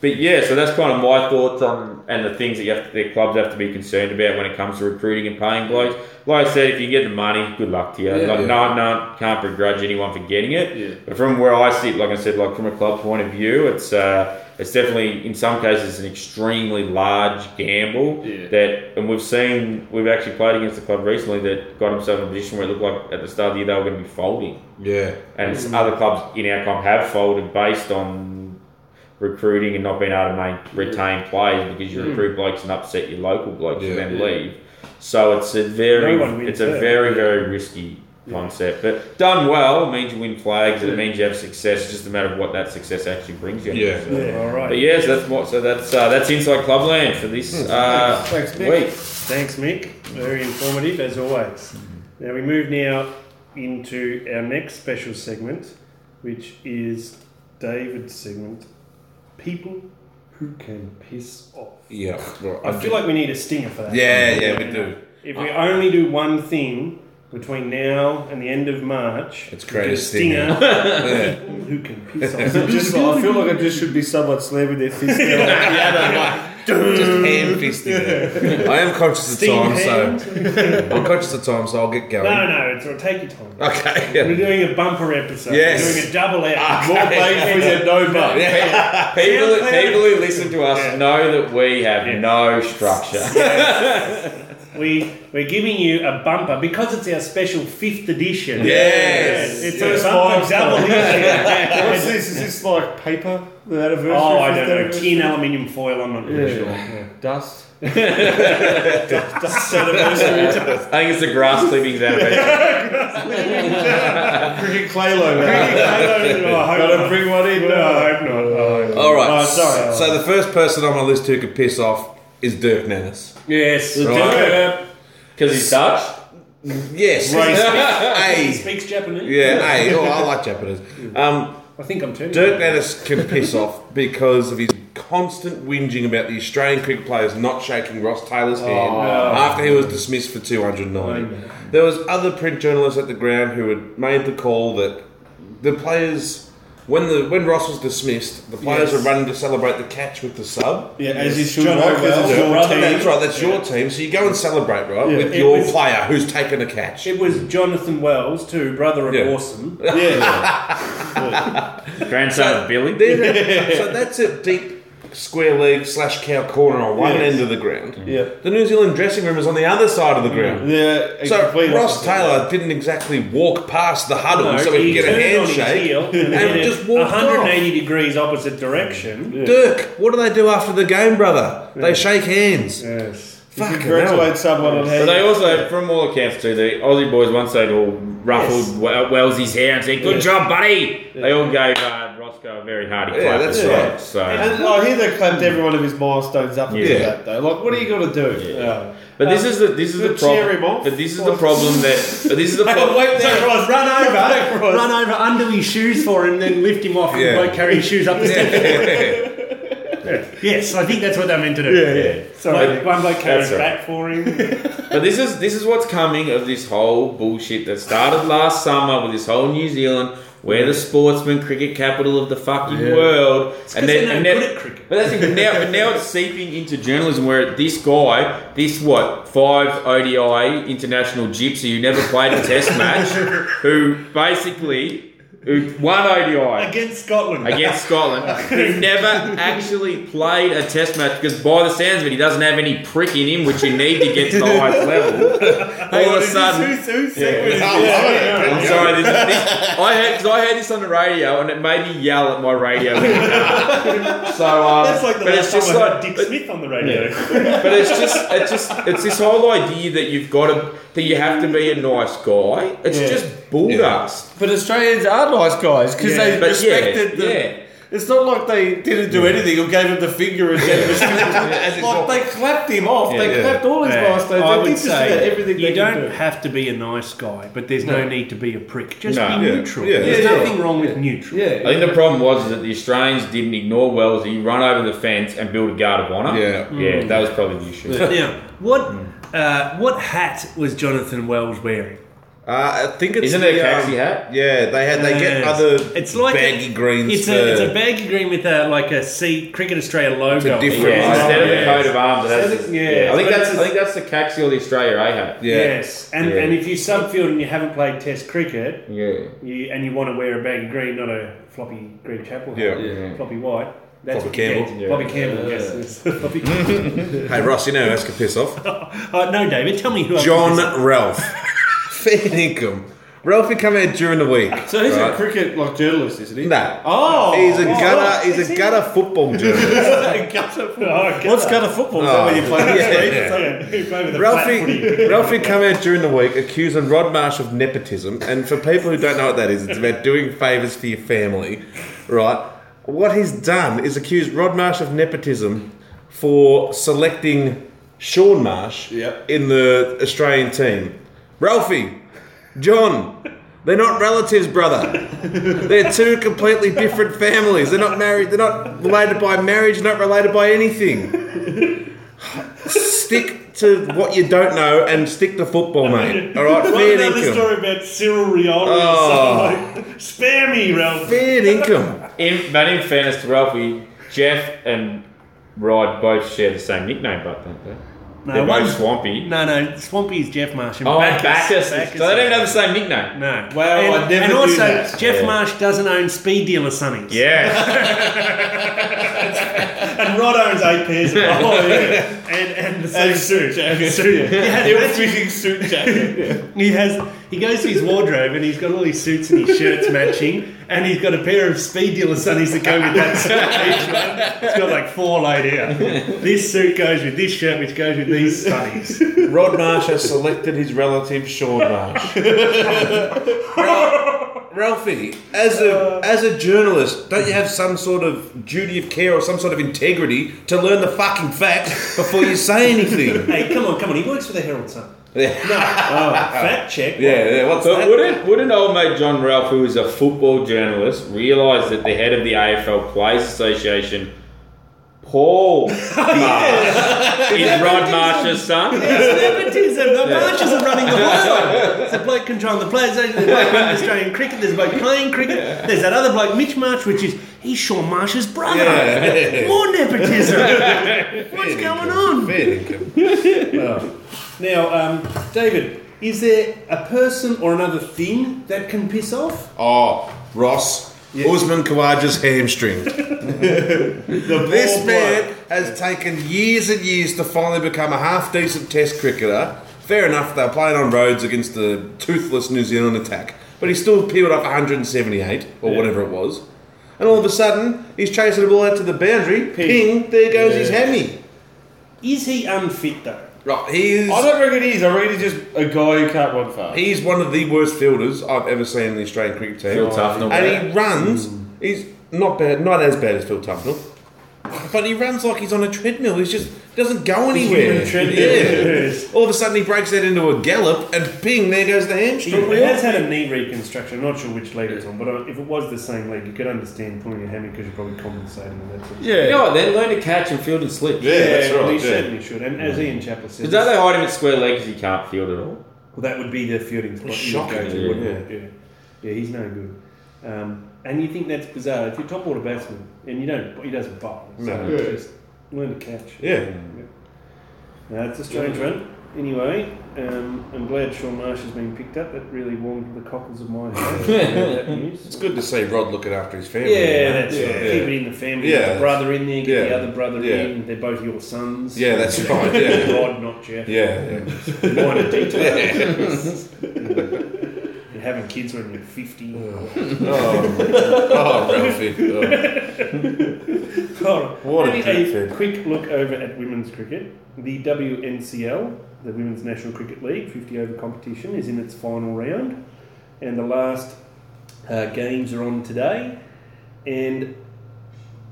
Speaker 3: But yeah, so that's kind of my thoughts on and the things that you have to, the clubs have to be concerned about when it comes to recruiting and paying blokes. Like I said, if you get the money, good luck to you.
Speaker 10: Yeah.
Speaker 3: like,
Speaker 2: Yeah.
Speaker 3: No, no, can't begrudge anyone for getting it.
Speaker 10: Yeah.
Speaker 3: But from where I sit, like I said, like from a club point of view, it's uh, it's definitely in some cases an extremely large gamble
Speaker 10: Yeah.
Speaker 3: that, and we've seen we've actually played against a club recently that got himself in a position where it looked like at the start of the year they were going to be folding
Speaker 2: Yeah.
Speaker 3: and it's other clubs in our comp have folded based on recruiting and not being able to make, retain players because
Speaker 1: Hmm.
Speaker 3: you recruit blokes and upset your local blokes
Speaker 2: Yeah.
Speaker 3: and then leave. So it's a very,
Speaker 1: No one wins
Speaker 3: it's a
Speaker 1: there.
Speaker 3: very, very risky concept. But done well means you win flags. and It means you have success. It's just a matter of what that success actually brings you.
Speaker 2: Yeah.
Speaker 3: So-
Speaker 1: Yeah. All
Speaker 3: But
Speaker 1: right.
Speaker 3: yeah, so that's what. So that's uh, that's inside Clubland for
Speaker 2: Hmm.
Speaker 3: this uh,
Speaker 10: Thanks, Mick.
Speaker 3: week.
Speaker 1: Thanks, Mick. Very informative as always.
Speaker 3: Mm-hmm.
Speaker 1: Now we move now into our next special segment, which is David's segment. People who can piss off.
Speaker 2: Yeah. Well,
Speaker 1: I feel like we need a stinger for that.
Speaker 2: Yeah, yeah, we do.
Speaker 1: If we only do one thing between now and the end of March,
Speaker 2: It's
Speaker 1: we get a
Speaker 2: greatest thing.
Speaker 1: stinger. <laughs>
Speaker 2: Yeah.
Speaker 1: who can piss off? <laughs>
Speaker 4: Just, I feel like it just should be someone slamming their fist down.
Speaker 2: Just ham fisting it. <laughs> I am conscious of
Speaker 1: Steam
Speaker 2: time, so
Speaker 1: hand?
Speaker 2: I'm conscious of time, so I'll get going.
Speaker 1: No, no, it's all take your time.
Speaker 2: Okay.
Speaker 1: We're
Speaker 2: Yeah.
Speaker 1: doing a bumper episode.
Speaker 2: Yes.
Speaker 1: We're doing a double out.
Speaker 2: More painful than
Speaker 1: no bump.
Speaker 2: Yeah.
Speaker 3: People,
Speaker 1: Yeah, clear.
Speaker 3: people who listen to us
Speaker 1: Yeah.
Speaker 3: know that we have
Speaker 1: Yeah.
Speaker 3: no structure.
Speaker 1: <laughs> We we're giving you a bumper because it's our special fifth edition.
Speaker 2: Yes.
Speaker 1: it's
Speaker 4: Yes.
Speaker 1: a bumper double
Speaker 4: <laughs> What's
Speaker 1: edition.
Speaker 4: this? Is this like paper? The anniversary?
Speaker 1: oh, I don't
Speaker 4: fifth
Speaker 1: know,
Speaker 4: anniversary?
Speaker 1: tin aluminium foil. I'm not really sure.
Speaker 10: Dust.
Speaker 1: <laughs>
Speaker 3: I think it's the grass clippings out of it.
Speaker 4: Cricket clay logo.
Speaker 1: <laughs> Oh, Gotta bring one in. No, I hope not. Oh, I hope not.
Speaker 2: All right.
Speaker 4: Oh, sorry.
Speaker 2: So the first person on my list who could piss off is Dirk Nannis.
Speaker 10: Yes.
Speaker 2: Right.
Speaker 3: Because he's Dutch.
Speaker 2: Yes.
Speaker 1: He
Speaker 2: <laughs> Hey.
Speaker 1: speaks Japanese.
Speaker 2: Yeah. Hey. Oh, I like Japanese. Um,
Speaker 1: I think I'm turning.
Speaker 2: Dirk Nannis can piss off because of his constant whinging about the Australian cricket players not shaking Ross Taylor's hand
Speaker 4: Oh,
Speaker 2: after he was dismissed for 290. There was other print journalists at the ground who had made the call that the players, when the when Ross was dismissed, the players were
Speaker 4: Yes.
Speaker 2: running to celebrate the catch with the sub.
Speaker 4: Yeah, as you should
Speaker 1: John
Speaker 4: know,
Speaker 1: Oakes
Speaker 4: because
Speaker 1: is your
Speaker 4: it's your
Speaker 1: brother.
Speaker 4: team.
Speaker 2: That's right, that's your team, so you go and celebrate, right, with
Speaker 1: It
Speaker 2: your
Speaker 1: was-
Speaker 2: player who's taken a catch.
Speaker 1: It was Jonathan Wells, too, brother of
Speaker 2: Yeah.
Speaker 1: <laughs> Awesome.
Speaker 4: Yeah.
Speaker 3: <laughs> Grandson of Billy.
Speaker 4: <laughs>
Speaker 2: There- so that's a deep square leg slash cow corner on one
Speaker 4: Yes. Mm.
Speaker 2: end of the ground.
Speaker 4: Yeah.
Speaker 2: The New Zealand dressing room is on the other side of the ground.
Speaker 4: Yeah.
Speaker 2: So
Speaker 4: complete
Speaker 2: Ross
Speaker 4: opposite.
Speaker 2: Taylor didn't exactly walk past the huddle so he could get a
Speaker 1: turned on his
Speaker 2: handshake
Speaker 1: heel
Speaker 2: and,
Speaker 1: did
Speaker 2: just
Speaker 1: it
Speaker 2: walked 180.
Speaker 1: 180 degrees opposite direction.
Speaker 2: Dirk, what do they do after the game, brother? They shake hands.
Speaker 1: Yes.
Speaker 4: You
Speaker 2: Fucking hell.
Speaker 4: Congratulate someone on
Speaker 3: But
Speaker 4: how
Speaker 3: they also, from all accounts too, the Aussie boys once they'd all ruffled
Speaker 1: Yes.
Speaker 3: Wel- Wellesley's hair and said, "Good job, buddy." They all gave uh, Roscoe a very hearty
Speaker 2: Yeah,
Speaker 3: clap.
Speaker 2: that's
Speaker 3: as
Speaker 2: right.
Speaker 3: well. So,
Speaker 4: And I hear they clamped every one of his milestones up until
Speaker 2: Yeah.
Speaker 4: that though. Like, what are you gonna do?
Speaker 3: but
Speaker 2: um,
Speaker 3: this is the this is the
Speaker 4: Good cheer him
Speaker 3: problem.
Speaker 4: off.
Speaker 3: But this is
Speaker 2: <laughs>
Speaker 3: the problem that. But this is the problem.
Speaker 1: Run over, run over, undo his shoes for him, then lift him off
Speaker 2: Yeah.
Speaker 1: and like carry his shoes up the stairs. Yes, I think that's what they meant to do. Yeah, yeah. So like, one bloke carries
Speaker 3: That's all right.
Speaker 1: back for him.
Speaker 3: But this is this is what's coming of this whole bullshit that started last summer with this whole New Zealand. We're the sportsman cricket capital of the fucking world, and
Speaker 1: 'cause
Speaker 3: then
Speaker 1: they're
Speaker 3: and
Speaker 1: no
Speaker 3: then-
Speaker 1: good at cricket.
Speaker 3: but that's it. now. But now it's seeping into journalism where this guy, this what five ODI international gypsy who never played a test
Speaker 1: <laughs>
Speaker 3: match, who basically who won ODI
Speaker 1: Against Scotland. <laughs>
Speaker 3: against Scotland, who never actually played a test match because by the sounds of it, he doesn't have any prick in him, which you need to get to the highest
Speaker 1: <laughs>
Speaker 3: level. All of a sudden,
Speaker 1: Who's, who's segment is
Speaker 2: I
Speaker 1: this?
Speaker 2: love it.
Speaker 3: I'm sorry. This is, this, I heard because I heard this on the radio, and it made me yell at my radio. in the
Speaker 1: <laughs>
Speaker 3: car. so, um,
Speaker 1: That's like the
Speaker 3: but
Speaker 1: last
Speaker 3: it's just
Speaker 1: time I heard
Speaker 3: like-
Speaker 1: Dick
Speaker 3: but-
Speaker 1: Smith on the radio.
Speaker 3: but it's just it's just it's this whole idea that you've got to that you have to be a nice guy. It's just bulldust.
Speaker 10: But Australians are nice guys because
Speaker 3: Yeah,
Speaker 10: they
Speaker 3: but yeah,
Speaker 10: respected the.
Speaker 3: yeah.
Speaker 4: It's not like they didn't do anything or gave him the finger and gave him a
Speaker 2: As it's all-
Speaker 4: Like they clapped him off.
Speaker 2: Yeah,
Speaker 4: they
Speaker 2: yeah.
Speaker 1: <laughs>
Speaker 4: clapped all his
Speaker 7: Yeah.
Speaker 4: milestones.
Speaker 8: I
Speaker 4: they
Speaker 8: would
Speaker 4: did just
Speaker 8: say
Speaker 4: about everything
Speaker 7: You
Speaker 4: they
Speaker 7: don't
Speaker 4: could do.
Speaker 7: have to be a nice guy, but there's no, need to be a prick. Just
Speaker 3: No.
Speaker 7: be
Speaker 2: Yeah.
Speaker 7: neutral.
Speaker 2: Yeah.
Speaker 7: There's
Speaker 4: Yeah, yeah.
Speaker 7: nothing wrong with neutral.
Speaker 4: Yeah.
Speaker 3: I think the problem was is that the Australians didn't ignore Wells. He run over the fence and built a guard of honour.
Speaker 2: Yeah.
Speaker 3: yeah,
Speaker 7: Mm.
Speaker 3: that was probably the issue.
Speaker 7: Now, what uh, what hat was Jonathan Wells wearing?
Speaker 2: <laughs> Uh, I think it's
Speaker 3: Isn't
Speaker 2: the,
Speaker 3: it a taxi
Speaker 2: um,
Speaker 3: hat?
Speaker 2: Yeah, they had. They get
Speaker 7: Yes.
Speaker 2: other.
Speaker 7: It's like a-
Speaker 2: baggy greens.
Speaker 7: It's
Speaker 2: for-
Speaker 7: a, it's a baggy green with a like a C Cricket Australia logo.
Speaker 2: a
Speaker 7: on it.
Speaker 2: different-
Speaker 3: Yeah,
Speaker 2: Yeah.
Speaker 3: instead of the
Speaker 2: Yeah.
Speaker 3: coat of arms, it has this-
Speaker 7: Yeah.
Speaker 3: yeah. I think
Speaker 7: But
Speaker 3: that's
Speaker 7: it's-
Speaker 3: I think that's the Caxi or the Australia A hat.
Speaker 2: yeah.
Speaker 7: Yes, and
Speaker 3: Yeah.
Speaker 7: and if you subfield and you haven't played Test cricket,
Speaker 3: Yeah,
Speaker 7: you, and you want to wear a baggy green, not a floppy green chapel, hat,
Speaker 2: Yeah.
Speaker 3: Yeah.
Speaker 7: floppy white. That's
Speaker 2: Floppy
Speaker 7: what you
Speaker 2: Campbell.
Speaker 7: get.
Speaker 3: Yeah.
Speaker 7: Floppy Campbell. Yes, yes. Floppy
Speaker 2: <laughs>
Speaker 7: Campbell.
Speaker 2: Hey Ross, you know who else could piss off? <laughs>
Speaker 7: Oh, no, David, tell me who. I- <laughs>
Speaker 2: John Ralph. <laughs> Fair income. Ralph would come out during the week.
Speaker 4: So he's
Speaker 2: right?
Speaker 4: a cricket like journalist, isn't he?
Speaker 2: No.
Speaker 4: Oh,
Speaker 2: He's a
Speaker 4: oh,
Speaker 2: gutter. He's a gutter football journalist.
Speaker 7: Oh, okay.
Speaker 4: What's kind of football? Is that
Speaker 2: Oh,
Speaker 4: what you play?
Speaker 2: yeah.
Speaker 7: Yeah, who played with the flat footy?
Speaker 2: Ralphie, Ralphie come out during the week accusing Rod Marsh of nepotism, and for people who don't know what that is, it's about doing favours for your family, right? What he's done is accused Rod Marsh of nepotism for selecting Sean Marsh
Speaker 4: Yep.
Speaker 2: in the Australian team. Ralphie, John, they're not relatives, brother. They're two completely different families. They're not married. They're not related by marriage. Not related by anything stick to what you don't know and stick to football, mate. <laughs> All right,
Speaker 1: What
Speaker 2: fair
Speaker 1: about the
Speaker 2: income.
Speaker 1: story about Cyril Riola
Speaker 2: Oh.
Speaker 1: and something like Spare me, Ralph.
Speaker 2: Fair income.
Speaker 3: yeah. In, but in fairness to Ralphie, Jeff and Rod both share the same nickname, but don't they? They're
Speaker 7: No,
Speaker 3: both
Speaker 7: one's-
Speaker 3: Swampy.
Speaker 7: no, no. Swampy is Jeff Marsh. And
Speaker 3: Oh,
Speaker 7: Backus-
Speaker 3: Bacchus. Bacchus.
Speaker 7: Backus
Speaker 3: So
Speaker 7: is-
Speaker 3: they don't even have the same nickname.
Speaker 7: No.
Speaker 4: Well,
Speaker 7: and,
Speaker 4: I'd never
Speaker 7: and
Speaker 4: do
Speaker 7: also,
Speaker 4: that.
Speaker 7: Jeff
Speaker 3: Yeah.
Speaker 7: Marsh doesn't own Speed Dealer Sunnies. <laughs>
Speaker 3: Yeah.
Speaker 1: And Rod owns eight
Speaker 3: <laughs>
Speaker 1: pairs. Of
Speaker 7: Oh, yeah. and and the same suit.
Speaker 4: Suit. Ill-fitting suit jacket.
Speaker 7: <laughs> He has. He goes to his wardrobe and he's got all his suits and his shirts matching, and he's got a pair of Speed Dealer Sunnies that go with that suit. Each one. It's got like four laid out. This suit goes with this shirt, which goes with these sunnies.
Speaker 2: Rod Marsh has selected his relative Sean Marsh. Ralph- Ralphie, as a as a journalist, don't you have some sort of duty of care or some sort of integrity to learn the fucking facts before you say anything?
Speaker 7: Hey, come on, come on. He works for the Herald Sun.
Speaker 2: yeah, Oh.
Speaker 7: Fact check.
Speaker 2: yeah. What's
Speaker 3: But
Speaker 2: that?
Speaker 3: wouldn't wouldn't old mate John Ralph, who is a football journalist, realise that the head of the AFL Players Association, <laughs> Paul Marsh, is Rod Marsh's son?
Speaker 7: Nepotism. The Marshes are running the
Speaker 2: <laughs>
Speaker 7: world. It's a bloke controlling the players. There's a bloke running Australian cricket. There's a bloke playing cricket. There's that other bloke, Mitch Marsh, which is he's Sean Marsh's brother.
Speaker 2: Yeah.
Speaker 7: More
Speaker 2: <laughs>
Speaker 7: nepotism. What's going on?
Speaker 2: Fair income.
Speaker 7: Now, um, David, is there a person or another thing that can piss off?
Speaker 2: Oh, Ross. Usman Khawaja's hamstring. <laughs> This man has taken years and years to finally become a half decent Test cricketer. Fair enough, they're playing on roads against the toothless New Zealand attack, but he still peeled off 178 or whatever it was. And all of a sudden, he's chasing the ball out to the boundary. Ping, there goes his hammy.
Speaker 1: Is he unfit though?
Speaker 2: Right, he
Speaker 4: I
Speaker 2: is.
Speaker 4: don't reckon he is. I reckon he's just a guy who can't run fast.
Speaker 2: He's one of the worst fielders I've ever seen in the Australian cricket team.
Speaker 3: Phil Tufnell,
Speaker 2: and
Speaker 1: Mm.
Speaker 2: he runs. He's not bad, not as bad as Phil Tufnell, but he runs like he's on a treadmill. He's just doesn't go anywhere. Yeah. All of a sudden, he breaks that into a gallop, and ping! There goes the hamstring.
Speaker 1: He has had a knee reconstruction. I'm not sure which leg it's on, but uh, if it was the same leg, you could understand pulling your hammy because you're probably compensating. And that sort of
Speaker 3: You know what? Then learn to catch and field and slip.
Speaker 2: Yeah, that's
Speaker 1: Well, he
Speaker 2: right. yeah.
Speaker 1: certainly should. And as Ian Chappell said,
Speaker 3: Because don't they hide him at square leg because he can't field at all?
Speaker 1: well, that would be the fielding spot. you would
Speaker 2: Shocking.
Speaker 1: go to, wouldn't it? Yeah. yeah, he's no good. Um, and you think that's bizarre. If you're top order batsman and you don't, he doesn't bowl. So just learn to catch.
Speaker 2: Yeah.
Speaker 1: Now, it's a strange one. Anyway, um, I'm glad Sean Marsh has been picked up. That really warmed the cockles of my heart.
Speaker 2: <laughs>
Speaker 1: that news.
Speaker 2: It's good to see Rod looking after his family.
Speaker 1: Yeah, that's right.
Speaker 2: Yeah.
Speaker 1: Keep it in the family.
Speaker 2: Yeah,
Speaker 1: Get
Speaker 2: that's-
Speaker 1: the brother in there, get
Speaker 2: yeah.
Speaker 1: the other brother
Speaker 2: Yeah.
Speaker 1: in. They're both your sons. <laughs>
Speaker 2: Yeah, that's right. Yeah,
Speaker 1: God, not Jeff.
Speaker 2: yeah. yeah.
Speaker 1: Minor
Speaker 2: <laughs>
Speaker 1: details. You're having kids when you're 50.
Speaker 2: Oh, oh, Ralphie. Oh.
Speaker 1: Alright,
Speaker 2: What a
Speaker 1: having
Speaker 2: dickhead.
Speaker 1: quick look over at women's cricket. The WNCL, the Women's National Cricket League 50 over competition, is in its final round, and the last uh, games are on today. And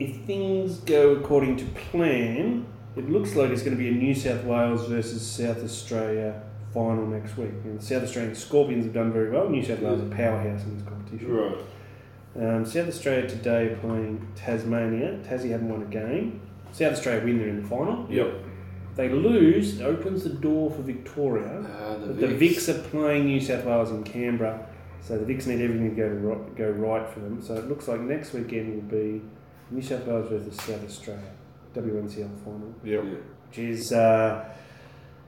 Speaker 1: if things go according to plan, it looks like it's going to be a New South Wales versus South Australia final next week. And the South Australian Scorpions have done very well. New South Wales are a powerhouse in this competition.
Speaker 4: Right.
Speaker 1: Um, South Australia today are playing Tasmania. Tassie haven't won a game. South Australia win, they're in the final.
Speaker 4: Yep.
Speaker 1: They lose, it opens the door for Victoria.
Speaker 4: the
Speaker 1: but the Vics are playing New South Wales in Canberra, so the Vics need everything to go, to ro- go right for them. So it looks like next weekend will be New South Wales versus South Australia, WNCL final,
Speaker 2: Yep.
Speaker 1: which is uh,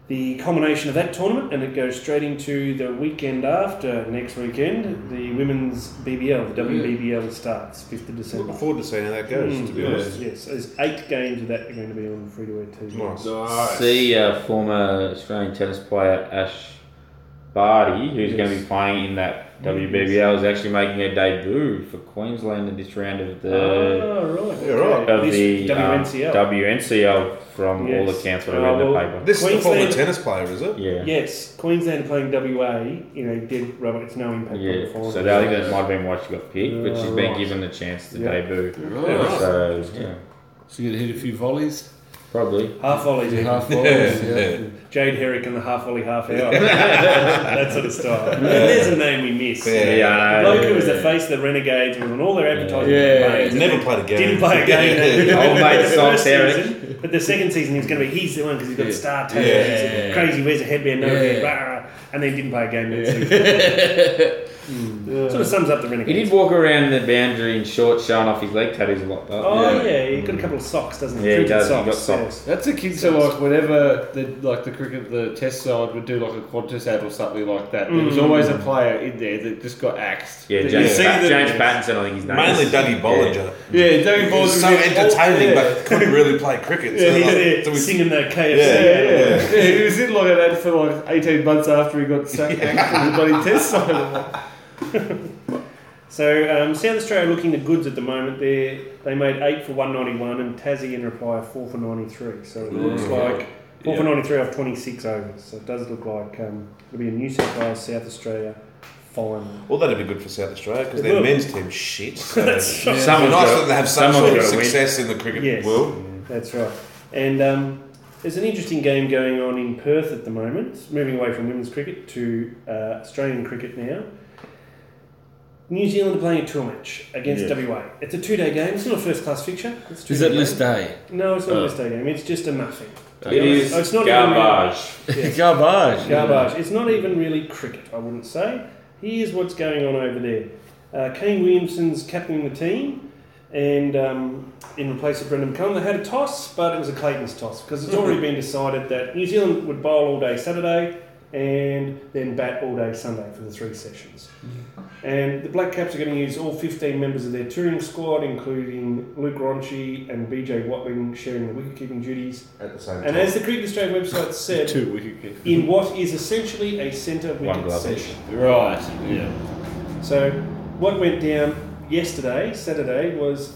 Speaker 1: the culmination of that tournament, and it goes straight into the weekend after next weekend. The women's BBL, the WBBL starts 5th of December.
Speaker 2: Looking forward to seeing how that goes, to
Speaker 1: Mm,
Speaker 2: be
Speaker 4: Yeah.
Speaker 2: honest.
Speaker 1: Yes, so there's eight games of that are going to be on free to air TV.
Speaker 2: Nice.
Speaker 4: Nice.
Speaker 3: See uh, former Australian tennis player Ash Barty, who's going to be playing in that WBBL, is actually making a debut for Queensland in this round of the
Speaker 1: Oh, right.
Speaker 2: Yeah, right.
Speaker 1: okay.
Speaker 3: of
Speaker 1: This
Speaker 3: the um,
Speaker 1: WNCL.
Speaker 3: WNCL from all
Speaker 1: Yes.
Speaker 3: accounts that I
Speaker 1: Oh,
Speaker 3: read in the
Speaker 1: well,
Speaker 3: paper.
Speaker 2: This is the former
Speaker 1: Queensland-
Speaker 2: tennis player, is it?
Speaker 3: Yeah, yeah.
Speaker 1: Yes, Queensland playing WA in a dead rubber. It's no impact on the final.
Speaker 3: So that, I think that might have been why she got picked, but she's been given the chance to
Speaker 1: Yeah.
Speaker 3: debut.
Speaker 4: Right.
Speaker 3: So yeah,
Speaker 4: So you're gonna hit a few volleys,
Speaker 3: probably.
Speaker 1: half volleys.
Speaker 4: do
Speaker 1: even.
Speaker 4: half volleys.
Speaker 2: Yeah.
Speaker 4: yeah.
Speaker 1: Jade Herrick and the half volley, half hour. <laughs> that sort of style. There's a name we miss.
Speaker 2: Yeah.
Speaker 3: I know.
Speaker 1: Bloke who was the face of the Renegades and on all their advertising
Speaker 4: Yeah.
Speaker 1: campaigns.
Speaker 2: Never played a game.
Speaker 1: Didn't play a game.
Speaker 2: <laughs> Yeah.
Speaker 3: Old
Speaker 1: <laughs>
Speaker 3: mate
Speaker 1: The
Speaker 3: Sol
Speaker 1: first
Speaker 3: Herrick.
Speaker 1: season, But the second season he was going to be he's the one because he's got star talent.
Speaker 2: Yeah.
Speaker 1: He's crazy, wears a headband, no
Speaker 4: Yeah.
Speaker 1: hair, rah, rah, and then didn't play a game that season. Hmm. Sort of sums up the
Speaker 3: He
Speaker 1: Renegades.
Speaker 3: did walk around the boundary in shorts, showing off his leg tattoos a lot. Though.
Speaker 1: Oh
Speaker 4: Yeah.
Speaker 1: yeah. he got a couple of socks, doesn't he?
Speaker 3: Yeah, he
Speaker 1: Cricket
Speaker 3: does. He
Speaker 1: Socks.
Speaker 3: got
Speaker 1: yeah.
Speaker 3: socks.
Speaker 4: That's a kid so like whenever the like the cricket the test side would do like a Qantas ad or something like that, there was always a player in there that just got axed.
Speaker 3: Yeah,
Speaker 4: That
Speaker 3: James,
Speaker 4: you see
Speaker 3: Pat-
Speaker 4: that-
Speaker 3: James Pattinson, I think his name
Speaker 2: Mainly
Speaker 3: is.
Speaker 2: Dougie Bollinger.
Speaker 4: Yeah, Danny
Speaker 2: He
Speaker 4: Balls
Speaker 2: was so
Speaker 1: <laughs>
Speaker 2: entertaining, but couldn't really play cricket. So <laughs>
Speaker 1: Yeah, he's
Speaker 2: like,
Speaker 1: there
Speaker 2: so we-
Speaker 1: singing the KFC.
Speaker 4: Yeah,
Speaker 2: Yeah,
Speaker 4: yeah. yeah, he was in like an ad for like eighteen months after he got sacked yeah. from the bloody test side.
Speaker 1: So um, South Australia looking the goods at the moment. They they made eight for one ninety one, and Tassie in reply four for ninety three. So it looks like four for ninety three off twenty six overs. So it does look like um, it'll be a New South Wales South Australia
Speaker 3: <laughs>
Speaker 1: final.
Speaker 2: Well, that'd be good for South Australia because
Speaker 1: It
Speaker 2: their
Speaker 1: will.
Speaker 2: men's team's shit.
Speaker 1: <laughs>
Speaker 2: So
Speaker 1: That's right.
Speaker 2: It'd be
Speaker 3: Someone's
Speaker 2: nice
Speaker 3: got-
Speaker 2: that they have some
Speaker 3: someone's
Speaker 2: sort of
Speaker 3: gotta win.
Speaker 2: success in the cricket
Speaker 1: Yes.
Speaker 2: world.
Speaker 1: That's right. And um, there's an interesting game going on in Perth at the moment, moving away from women's cricket to uh, Australian cricket now. New Zealand are playing a tour match against WA. It's a two day game. It's not a first class fixture. It's a two-day game.
Speaker 4: day?
Speaker 1: No, it's not a first day game. It's just a nothing.
Speaker 3: Oh. It is
Speaker 1: Oh, it's not even
Speaker 3: garbage.
Speaker 4: Garbage.
Speaker 1: Garbage. It's not even really cricket, I wouldn't say. Here's what's going on over there. Uh, Kane Williamson's captaining the team, and um, in replace of Brendan Cullen, they had a toss, but it was a Clayton's toss because it's already been decided that New Zealand would bowl all day Saturday and then bat all day Sunday for the three sessions. And the Black Caps are going to use all 15 members of their touring squad, including Luke Ronchi and BJ Watling sharing the wicketkeeping duties.
Speaker 2: At the same
Speaker 1: And as the Cricket Australia website said,
Speaker 4: Two wicket kick.
Speaker 1: in what is essentially a centre
Speaker 3: One
Speaker 1: wicket
Speaker 3: glove
Speaker 1: session.
Speaker 4: Right. Yeah.
Speaker 1: So, what went down yesterday, Saturday, was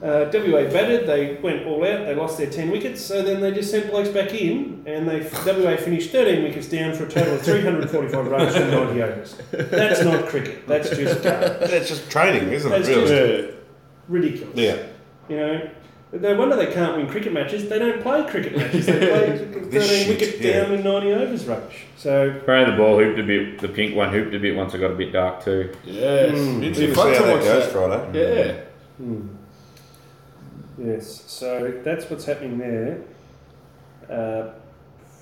Speaker 1: uh, WA batted, they went all out, they lost their 10 wickets, so then they just sent blokes back in, and they WA finished 13 wickets down for a total of 345 runs from 90 overs. That's not cricket, that's just uh,
Speaker 2: That's just training, isn't it?
Speaker 1: That's
Speaker 2: Really?
Speaker 1: just-
Speaker 4: Yeah.
Speaker 1: ridiculous.
Speaker 2: yeah.
Speaker 1: You know, no wonder they can't win cricket matches, they don't play cricket matches,
Speaker 2: <laughs>
Speaker 1: they play 13
Speaker 2: shit,
Speaker 1: wicket
Speaker 2: yeah.
Speaker 1: down in 90 overs rubbish. So,
Speaker 3: Throwing the ball hooped a bit. The pink one hooped a bit once it got a bit dark too.
Speaker 4: Yes.
Speaker 2: Interesting to see how that goes Friday.
Speaker 4: Yeah.
Speaker 1: Yes, so that's what's happening there. Uh,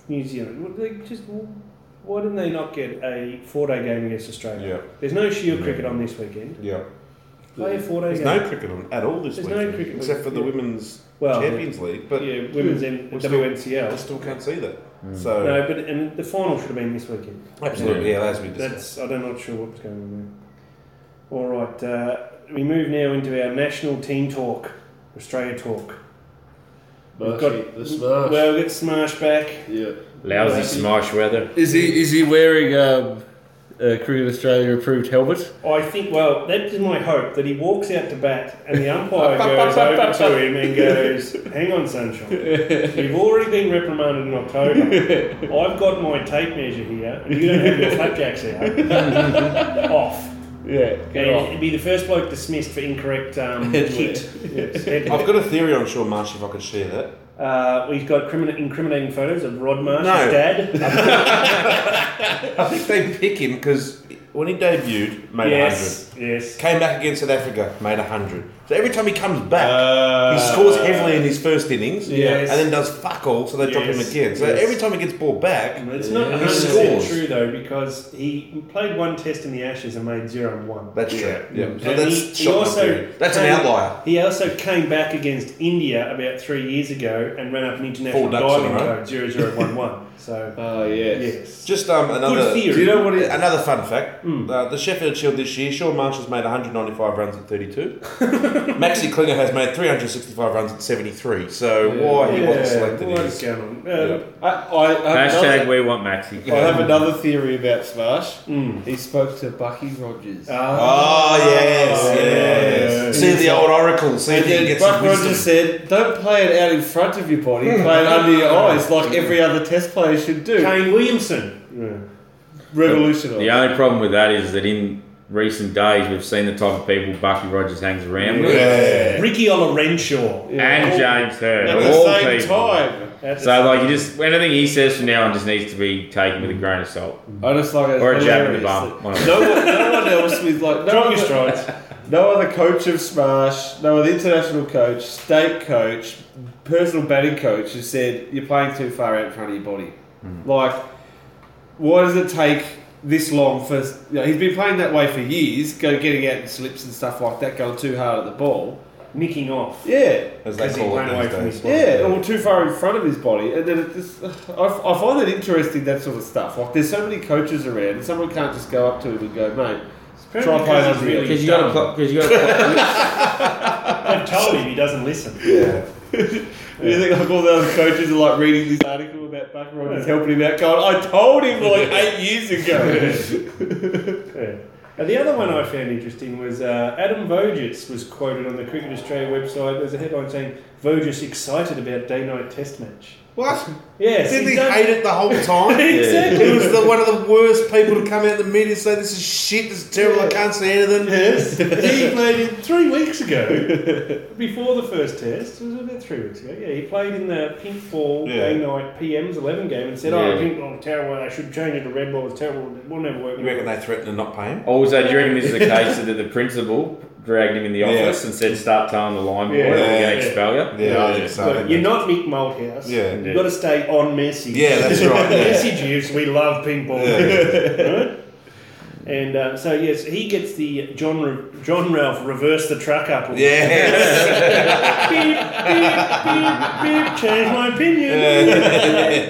Speaker 1: New Zealand, Well, they just why didn't they not get a four-day game against Australia?
Speaker 2: Yeah.
Speaker 1: There's no Shield cricket on this weekend.
Speaker 2: Yeah.
Speaker 1: Play a four-day
Speaker 2: There's
Speaker 1: game.
Speaker 2: no cricket on at all this
Speaker 1: There's
Speaker 2: week,
Speaker 1: no cricket.
Speaker 2: except for the women's
Speaker 1: well,
Speaker 2: Champions League. But
Speaker 1: yeah, women's and
Speaker 2: We're still- Oh. I
Speaker 1: WNCL.
Speaker 2: still can't see that. So
Speaker 1: No, but and the final should have been this weekend.
Speaker 2: absolutely, yeah, as we discussed.
Speaker 1: That's I'm not sure what's going on there. All right, uh, we move now into our national team talk, Australia talk. We've got-
Speaker 4: the smash.
Speaker 1: Well, we get Smash back.
Speaker 4: yeah.
Speaker 3: Lousy
Speaker 1: Yeah.
Speaker 3: smosh weather.
Speaker 4: Is he is he wearing um, a Cricket Australia approved helmet?
Speaker 1: I think, well, that is my hope that he walks out to bat and the
Speaker 2: <laughs>
Speaker 1: umpire goes over to him and goes, Hang on, sunshine. You've already been reprimanded in October.
Speaker 2: <laughs>
Speaker 1: I've got my tape measure here, and you don't have your flapjacks out. Off.
Speaker 4: Yeah. Get
Speaker 1: And
Speaker 4: off.
Speaker 1: he'd be the first bloke dismissed for incorrect um, hit. Head-
Speaker 2: I've got a theory on Sean Marsh if I could share that.
Speaker 1: uh, he's got crimin- incriminating photos of Rod Marsh,
Speaker 2: No.
Speaker 1: his dad.
Speaker 2: I think they pick him because when he debuted, made a 100.
Speaker 1: yes, yes.
Speaker 2: Came back against South Africa, made 100. So every time he comes back, he scores heavily in his first innings
Speaker 1: Uh, Yes.
Speaker 2: and then does fuck all, so they drop him
Speaker 1: Yes.
Speaker 2: again. So
Speaker 1: Yes.
Speaker 2: every time he gets ball back,
Speaker 1: It's not
Speaker 2: He
Speaker 1: 100%
Speaker 2: scores.
Speaker 1: true though because he played one test in the Ashes and made zero and one.
Speaker 2: that's true. Yeah. So
Speaker 1: And
Speaker 2: that's
Speaker 1: he- he
Speaker 2: shot in the
Speaker 1: also
Speaker 2: theory. That's an
Speaker 1: came-
Speaker 2: outlier.
Speaker 1: He also came back against India about three years ago and ran up an international
Speaker 2: Four ducks in a
Speaker 1: diving
Speaker 2: row.
Speaker 1: code
Speaker 2: <laughs>
Speaker 1: 0011. So uh,
Speaker 4: Oh yes.
Speaker 1: yes,
Speaker 2: Just um, another.
Speaker 1: theory. Hmm.
Speaker 2: Do you know what? It, another fun fact: uh, the Sheffield Shield this year, Sean Marsh has made 195 runs at 32. <laughs> Maxi Klinger has made 365 runs at 73. So why he wasn't selected
Speaker 1: what's
Speaker 2: is
Speaker 1: going on? Uh,
Speaker 4: I, I, I, have
Speaker 3: Hashtag
Speaker 4: another,
Speaker 3: we want Maxi.
Speaker 4: I have another theory about Smash. He spoke to Bucky Rogers.
Speaker 1: Ah, uh,
Speaker 2: Oh yes,
Speaker 1: Oh, yes.
Speaker 2: yes. See the old oracle. See
Speaker 4: and
Speaker 2: if you can
Speaker 4: then
Speaker 2: get
Speaker 4: Buck
Speaker 2: some
Speaker 4: Rogers
Speaker 2: wisdom.
Speaker 4: said, "Don't play it out in front of your body. Play it under your eyes, like every other test player should do."
Speaker 1: Kane Williamson.
Speaker 4: Revolutionary.
Speaker 3: The only problem with that is that in recent days we've seen the type of people Bucky Rogers hangs around with.
Speaker 2: Yeah.
Speaker 1: Ricky Olorenshaw.
Speaker 3: And James Hurd.
Speaker 4: At
Speaker 3: of
Speaker 4: the
Speaker 3: all
Speaker 4: same
Speaker 3: people.
Speaker 4: time,
Speaker 1: That's
Speaker 3: So like you just anything he says from now on just needs to be taken with a grain of salt.
Speaker 4: I just like it.
Speaker 3: Or a jab in the
Speaker 4: hilarious that-
Speaker 3: bum. One of them.
Speaker 4: No one, no one else with like no
Speaker 1: Drop
Speaker 2: <laughs>
Speaker 4: other,
Speaker 1: your strides.
Speaker 4: no other coach of Smash, no other international coach, state coach, personal batting coach has said you're playing too far out in front of your body.
Speaker 3: Hmm.
Speaker 4: Like, why does it take this long for? You know, he's been playing that way for years, go getting out in slips and stuff like that, going too hard at the ball.
Speaker 1: nicking off.
Speaker 4: Yeah,
Speaker 2: As they
Speaker 1: Because he
Speaker 2: call
Speaker 1: ran away
Speaker 2: it
Speaker 1: from
Speaker 2: these
Speaker 1: his
Speaker 2: days.
Speaker 4: yeah,
Speaker 8: uh,
Speaker 4: or too far in front of his body, and then it just, I, I find it interesting that sort of stuff. Like, there's so many coaches around, and someone can't just go up to him and go, "Mate,
Speaker 1: Probably
Speaker 4: try
Speaker 1: because
Speaker 4: playing
Speaker 1: he's
Speaker 4: under
Speaker 1: really
Speaker 4: really
Speaker 3: Because you gotta pl- because you gotta
Speaker 1: I've told him he doesn't listen.
Speaker 2: <laughs> Yeah.
Speaker 4: You think like all the other coaches are like reading this article about Buck Rogers helping him out, going, "I told him like eight years ago."
Speaker 1: Yeah. And the other one I found interesting was uh, Adam Voges was quoted on the Cricket Australia website as a headline saying Voges excited about day-night Test match.
Speaker 2: What?
Speaker 1: Yes,
Speaker 2: Didn't
Speaker 1: he's
Speaker 2: he
Speaker 1: done-
Speaker 2: hate it the whole
Speaker 1: <laughs>
Speaker 2: time?
Speaker 1: exactly.
Speaker 2: He was the, one of the worst people to come out of the media and say, this is shit, this is terrible, I can't see
Speaker 1: <laughs>
Speaker 2: anything.
Speaker 1: Yes, he played in three weeks ago,
Speaker 2: <laughs>
Speaker 1: before the first test. It was about three weeks ago. Yeah, he played in the pink ball
Speaker 2: Yeah.
Speaker 1: day night PM's eleven game and said, "Oh,
Speaker 3: Yeah.
Speaker 1: pink ball was terrible. I should change it to red ball. It was terrible. It will never work."
Speaker 2: You reckon they threatened to not pay him?
Speaker 3: also do you reckon this is the case that the principal dragged him in the
Speaker 2: Yeah.
Speaker 3: office and said start telling the line boy
Speaker 1: Yeah.
Speaker 3: or we're
Speaker 2: Yeah.
Speaker 3: gonna expel you?
Speaker 2: Yeah, I
Speaker 1: Look,
Speaker 2: think so.
Speaker 1: You're not Mick Malthouse.
Speaker 2: Yeah.
Speaker 1: You've got to stay on message.
Speaker 2: Yeah,
Speaker 1: <laughs>
Speaker 2: that's right, yeah.
Speaker 1: message is we love ping pong. Right? And uh, so, yes, he gets the John, Ra- John Ralph reverse the truck up. award.
Speaker 2: <laughs> Yes.
Speaker 1: Beep, beep, beep, beep, change my opinion.
Speaker 2: <laughs>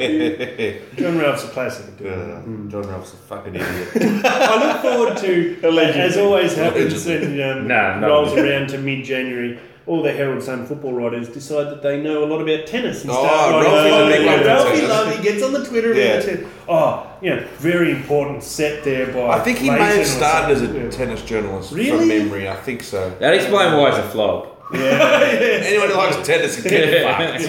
Speaker 1: John Ralph's a classic.
Speaker 2: Yeah, Hmm, John Ralph's a fucking idiot.
Speaker 1: I look forward to, as always happens, and um,
Speaker 3: Nah, no.
Speaker 1: rolls around to mid January. All the Herald Sun football writers decide that they know a lot about tennis and
Speaker 2: Oh,
Speaker 1: start writing.
Speaker 2: Ralphie's a big one for
Speaker 1: Ralphie
Speaker 2: tennis."
Speaker 1: Lovey gets on the Twitter about
Speaker 2: Yeah.
Speaker 1: tennis. Oh, you know, very important set there by.
Speaker 2: I think he
Speaker 1: Leighton
Speaker 2: may
Speaker 1: or
Speaker 2: have started as
Speaker 1: something.
Speaker 2: a tennis journalist
Speaker 1: Really?
Speaker 2: from memory, I think so.
Speaker 3: That explains why it's a flop.
Speaker 2: Anyone who likes tennis can get
Speaker 1: <laughs>
Speaker 2: fucked.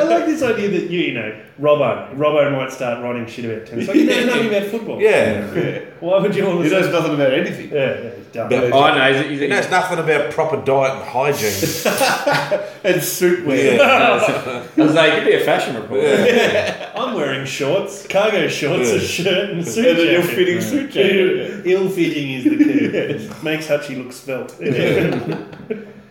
Speaker 1: I like this idea that you, you know, Robbo, Robbo might start writing shit about tennis. Like, you know nothing about football.
Speaker 2: yeah.
Speaker 1: Why would you all? of
Speaker 4: he
Speaker 1: a
Speaker 4: knows
Speaker 1: sudden-
Speaker 4: nothing about anything.
Speaker 1: Yeah, yeah, he's dumb.
Speaker 3: Oh no, he's, he's,
Speaker 2: He knows nothing about proper diet and hygiene.
Speaker 4: And suit wear.
Speaker 2: yeah.
Speaker 3: <laughs> I was like, it could be a fashion report.
Speaker 1: I'm wearing shorts, cargo shorts, a
Speaker 2: Yeah.
Speaker 1: shirt, and a suit
Speaker 4: And an
Speaker 1: jacket.
Speaker 4: ill-fitting suit jacket.
Speaker 1: Ill fitting is the <laughs> key. Makes Hutchie look svelte.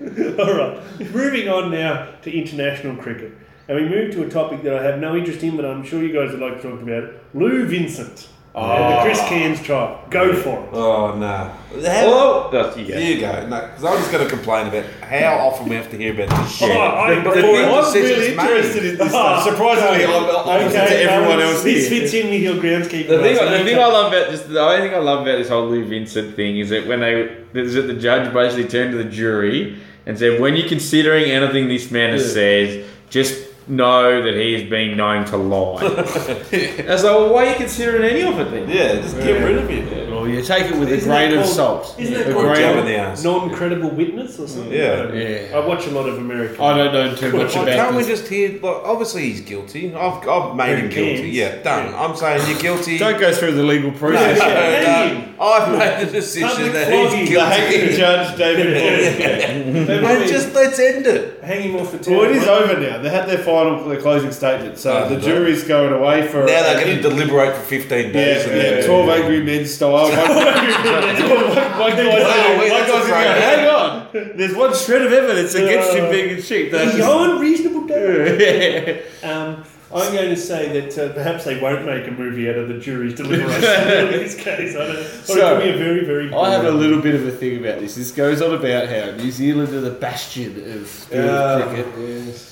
Speaker 1: <laughs> All right. Moving on now to international cricket. And we move to a topic that I have no interest in, but I'm sure you guys would like to talk about. Lou Vincent. And the Chris
Speaker 4: Ah.
Speaker 1: Cairns trial. Go for it.
Speaker 2: Oh, no.
Speaker 3: Oh, that's you go.
Speaker 2: There you go. No, because I'm just going to complain about how often we have to hear about this shit.
Speaker 1: Oh, I-
Speaker 2: The thing
Speaker 1: before-
Speaker 2: that
Speaker 4: I'm
Speaker 2: says
Speaker 4: really
Speaker 2: it's money.
Speaker 4: interested in this stuff. Ah, Surprisingly, I'm opposite to
Speaker 1: Okay,
Speaker 4: everyone
Speaker 1: Barnes,
Speaker 4: else
Speaker 1: This
Speaker 4: here.
Speaker 1: fits in with your groundskeeping.
Speaker 3: The thing,
Speaker 1: rights.
Speaker 3: the thing I love about this, the only thing I love about this whole Lou Vincent thing is that when they, is that the judge basically turned to the jury and said, when you're considering anything this man has says, just know that he has been known to lie. I was like, well, why are you considering any of it then?
Speaker 2: Yeah, just get rid of it.
Speaker 1: Well,
Speaker 4: or you take it with
Speaker 1: Isn't
Speaker 4: a grain
Speaker 1: that
Speaker 4: of
Speaker 1: called-
Speaker 4: salt.
Speaker 1: Isn't
Speaker 4: A
Speaker 1: that
Speaker 2: Or
Speaker 4: grain
Speaker 2: jab in
Speaker 4: of-
Speaker 2: the
Speaker 1: called
Speaker 2: ass.
Speaker 1: non-credible witness or something?
Speaker 2: Yeah.
Speaker 1: I don't know.
Speaker 4: Yeah.
Speaker 1: I watch a lot of American.
Speaker 4: I don't know too much
Speaker 2: Why
Speaker 4: about
Speaker 2: can't we
Speaker 4: this.
Speaker 2: just hear? Like, obviously, he's guilty. I've, I've made him
Speaker 1: Who
Speaker 2: guilty.
Speaker 1: cares?
Speaker 2: Yeah, done. I'm saying you're guilty.
Speaker 4: Don't go through the legal
Speaker 2: No, no,
Speaker 4: process.
Speaker 2: no.
Speaker 1: hanging.
Speaker 2: I've made the decision
Speaker 1: Public
Speaker 2: that he's
Speaker 1: flogging.
Speaker 8: The hanging
Speaker 2: guilty.
Speaker 8: judge, David.
Speaker 2: Mate, just let's end
Speaker 1: <laughs>
Speaker 2: it.
Speaker 1: Hanging off the town.
Speaker 8: Well, it is over now. They had their final, their closing statement. So
Speaker 2: Oh,
Speaker 8: the
Speaker 2: right.
Speaker 8: jury's going away for
Speaker 2: Now they're going to deliberate for 15
Speaker 8: Yeah,
Speaker 2: days. and
Speaker 8: yeah,
Speaker 2: then-
Speaker 8: twelve angry men style. One, <laughs> one, one guy's
Speaker 2: Wow,
Speaker 8: one guy's
Speaker 2: wait, that's
Speaker 8: in
Speaker 2: a
Speaker 8: there,
Speaker 2: Friday.
Speaker 8: Hang on, there's one shred of evidence against you
Speaker 1: Uh,
Speaker 8: being a sheep. That's
Speaker 1: Beyond
Speaker 4: Oh.
Speaker 8: <laughs> just,
Speaker 1: reasonable doubt. um, I'm going to say that uh, perhaps they won't make a movie out of the jury's deliberation
Speaker 4: <laughs>
Speaker 1: in this case. I don't, or
Speaker 4: So,
Speaker 1: it could be a very, very.
Speaker 4: I have a
Speaker 1: boring-
Speaker 4: little bit of a thing about this. This goes on about how New Zealand are the bastion of spirited cricket.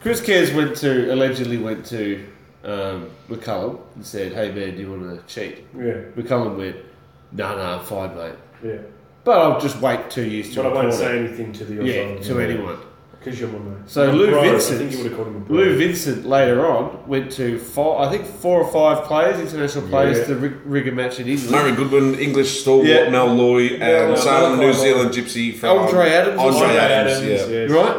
Speaker 4: Chris Cairns went to allegedly went to um, McCullum and said, "Hey man, do you want to cheat?" McCullum went, "No, no, I'm fine, mate.
Speaker 1: Yeah, yeah.
Speaker 4: But I'll just wait two years to
Speaker 1: But I
Speaker 4: report
Speaker 1: won't
Speaker 4: it."
Speaker 1: say anything to the
Speaker 4: yeah,
Speaker 1: authorities.
Speaker 4: to anyone.
Speaker 1: Because you're my mate.
Speaker 4: So
Speaker 1: My
Speaker 4: Lou
Speaker 1: bro,
Speaker 4: Vincent-
Speaker 1: I think you would have called him a bro.
Speaker 4: Lou Vincent later on went to four, I think four or five players, international players,
Speaker 1: Yeah.
Speaker 4: to rig, rig a match in England.
Speaker 2: Murray Goodwin, English stalwart
Speaker 4: Yeah.
Speaker 2: Mel Loy, and
Speaker 1: no,
Speaker 2: Salem,
Speaker 1: no,
Speaker 2: New
Speaker 1: no.
Speaker 2: Zealand Gypsy from
Speaker 4: Andre Adams.
Speaker 2: Andre
Speaker 4: Andre
Speaker 2: Adams,
Speaker 1: Adams,
Speaker 2: yeah.
Speaker 1: yes.
Speaker 4: Right?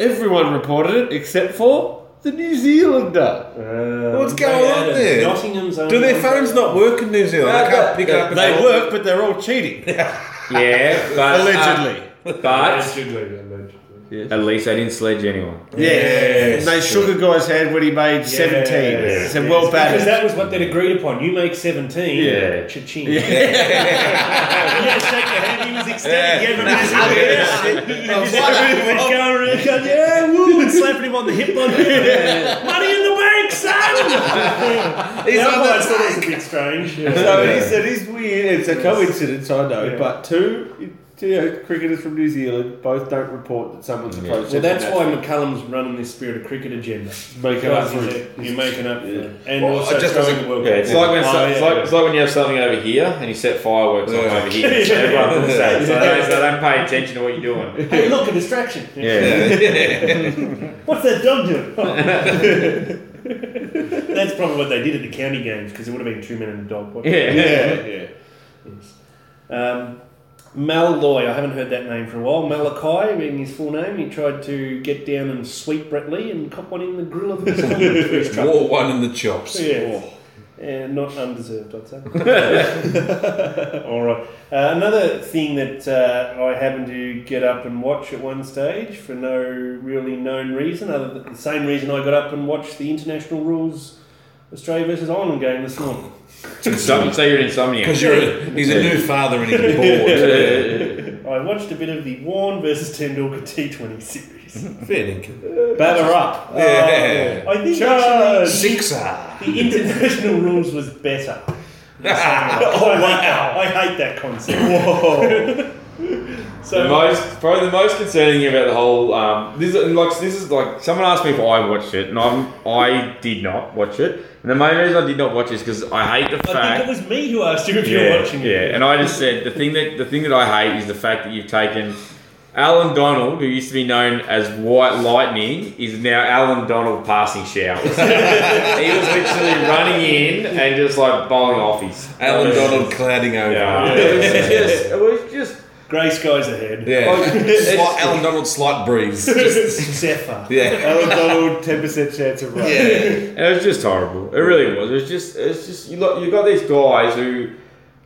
Speaker 4: Everyone reported it except for the New Zealander.
Speaker 1: Uh,
Speaker 2: What's going on
Speaker 1: Adams,
Speaker 2: there?
Speaker 1: Nottingham's own.
Speaker 2: Do their phones not work in New Zealand? They can't pick up.
Speaker 4: They work, but they're all cheating.
Speaker 8: <laughs>
Speaker 4: <laughs>
Speaker 3: Yeah, but
Speaker 4: Allegedly.
Speaker 3: uh, but
Speaker 1: Allegedly, allegedly.
Speaker 3: at least I didn't sledge anyone.
Speaker 4: Yeah. they shook a guy's hand when he made 17.
Speaker 1: Yeah.
Speaker 4: Said, well
Speaker 1: Because
Speaker 4: batted.
Speaker 1: that was what they'd agreed upon. You make 17.
Speaker 3: Yeah.
Speaker 1: Cha-ching. Yeah. <laughs> you had to shake your hand. He was ecstatic. You <laughs>
Speaker 2: Yeah.
Speaker 1: Yeah, woo, and slapping him on the hip on yeah. Money in the bank,
Speaker 2: <laughs>
Speaker 1: son!
Speaker 2: He's
Speaker 1: Yeah,
Speaker 2: on
Speaker 1: I
Speaker 2: that
Speaker 1: thought it was a bit
Speaker 2: <laughs>
Speaker 1: strange. Yeah.
Speaker 8: so it, is, it is weird. It's a coincidence, I know.
Speaker 1: Yeah.
Speaker 8: But two, two you know, cricketers from New Zealand both don't report that someone's approached
Speaker 1: Well,
Speaker 8: them.
Speaker 1: that's why McCullum's running this spirit of cricket agenda.
Speaker 8: Make it up for it.
Speaker 1: You're making up for it. And
Speaker 2: Well,
Speaker 1: also
Speaker 2: it just
Speaker 1: throwing
Speaker 2: doesn't-
Speaker 1: the world.
Speaker 3: Yeah, it's like when
Speaker 1: Oh,
Speaker 3: so- it's,
Speaker 1: yeah,
Speaker 3: like,
Speaker 1: yeah.
Speaker 3: it's like when you have something over here and you set fireworks off
Speaker 2: Yeah.
Speaker 3: over here. So everyone looks at it, so they, so they don't pay attention to what you're doing.
Speaker 1: Hey, look, a distraction.
Speaker 3: Yeah,
Speaker 1: What's that dog
Speaker 3: <laughs>
Speaker 1: doing? <laughs> That's probably what they did at the county games because it would have been two men and a dog. wouldn't it?
Speaker 3: yeah.
Speaker 4: Yeah, yeah.
Speaker 1: Yes. Um, Mal Loy, I haven't heard that name for a while. Malachi, being his full name, he tried to get down and sweep Brett Lee and cop one in the grill of
Speaker 3: <laughs>
Speaker 1: his helmet for his trouble.
Speaker 2: War one in the chops.
Speaker 1: Yeah. And not undeserved, I'd say. <laughs> All right. Uh, another thing that uh, I happened to get up and watch at one stage for no really known reason, other than the same reason I got up and watched the international rules Australia versus Ireland game this morning.
Speaker 3: Insom- so you're in insomnia.
Speaker 2: Because you're a, he's a new father and he's bored.
Speaker 1: I watched a bit of the Warren versus Tendulkar T20 series.
Speaker 2: Fair dinkum.
Speaker 8: Batter up.
Speaker 2: Oh, Yeah.
Speaker 1: I think
Speaker 8: Charge!
Speaker 1: actually
Speaker 2: Sixer.
Speaker 1: the international rules was better. <laughs> I, wow. hate, I hate that concept.
Speaker 3: The
Speaker 1: <laughs> so
Speaker 3: most, probably the most concerning thing about the whole um, this is like this is like someone asked me if I watched it and I'm I did not watch it and the main reason I did not watch it is because I hate the
Speaker 1: I think it
Speaker 3: fact
Speaker 1: was me who asked you if you
Speaker 3: yeah,
Speaker 1: were watching it.
Speaker 3: yeah and I just said the thing that the thing that I hate is the fact that you've taken Alan Donald who used to be known as White Lightning is now Alan Donald passing showers <laughs> he was literally running in and just like bowling offies
Speaker 2: Alan Donald clouding over. Yeah.
Speaker 3: yeah, it was just it was just
Speaker 1: Grey skies ahead.
Speaker 2: <laughs> Slight, Alan Donald slight breeze. Just-
Speaker 1: Zephyr.
Speaker 8: <laughs>
Speaker 2: yeah.
Speaker 8: Alan Donald, ten percent chance of rain.
Speaker 2: Yeah.
Speaker 3: It was just horrible. It really was. It was just, it's just you look, you got these guys who,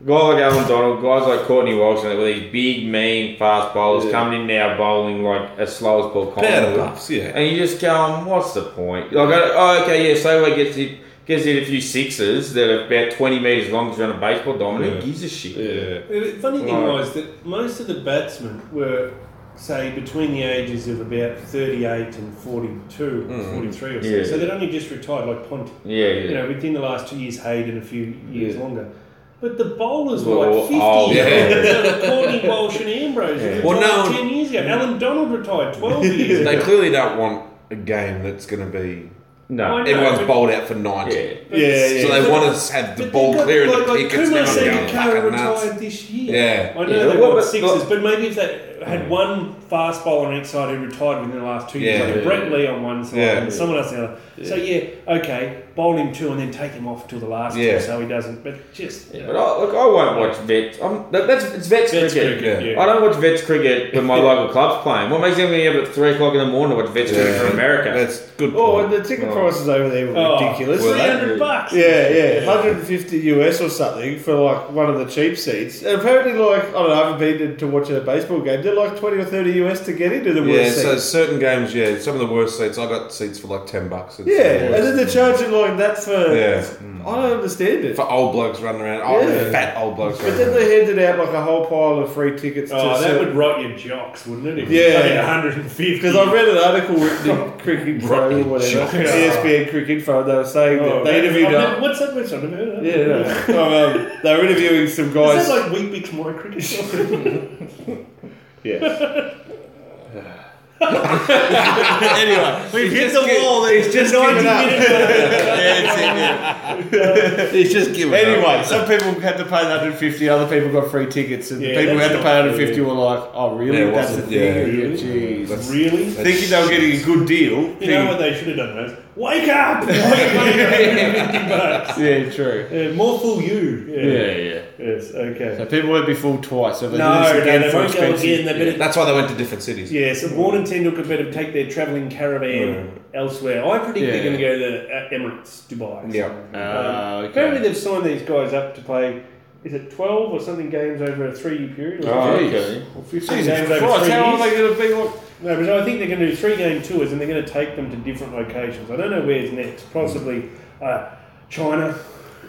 Speaker 3: guys like Alan Donald, guys like Courtney Walsh, and with these big, mean, fast bowlers coming in now bowling like as slow as Paul
Speaker 2: Bad
Speaker 3: Collins.
Speaker 2: puffs, yeah.
Speaker 3: And you just go, "Um, what's the point? Like, oh, okay, yeah, so I gets hit, gets hit a few sixes that are about twenty meters long because you're on a baseball dominant. Who gives a shit?
Speaker 2: Yeah.
Speaker 1: The funny thing
Speaker 3: Right.
Speaker 1: was that most of the batsmen were, say, between the ages of about 38 and 42, 43 or so.
Speaker 3: Yeah.
Speaker 1: So they'd only just retired, like Ponting.
Speaker 3: Yeah, yeah.
Speaker 1: you know, within the last two years, Hayden and a few years longer. But the bowlers were
Speaker 3: Well,
Speaker 1: like 50.
Speaker 3: oh,
Speaker 2: yeah.
Speaker 1: So Courtney Walsh and Ambrose retired
Speaker 2: Well, no.
Speaker 1: 10 years ago. Alan Donald retired 12 years ago.
Speaker 2: They clearly don't want a game that's going to be
Speaker 3: no.
Speaker 1: I know,
Speaker 2: everyone's
Speaker 1: but-
Speaker 2: bowled out for 90.
Speaker 3: Yeah.
Speaker 1: but-
Speaker 8: Yeah, yeah.
Speaker 2: So they want to have the
Speaker 1: but
Speaker 2: ball
Speaker 1: they've got-
Speaker 2: clear and
Speaker 1: like,
Speaker 2: the
Speaker 1: like
Speaker 2: pickets
Speaker 1: Kumar
Speaker 2: now and going
Speaker 1: Sekikara
Speaker 2: fucking
Speaker 1: retired
Speaker 2: nuts.
Speaker 1: this year.
Speaker 2: Yeah.
Speaker 1: I know
Speaker 3: Yeah,
Speaker 1: they
Speaker 3: well,
Speaker 1: got
Speaker 3: but-
Speaker 1: sixes,
Speaker 3: but-
Speaker 1: but maybe if that had one fast bowler on each side who retired within the last two years.
Speaker 2: Yeah,
Speaker 1: like
Speaker 2: yeah,
Speaker 1: Brett Lee on one side
Speaker 2: Yeah.
Speaker 1: and someone else on the other. So yeah, okay, bowl him two and then take him off till the last
Speaker 2: Yeah.
Speaker 1: two so he doesn't. But just
Speaker 3: Yeah, but I, look, I won't watch vets. I'm, that, that's it's vets,
Speaker 1: Vets
Speaker 3: cricket.
Speaker 1: cricket, yeah.
Speaker 3: I don't watch vets cricket when my local club's playing. What makes me up at three o'clock in the morning to watch vets cricket for America?
Speaker 2: That's good.
Speaker 8: Oh,
Speaker 2: Point.
Speaker 8: and the ticket prices over there were
Speaker 1: Oh,
Speaker 8: ridiculous.
Speaker 2: Were they?
Speaker 1: 300 bucks.
Speaker 8: Yeah, yeah, 150 US or something for like one of the cheap seats. And apparently, like I don't know, I haven't been to, to watch a baseball game. They're like 20 or 30 US to get into the worst
Speaker 2: yeah,
Speaker 8: seat.
Speaker 2: so certain games, yeah, some of the worst seats. I got seats for like ten bucks. It's
Speaker 8: yeah,
Speaker 2: the
Speaker 8: and
Speaker 2: worst.
Speaker 8: then they're charging like that for.
Speaker 2: Yeah.
Speaker 8: I don't understand it.
Speaker 2: for old blokes running around, old
Speaker 8: Yeah.
Speaker 2: fat old blokes.
Speaker 8: But
Speaker 2: Running
Speaker 8: then
Speaker 2: around.
Speaker 8: they handed out like a whole pile of free tickets to
Speaker 1: Oh, that
Speaker 8: certain-
Speaker 1: would rot your jocks, wouldn't it? If
Speaker 8: Yeah.
Speaker 1: you paid 150.
Speaker 8: Because I read an article written
Speaker 1: <laughs>
Speaker 8: in Cricket Info or
Speaker 2: <laughs>
Speaker 8: whatever, E
Speaker 2: Shocking.
Speaker 8: ESPN Cricket Info, they were saying that
Speaker 1: Oh,
Speaker 8: they interviewed.
Speaker 1: I've
Speaker 8: a-
Speaker 1: <laughs> never- What's that website? I've never heard of that.
Speaker 8: yeah, no. Oh, um, they were interviewing some guys.
Speaker 1: Is that like Weet-Bix Moy <laughs> cricket?
Speaker 8: yeah,
Speaker 4: anyway,
Speaker 1: We've hit
Speaker 2: just gi-
Speaker 1: It's just 90 minutes.
Speaker 4: that's it,
Speaker 2: <laughs>
Speaker 4: yeah.
Speaker 2: He's just giving
Speaker 4: Anyway, some people had to pay 150, other people got free tickets, and
Speaker 1: Yeah,
Speaker 4: the people who had
Speaker 1: that's
Speaker 4: to pay
Speaker 1: not-
Speaker 4: 150 were like, "Oh, really?
Speaker 2: Yeah, it
Speaker 4: that's the
Speaker 2: wasn't-
Speaker 4: thing."
Speaker 2: yeah.
Speaker 4: Yeah,
Speaker 1: Really?
Speaker 4: jeez.
Speaker 2: That's-
Speaker 1: Really?
Speaker 2: That's
Speaker 4: Thinking they were getting a good deal.
Speaker 1: You know what they should have done was wake up.
Speaker 4: <laughs>
Speaker 1: Wake up.
Speaker 4: yeah, true.
Speaker 1: Yeah, more fool you. Yeah.
Speaker 4: Yeah, yeah.
Speaker 1: Yes. Okay.
Speaker 4: So people won't be fooled twice. So if they
Speaker 1: No,
Speaker 4: do this
Speaker 1: no,
Speaker 4: again
Speaker 1: they
Speaker 4: for
Speaker 1: won't go
Speaker 4: expensive-
Speaker 1: again. They better.
Speaker 2: That's why they went to different cities.
Speaker 1: Yeah. So Warren and Tendulkar better take their travelling caravan elsewhere. I predict
Speaker 4: Yeah.
Speaker 1: they're going to go to uh, Emirates, Dubai.
Speaker 2: Yeah.
Speaker 4: Ah, okay.
Speaker 1: Apparently they've signed these guys up to play. Is it twelve or something games over a three-year period? Or
Speaker 3: Oh,
Speaker 1: something?
Speaker 3: okay.
Speaker 1: Or fifteen
Speaker 4: Jesus
Speaker 1: games over
Speaker 4: Christ,
Speaker 1: three
Speaker 4: how
Speaker 1: years.
Speaker 4: are they going to be like?
Speaker 1: No, but I think they're going to do three game tours and they're going to take them to different locations. I don't know where's next. Possibly uh, China.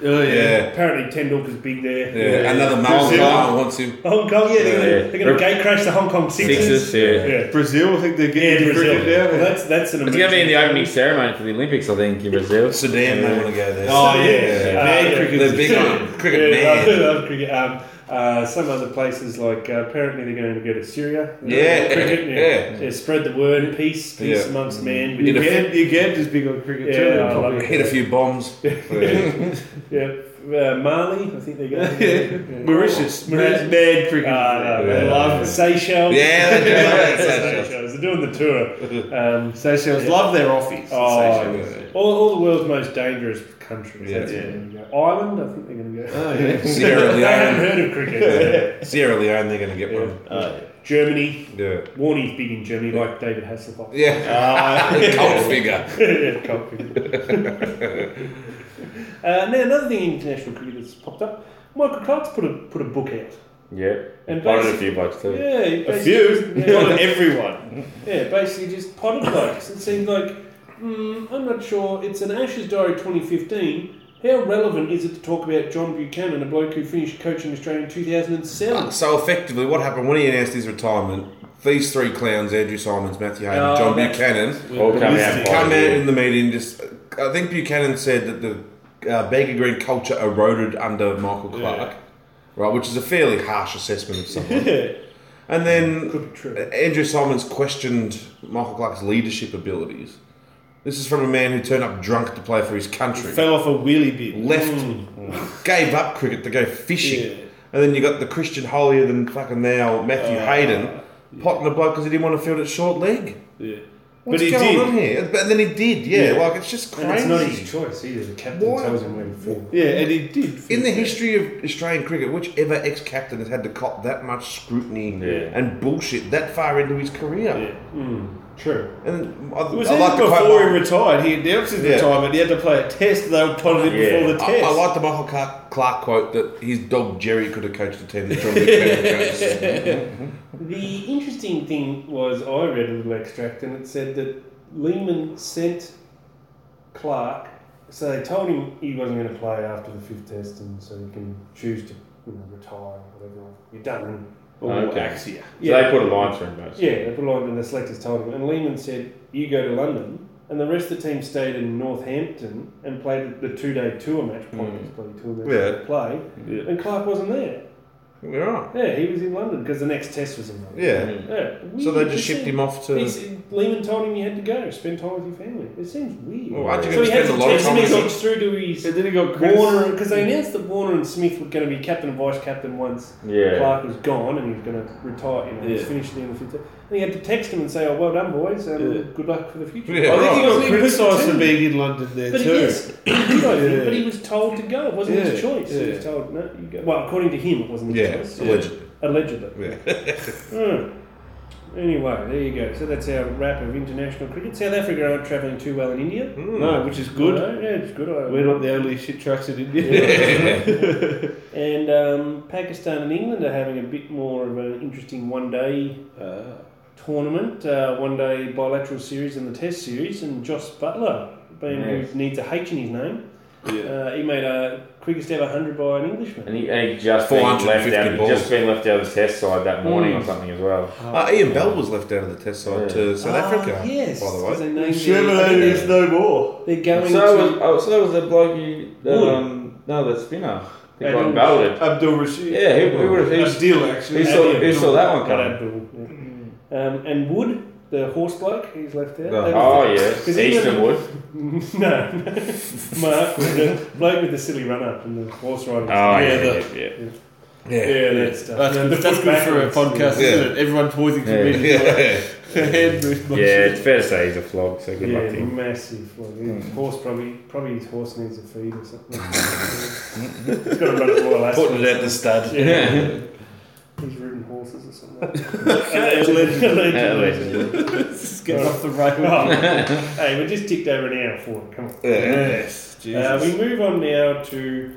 Speaker 8: oh,
Speaker 2: Yeah. Yeah.
Speaker 1: Apparently Tendulkar's big there.
Speaker 2: Another Malay guy wants him.
Speaker 1: Hong Kong, yeah, they're going
Speaker 3: Yeah.
Speaker 1: to they're going to gate crash the Hong Kong Sixers.
Speaker 3: Sixes, yeah.
Speaker 1: Yeah,
Speaker 8: Brazil, I think they're
Speaker 1: yeah,
Speaker 8: getting into
Speaker 1: Brazil.
Speaker 8: cricket now.
Speaker 1: Well, that's that's an.
Speaker 3: It's going to be in the
Speaker 1: amazing-
Speaker 3: opening ceremony for the Olympics, I think, in Brazil.
Speaker 2: Sudan, they want to go there.
Speaker 1: Oh yeah,
Speaker 2: Yeah.
Speaker 1: Uh,
Speaker 8: Man,
Speaker 1: yeah.
Speaker 8: cricket.
Speaker 2: They're big on cricket
Speaker 1: Yeah, I
Speaker 2: man.
Speaker 1: love cricket. Um, uh, some other places like uh, apparently they're going to go to Syria.
Speaker 2: Yeah.
Speaker 1: cricket.
Speaker 2: Yeah.
Speaker 1: spread the word, peace, peace
Speaker 2: Yeah.
Speaker 1: amongst man.
Speaker 2: Hit a-
Speaker 8: Ugand- Uganda's big on cricket too.
Speaker 1: Yeah, I love
Speaker 8: probably.
Speaker 1: it.
Speaker 2: Hit a few bombs. Yeah.
Speaker 1: Yeah, uh, Mali, I think they go.
Speaker 4: <laughs>
Speaker 1: Yeah.
Speaker 8: Mauritius,
Speaker 1: Mauritius.
Speaker 8: mad, mad cricket.
Speaker 1: Ah, no,
Speaker 8: I
Speaker 1: they
Speaker 8: love
Speaker 1: love
Speaker 8: it.
Speaker 1: Seychelles. <laughs>
Speaker 2: Yeah, they do like Seychelles.
Speaker 1: Seychelles. They're doing the tour. Um,
Speaker 8: Seychelles love their offies.
Speaker 1: Oh,
Speaker 8: Seychelles.
Speaker 1: all, all the world's most dangerous countries.
Speaker 2: Yeah.
Speaker 1: That's where they're gonna go. Ireland, I think they're going to
Speaker 4: Uh,
Speaker 1: go.
Speaker 8: Oh, yeah.
Speaker 2: Sierra
Speaker 1: <laughs> I haven't
Speaker 2: Leone.
Speaker 1: heard of cricket.
Speaker 2: Sierra Leone, they're going to get one.
Speaker 8: Uh,
Speaker 1: Germany.
Speaker 2: Yeah.
Speaker 1: Warney's big in Germany, like David Hasselhoff.
Speaker 2: <laughs>
Speaker 1: Ah,
Speaker 2: Yeah. <laughs> Cold figure.
Speaker 1: Yeah, can't figure it out. uh, now, another thing in international cricket that's popped up Michael Clark's put a, put a book out.
Speaker 3: Yeah.
Speaker 1: And
Speaker 3: And bought it a
Speaker 1: basi-
Speaker 3: few bucks, too.
Speaker 1: Yeah,
Speaker 8: A few,
Speaker 1: Yeah.
Speaker 8: <laughs> not everyone.
Speaker 1: Yeah, basically just potted blokes. It seemed like, mm, I'm not sure. It's an Ashes Diary 2015. How relevant is it to talk about John Buchanan, a bloke who finished coaching Australia in 2007?
Speaker 2: So effectively, what happened when he announced his retirement? These three clowns, Andrew Simons, Matthew Hayden,
Speaker 1: Oh,
Speaker 2: John
Speaker 1: that's-
Speaker 2: Buchanan,
Speaker 3: All come out.
Speaker 2: come out
Speaker 3: positive.
Speaker 2: in the meeting. Just, I think Buchanan said that the uh, Baker Green culture eroded under Michael Clark, right? Which is a fairly harsh assessment of
Speaker 1: <laughs>
Speaker 2: someone. And then Andrew Simons questioned Michael Clark's leadership abilities. This is from a man who turned up drunk to play for his country
Speaker 8: Fell off a wheelie bin.
Speaker 2: left, gave up cricket to go fishing.
Speaker 8: Yeah.
Speaker 2: And then you got the Christian holier than fucking now Matthew Hayden potting the bloke because he didn't want to field at short leg.
Speaker 8: Yeah.
Speaker 2: What's
Speaker 8: But he
Speaker 2: going
Speaker 8: did.
Speaker 2: on here? But then he did, yeah. Like it's just
Speaker 1: And it's not
Speaker 2: crazy.
Speaker 1: his choice either. The captain
Speaker 2: Why?
Speaker 1: tells him when to film.
Speaker 8: Yeah, and he did.
Speaker 2: In the history of Australian cricket, whichever ex-captain has had to cop that much scrutiny
Speaker 3: Yeah.
Speaker 2: and bullshit that far into his career,
Speaker 1: True.
Speaker 2: and I, I
Speaker 8: It was
Speaker 2: like
Speaker 8: even
Speaker 2: the quote.
Speaker 8: before he retired. He announced his
Speaker 2: Yeah.
Speaker 8: retirement. He had to play a test. They were potted him
Speaker 3: Yeah.
Speaker 8: before the
Speaker 2: I,
Speaker 8: test.
Speaker 2: I like the Michael Clark, Clark quote that his dog Jerry could have coached the team that John Buchanan coached.
Speaker 1: The interesting thing was, I read a little extract and it said that Lehman sent Clark, so they told him he wasn't going to play after the fifth test and so he can choose to you know, retire or whatever. You're done.
Speaker 8: Or
Speaker 3: Okay.
Speaker 8: Axia.
Speaker 3: So they put a line through him, basically.
Speaker 1: Yeah, they put a line in the selectors told him. And Lehman said, You go to London. And the rest of the team stayed in Northampton and played the two day tour match, probably tour match
Speaker 2: Mm. Yeah.
Speaker 1: play. And Clark wasn't there.
Speaker 2: We're right.
Speaker 1: Yeah, he was in London because the next test was in London.
Speaker 2: Yeah.
Speaker 1: Yeah,
Speaker 2: So they
Speaker 1: weird.
Speaker 2: just
Speaker 1: It
Speaker 2: shipped
Speaker 1: seems-
Speaker 2: him off to.
Speaker 1: He's, Lehman told him he had to go, spend time with your family. It seems weird.
Speaker 2: Well, aren't you
Speaker 1: so
Speaker 2: going
Speaker 1: he
Speaker 2: to
Speaker 1: had
Speaker 2: spend a
Speaker 1: to
Speaker 2: lot of
Speaker 1: text
Speaker 2: time
Speaker 1: me
Speaker 2: with
Speaker 1: got
Speaker 2: him?
Speaker 1: through to his
Speaker 8: And then he got Chris.
Speaker 1: Warner because they announced that Warner and Smith were going to be captain and vice captain once
Speaker 3: Yeah.
Speaker 1: Clark was gone and he was going to retire. You know, he's
Speaker 8: Yeah.
Speaker 1: finished the end of the fifth. And he had to text him and say, "Oh, well done, boys. Um,
Speaker 8: Yeah.
Speaker 1: Good luck for the future."
Speaker 2: Yeah,
Speaker 8: I think he
Speaker 2: right.
Speaker 8: got
Speaker 1: He put
Speaker 8: criticised
Speaker 1: two.
Speaker 8: for being in London there
Speaker 1: But
Speaker 8: too.
Speaker 1: yes, he did, I think,
Speaker 8: Yeah.
Speaker 1: but he was told to go. It wasn't his
Speaker 8: Yeah,
Speaker 1: choice. He
Speaker 8: yeah.
Speaker 1: was told, "No, you go." Well, according to him, it wasn't his
Speaker 2: Yeah,
Speaker 1: choice.
Speaker 2: allegedly.
Speaker 1: Allegedly.
Speaker 2: Yeah.
Speaker 1: Hmm. Anyway, there you go. So that's our wrap of international cricket. South Africa aren't travelling too well in India.
Speaker 8: No, which is good.
Speaker 1: No, yeah, it's good. I-
Speaker 8: We're not the only shit tracks in <laughs> India.
Speaker 1: And um, Pakistan and England are having a bit more of an interesting one-day
Speaker 8: Uh,
Speaker 1: tournament, uh, one-day bilateral series and the Test series. And Joss Butler, being
Speaker 3: Yes.
Speaker 1: who needs a H in his name,
Speaker 8: yeah.
Speaker 1: uh, he made a quickest ever hundred by an Englishman.
Speaker 3: And he, and he just been left
Speaker 2: 450
Speaker 3: out. He'd
Speaker 2: balls.
Speaker 3: just been left out of the test side that morning or something as well.
Speaker 2: <laughs> Uh, Ian Bell was left out of the test side
Speaker 3: Yeah.
Speaker 2: to South
Speaker 1: Ah,
Speaker 2: Africa.
Speaker 1: yes,
Speaker 2: By the
Speaker 1: 'cause
Speaker 2: way.
Speaker 1: they named
Speaker 8: Sherman
Speaker 1: their- I think
Speaker 8: is no more.
Speaker 1: They're going
Speaker 3: So was,
Speaker 1: to.
Speaker 3: oh, so that was the bloke you.
Speaker 1: Wood.
Speaker 3: Um, no, the spinner. He
Speaker 1: And-
Speaker 3: got belted.
Speaker 8: Abdul Rashid.
Speaker 3: Yeah, he, he would have.
Speaker 8: Oh, That's
Speaker 3: He,
Speaker 8: deal actually.
Speaker 3: he saw, he
Speaker 1: Abdul.
Speaker 3: saw that one
Speaker 1: Not
Speaker 3: coming.
Speaker 1: Abdul. yeah. Um, and Wood, the horse bloke, he's left out.
Speaker 2: No.
Speaker 1: That
Speaker 3: Oh,
Speaker 1: was
Speaker 3: yeah.
Speaker 1: Is he
Speaker 3: Eastern
Speaker 1: gonna-
Speaker 3: Wood.
Speaker 1: the- <laughs> no, <laughs> Mark, with the bloke with the silly run up and the horse rider.
Speaker 3: Oh, yeah,
Speaker 8: Yeah,
Speaker 3: yeah,
Speaker 8: the-
Speaker 3: yeah.
Speaker 2: Yeah.
Speaker 1: yeah, that stuff.
Speaker 4: That's,
Speaker 1: And
Speaker 4: good,
Speaker 1: the
Speaker 4: that's
Speaker 1: foot
Speaker 4: good for a
Speaker 1: backwards,
Speaker 4: podcast,
Speaker 2: yeah.
Speaker 4: isn't it? Everyone pausing for
Speaker 3: Yeah.
Speaker 4: me <laughs> to
Speaker 2: Yeah.
Speaker 1: <laughs>
Speaker 4: hand move
Speaker 3: Yeah,
Speaker 4: my
Speaker 3: it's fair to say he's a flog, so good
Speaker 1: Yeah,
Speaker 3: luck to him.
Speaker 1: massive. Like, his Horse probably, probably his horse needs a feed or something. <laughs> he's got to run it more elastic.
Speaker 11: Putting it at the stud.
Speaker 3: Yeah.
Speaker 1: He's ridden horses or something. <laughs> Allegedly. Allegedly. <laughs>
Speaker 8: Just get off the rail.
Speaker 1: Oh, hey, we just ticked over an hour for it. Come on.
Speaker 8: Yes.
Speaker 1: Uh,
Speaker 8: Jesus.
Speaker 1: we move on now to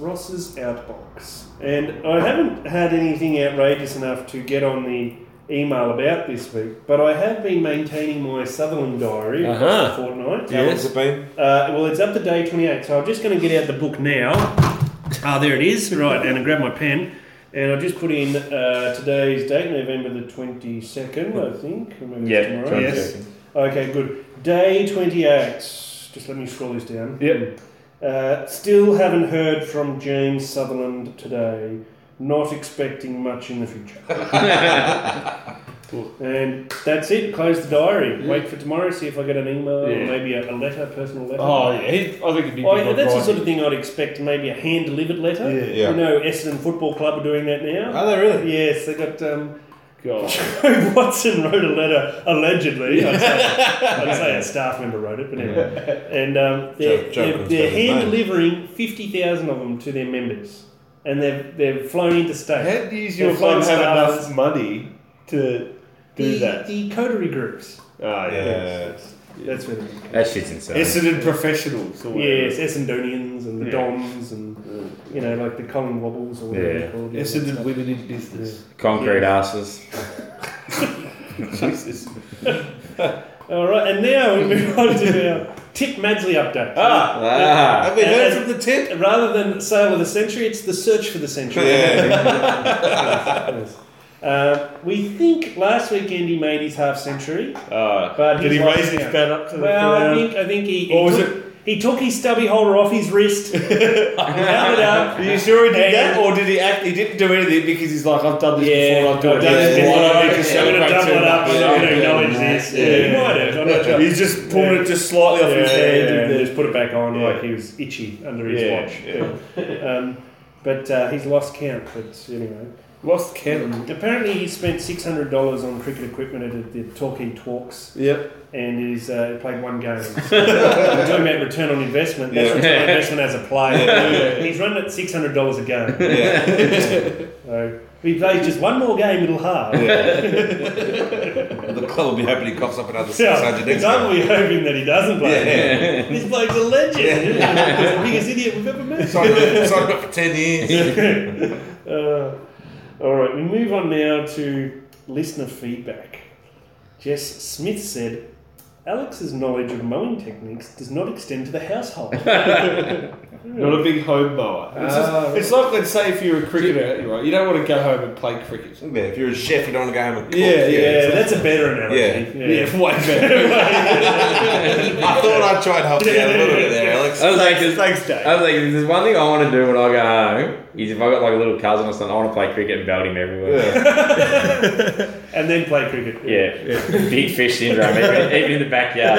Speaker 1: Ross's Outbox. And I haven't had anything outrageous enough to get on the email about this week, but I have been maintaining my Sutherland diary
Speaker 4: Uh-huh.
Speaker 1: for a fortnight.
Speaker 2: How long's it been?
Speaker 1: Uh, well, it's up to day 28, so I'm just going to get out the book now. Ah, there it is. Right, and I grab my pen. And I just put in uh, today's date, November the 22nd, I think. or maybe it's
Speaker 3: Yeah,
Speaker 1: tomorrow. Yes. Okay, good. Day 28. Just let me scroll this down.
Speaker 4: <laughs>
Speaker 8: Yep.
Speaker 1: Uh, still haven't heard from James Sutherland today. Not expecting much in the future.
Speaker 8: <laughs>
Speaker 1: and that's it. Close the diary. Wait for tomorrow. See if I get an email or
Speaker 8: Yeah.
Speaker 1: maybe a, a letter, personal letter.
Speaker 8: Oh yeah. He, I think it'd be good.
Speaker 1: Oh, yeah, that's the
Speaker 8: writing.
Speaker 1: sort of thing I'd expect. Maybe a hand-delivered letter.
Speaker 8: Yeah. Ah.
Speaker 2: Yeah.
Speaker 1: You know, Essendon Football Club are doing that now.
Speaker 2: Are they really?
Speaker 1: Yes, they got um,
Speaker 8: God.
Speaker 1: <laughs> Joe Watson wrote a letter allegedly. I'd
Speaker 2: <laughs>
Speaker 1: say, I'd say a staff member wrote it, but anyway. And um, they're,
Speaker 2: Joe
Speaker 1: they're,
Speaker 2: couldn't
Speaker 1: they're
Speaker 2: spell his
Speaker 1: hand
Speaker 2: name.
Speaker 1: delivering fifty thousand of them to their members, and they've they've flown into
Speaker 8: How
Speaker 1: state.
Speaker 8: do you
Speaker 1: Your
Speaker 8: your club
Speaker 1: club's
Speaker 8: have
Speaker 1: staff-
Speaker 8: enough money to do
Speaker 1: the,
Speaker 8: that?
Speaker 1: the coterie groups.
Speaker 8: Oh,
Speaker 2: Yeah.
Speaker 1: That's where. They,
Speaker 3: That shit's insane.
Speaker 8: Essendon professionals. Or
Speaker 1: yes,
Speaker 8: whatever.
Speaker 1: Essendonians and the
Speaker 8: Yeah.
Speaker 1: Doms and you know like the Colin Wobbles or whatever
Speaker 3: Yeah.
Speaker 1: they're called. yeah, that's
Speaker 8: Essendon
Speaker 1: right.
Speaker 8: women in business.
Speaker 3: Concrete asses.
Speaker 8: <laughs> Jesus.
Speaker 1: All right, and now we move on to our Tip Madsley update.
Speaker 3: Ah.
Speaker 2: Have we
Speaker 1: And-
Speaker 2: heard
Speaker 1: and-
Speaker 2: from the tip?
Speaker 1: Rather than sale of the century, it's the search for the century.
Speaker 2: Yeah.
Speaker 1: Yes. Uh, we think last weekend he made his half century,
Speaker 8: Uh,
Speaker 1: but
Speaker 8: did he
Speaker 1: he's
Speaker 8: raise
Speaker 1: lost
Speaker 8: his
Speaker 1: out.
Speaker 8: bat up to the
Speaker 1: Ah. Well, I
Speaker 8: ground?
Speaker 1: think I think he he,
Speaker 8: Or was
Speaker 1: took, he took his stubby holder off his
Speaker 8: <laughs>
Speaker 1: wrist, held it up.
Speaker 8: Are you sure he did
Speaker 1: Yeah.
Speaker 8: that, or did he act? He didn't do anything because he's like, I've done this
Speaker 1: Yeah,
Speaker 8: before. I've done
Speaker 1: I've done
Speaker 8: this
Speaker 1: this
Speaker 8: before.
Speaker 1: before,
Speaker 8: I need to
Speaker 1: yeah, I'm
Speaker 8: celebrate
Speaker 1: gonna double
Speaker 8: too
Speaker 1: it up,
Speaker 8: much."
Speaker 1: so I'm gonna acknowledge this. Yeah, he might have, I'm not sure.
Speaker 8: He just pulled
Speaker 1: Yeah.
Speaker 8: it just slightly off his hand
Speaker 1: Yeah,
Speaker 8: and
Speaker 1: and
Speaker 8: then
Speaker 1: just put it back on
Speaker 8: Yeah.
Speaker 1: like he was itchy under his
Speaker 8: Yeah,
Speaker 1: watch. <laughs> Um, but uh, he's lost count. But anyway, Mm.
Speaker 8: lost Kevin.
Speaker 1: apparently he spent six hundred dollars on cricket equipment at the Torquay Talks,
Speaker 8: Yep.
Speaker 1: and he's uh, played one
Speaker 8: <laughs>
Speaker 1: game. We're talking about return on investment. That's
Speaker 2: Yeah.
Speaker 1: return on investment as a player. He's run at six hundred dollars a game.
Speaker 2: Yeah.
Speaker 1: So if he plays just one more game, it'll halve.
Speaker 2: The club will be happy to cough up another
Speaker 1: So
Speaker 2: 600 next
Speaker 1: it's
Speaker 2: time.
Speaker 1: only hoping that he doesn't play.
Speaker 2: Yeah.
Speaker 1: This bloke's a legend. He's the biggest idiot we've ever met.
Speaker 2: Signed up- Signed up for 10 years.
Speaker 1: Uh, all right, we move on now to listener feedback. Jess Smith said, Alex's knowledge of mowing techniques does not extend to the household.
Speaker 8: not a big home mower. It's, just-
Speaker 4: Ah.
Speaker 8: it's like, let's say, if you're a cricketer, right, you don't want to go home and play cricket.
Speaker 2: Yeah, if you're a chef, you don't want to go home and cook.
Speaker 8: Yeah, yeah.
Speaker 1: So that's a better analogy.
Speaker 8: Yeah, way <laughs> better.
Speaker 2: I thought I tried helping you out a little bit there, Alex.
Speaker 3: I was like, there's-
Speaker 8: Thanks,
Speaker 3: I
Speaker 8: Dave.
Speaker 3: was like, if there's one thing I want to do when I go home is if I got like a little cousin or something, I want to play cricket and belt him everywhere.
Speaker 2: Yeah.
Speaker 1: And then play cricket.
Speaker 3: Yeah, big fish syndrome, even, even in the backyard.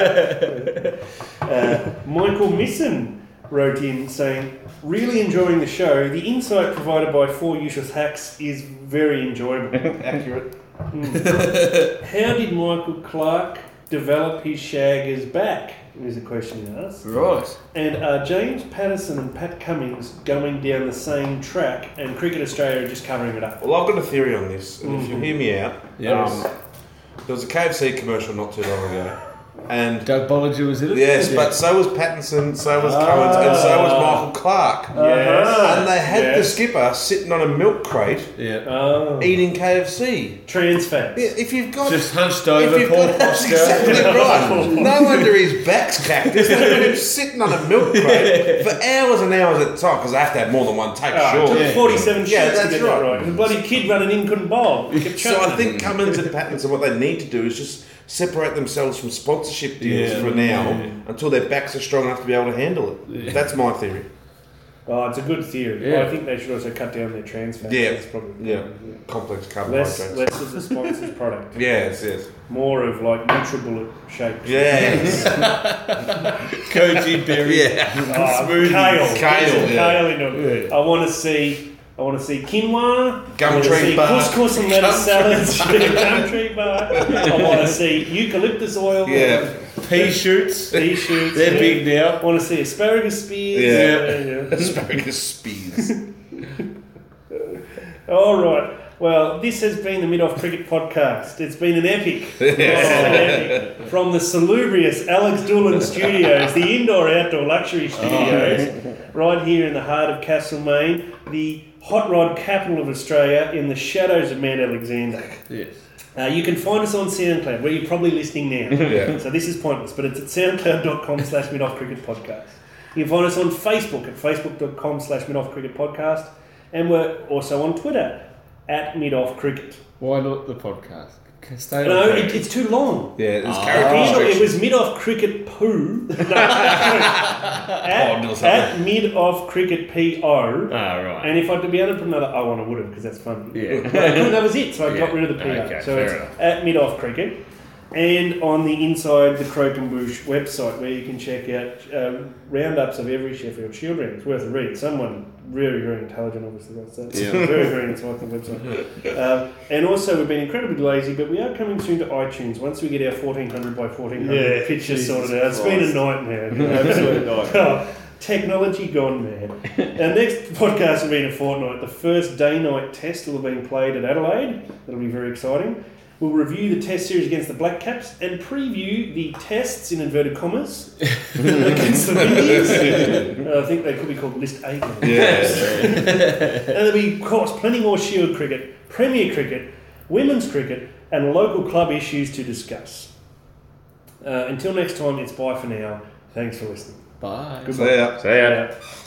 Speaker 1: Michael Misson wrote in saying, Really enjoying the show. The insight provided by Four Useless Hacks is very
Speaker 2: <laughs>
Speaker 1: enjoyable. Hmm.
Speaker 8: Accurate.
Speaker 1: <laughs> How did Michael Clark develop his shaggers back? Is a question he asked.
Speaker 4: Right.
Speaker 1: And are James Patterson and Pat Cummings going down the same track and Cricket Australia are just covering it up?
Speaker 2: Well, I've got a theory on this, and if you hear me out,
Speaker 4: Yes.
Speaker 2: Um, there was a KFC commercial not too long ago, and
Speaker 4: Doug Bollinger was in it.
Speaker 2: yes, but so was Pattinson, so was Cummins, and so was Michael Clark.
Speaker 1: Yes.
Speaker 2: And they had the
Speaker 1: Yes.
Speaker 2: skipper sitting on a milk crate
Speaker 4: yeah,
Speaker 1: Oh.
Speaker 2: eating KFC.
Speaker 1: Trans fats.
Speaker 2: Yeah, If you've
Speaker 8: Oh.
Speaker 2: got
Speaker 4: just hunched
Speaker 2: If
Speaker 4: over,
Speaker 2: you've
Speaker 4: poor
Speaker 2: got, that's
Speaker 8: <laughs>
Speaker 4: posture. <laughs>
Speaker 2: exactly right. No wonder his back's cracked. It's like him sitting on a milk crate for hours and hours at a time because I have to have more than one take,
Speaker 1: Ah, it
Speaker 2: sure.
Speaker 1: took 47
Speaker 2: Yeah,
Speaker 1: shots to
Speaker 2: that's
Speaker 1: get that
Speaker 2: right.
Speaker 1: right. The bloody kid running in couldn't
Speaker 2: <laughs>
Speaker 1: bowl. He kept
Speaker 2: So I
Speaker 1: chucking
Speaker 2: think Cummins and Pattinson, what they need to do is just separate themselves from sponsorship deals
Speaker 4: Yeah.
Speaker 2: for now until their backs are strong enough to be able to handle it. That's my theory.
Speaker 1: it. Oh, it's a good theory.
Speaker 4: Yeah.
Speaker 1: I think they should also cut down their trans fats.
Speaker 2: Yeah.
Speaker 1: That's probably
Speaker 2: Yeah, complex carbohydrates.
Speaker 1: Less, less of the sponsored product.
Speaker 2: Yes, yes.
Speaker 1: More of like NutriBullet shapes.
Speaker 2: Yes.
Speaker 4: Koji Berry.
Speaker 2: yeah.
Speaker 1: Ah,
Speaker 8: Oh,
Speaker 1: Kale.
Speaker 4: Smoothies.
Speaker 2: Kale,
Speaker 1: Put some
Speaker 2: yeah.
Speaker 1: kale in them. I want to see. I want to see quinoa. I want to
Speaker 2: Gumtree
Speaker 1: see
Speaker 2: bar.
Speaker 1: couscous and lettuce salads. <laughs> Gumtree bar. I want to see eucalyptus oil.
Speaker 2: Yeah.
Speaker 4: Pea shoots.
Speaker 1: Pea shoots.
Speaker 4: They're
Speaker 1: yeah.
Speaker 4: big now.
Speaker 1: I want to see asparagus spears.
Speaker 2: Yeah.
Speaker 1: yeah, yeah.
Speaker 2: <laughs> Asparagus spears.
Speaker 1: All right. Well, this has been the Mid Off Cricket Podcast. It's been an epic. It's been an epic. From the salubrious Alex Doolan Studios, the indoor outdoor luxury studios, right here in the heart of Castlemaine, the hot rod capital of Australia, in the shadows of Mount Alexander.
Speaker 4: Yes.
Speaker 1: Uh, you can find us on SoundCloud, where you're probably listening now.
Speaker 2: Yeah.
Speaker 1: So this is pointless, but it's at soundcloud.com slash mid-off cricket podcast. You can find us on Facebook at facebook.com slash mid-off cricket podcast. And we're also on Twitter at mid-off cricket.
Speaker 4: Why not the podcast? Can Stay
Speaker 1: No,
Speaker 4: on
Speaker 1: it, it's too long.
Speaker 2: <laughs> Yeah, it's
Speaker 1: The
Speaker 2: character
Speaker 1: handle-
Speaker 2: restrictions.
Speaker 1: it was mid-off cricket poo. No, at,
Speaker 2: Oh, no, sorry.
Speaker 1: at mid-off cricket P-O.
Speaker 4: Ah, right.
Speaker 1: And if I'd be able to put another O on, I would have because that's fun.
Speaker 4: Yeah.
Speaker 1: But I couldn't, that was it, so I
Speaker 4: Yeah,
Speaker 1: got rid of the PO.
Speaker 4: <laughs> okay,
Speaker 1: so
Speaker 4: fair
Speaker 1: it's
Speaker 4: enough.
Speaker 1: at Mid Off Cricket and on the Inside the Crokenbush website where you can check out uh, roundups of every Sheffield Shield round. It's worth a read. Someone very, very intelligent obviously writes that.
Speaker 4: Yeah.
Speaker 1: very, very insightful website. Um, and also, we've been incredibly lazy, but we are coming soon to iTunes once we get our 1400 by 1400
Speaker 8: Yeah,
Speaker 1: pictures
Speaker 8: Jesus
Speaker 1: sorted out. It's been a
Speaker 8: Christ.
Speaker 1: nightmare.
Speaker 8: Absolutely not.
Speaker 1: Oh, <laughs> technology gone mad. Our next podcast will be in a fortnight. The first day night test will have been played at Adelaide. That'll be very exciting. We'll review the test series against the Black Caps and preview the tests in inverted commas against the Windies. Uh, I think they could be called List A. games.
Speaker 2: Yeah.
Speaker 1: And there'll be, of course, plenty more Shield E cricket, Premier cricket, women's cricket, and local club issues to discuss. Uh, until next time, it's bye for now. Thanks for listening.
Speaker 4: Bye.
Speaker 2: So, <laughs> yeah.
Speaker 3: So yeah.
Speaker 1: Yeah.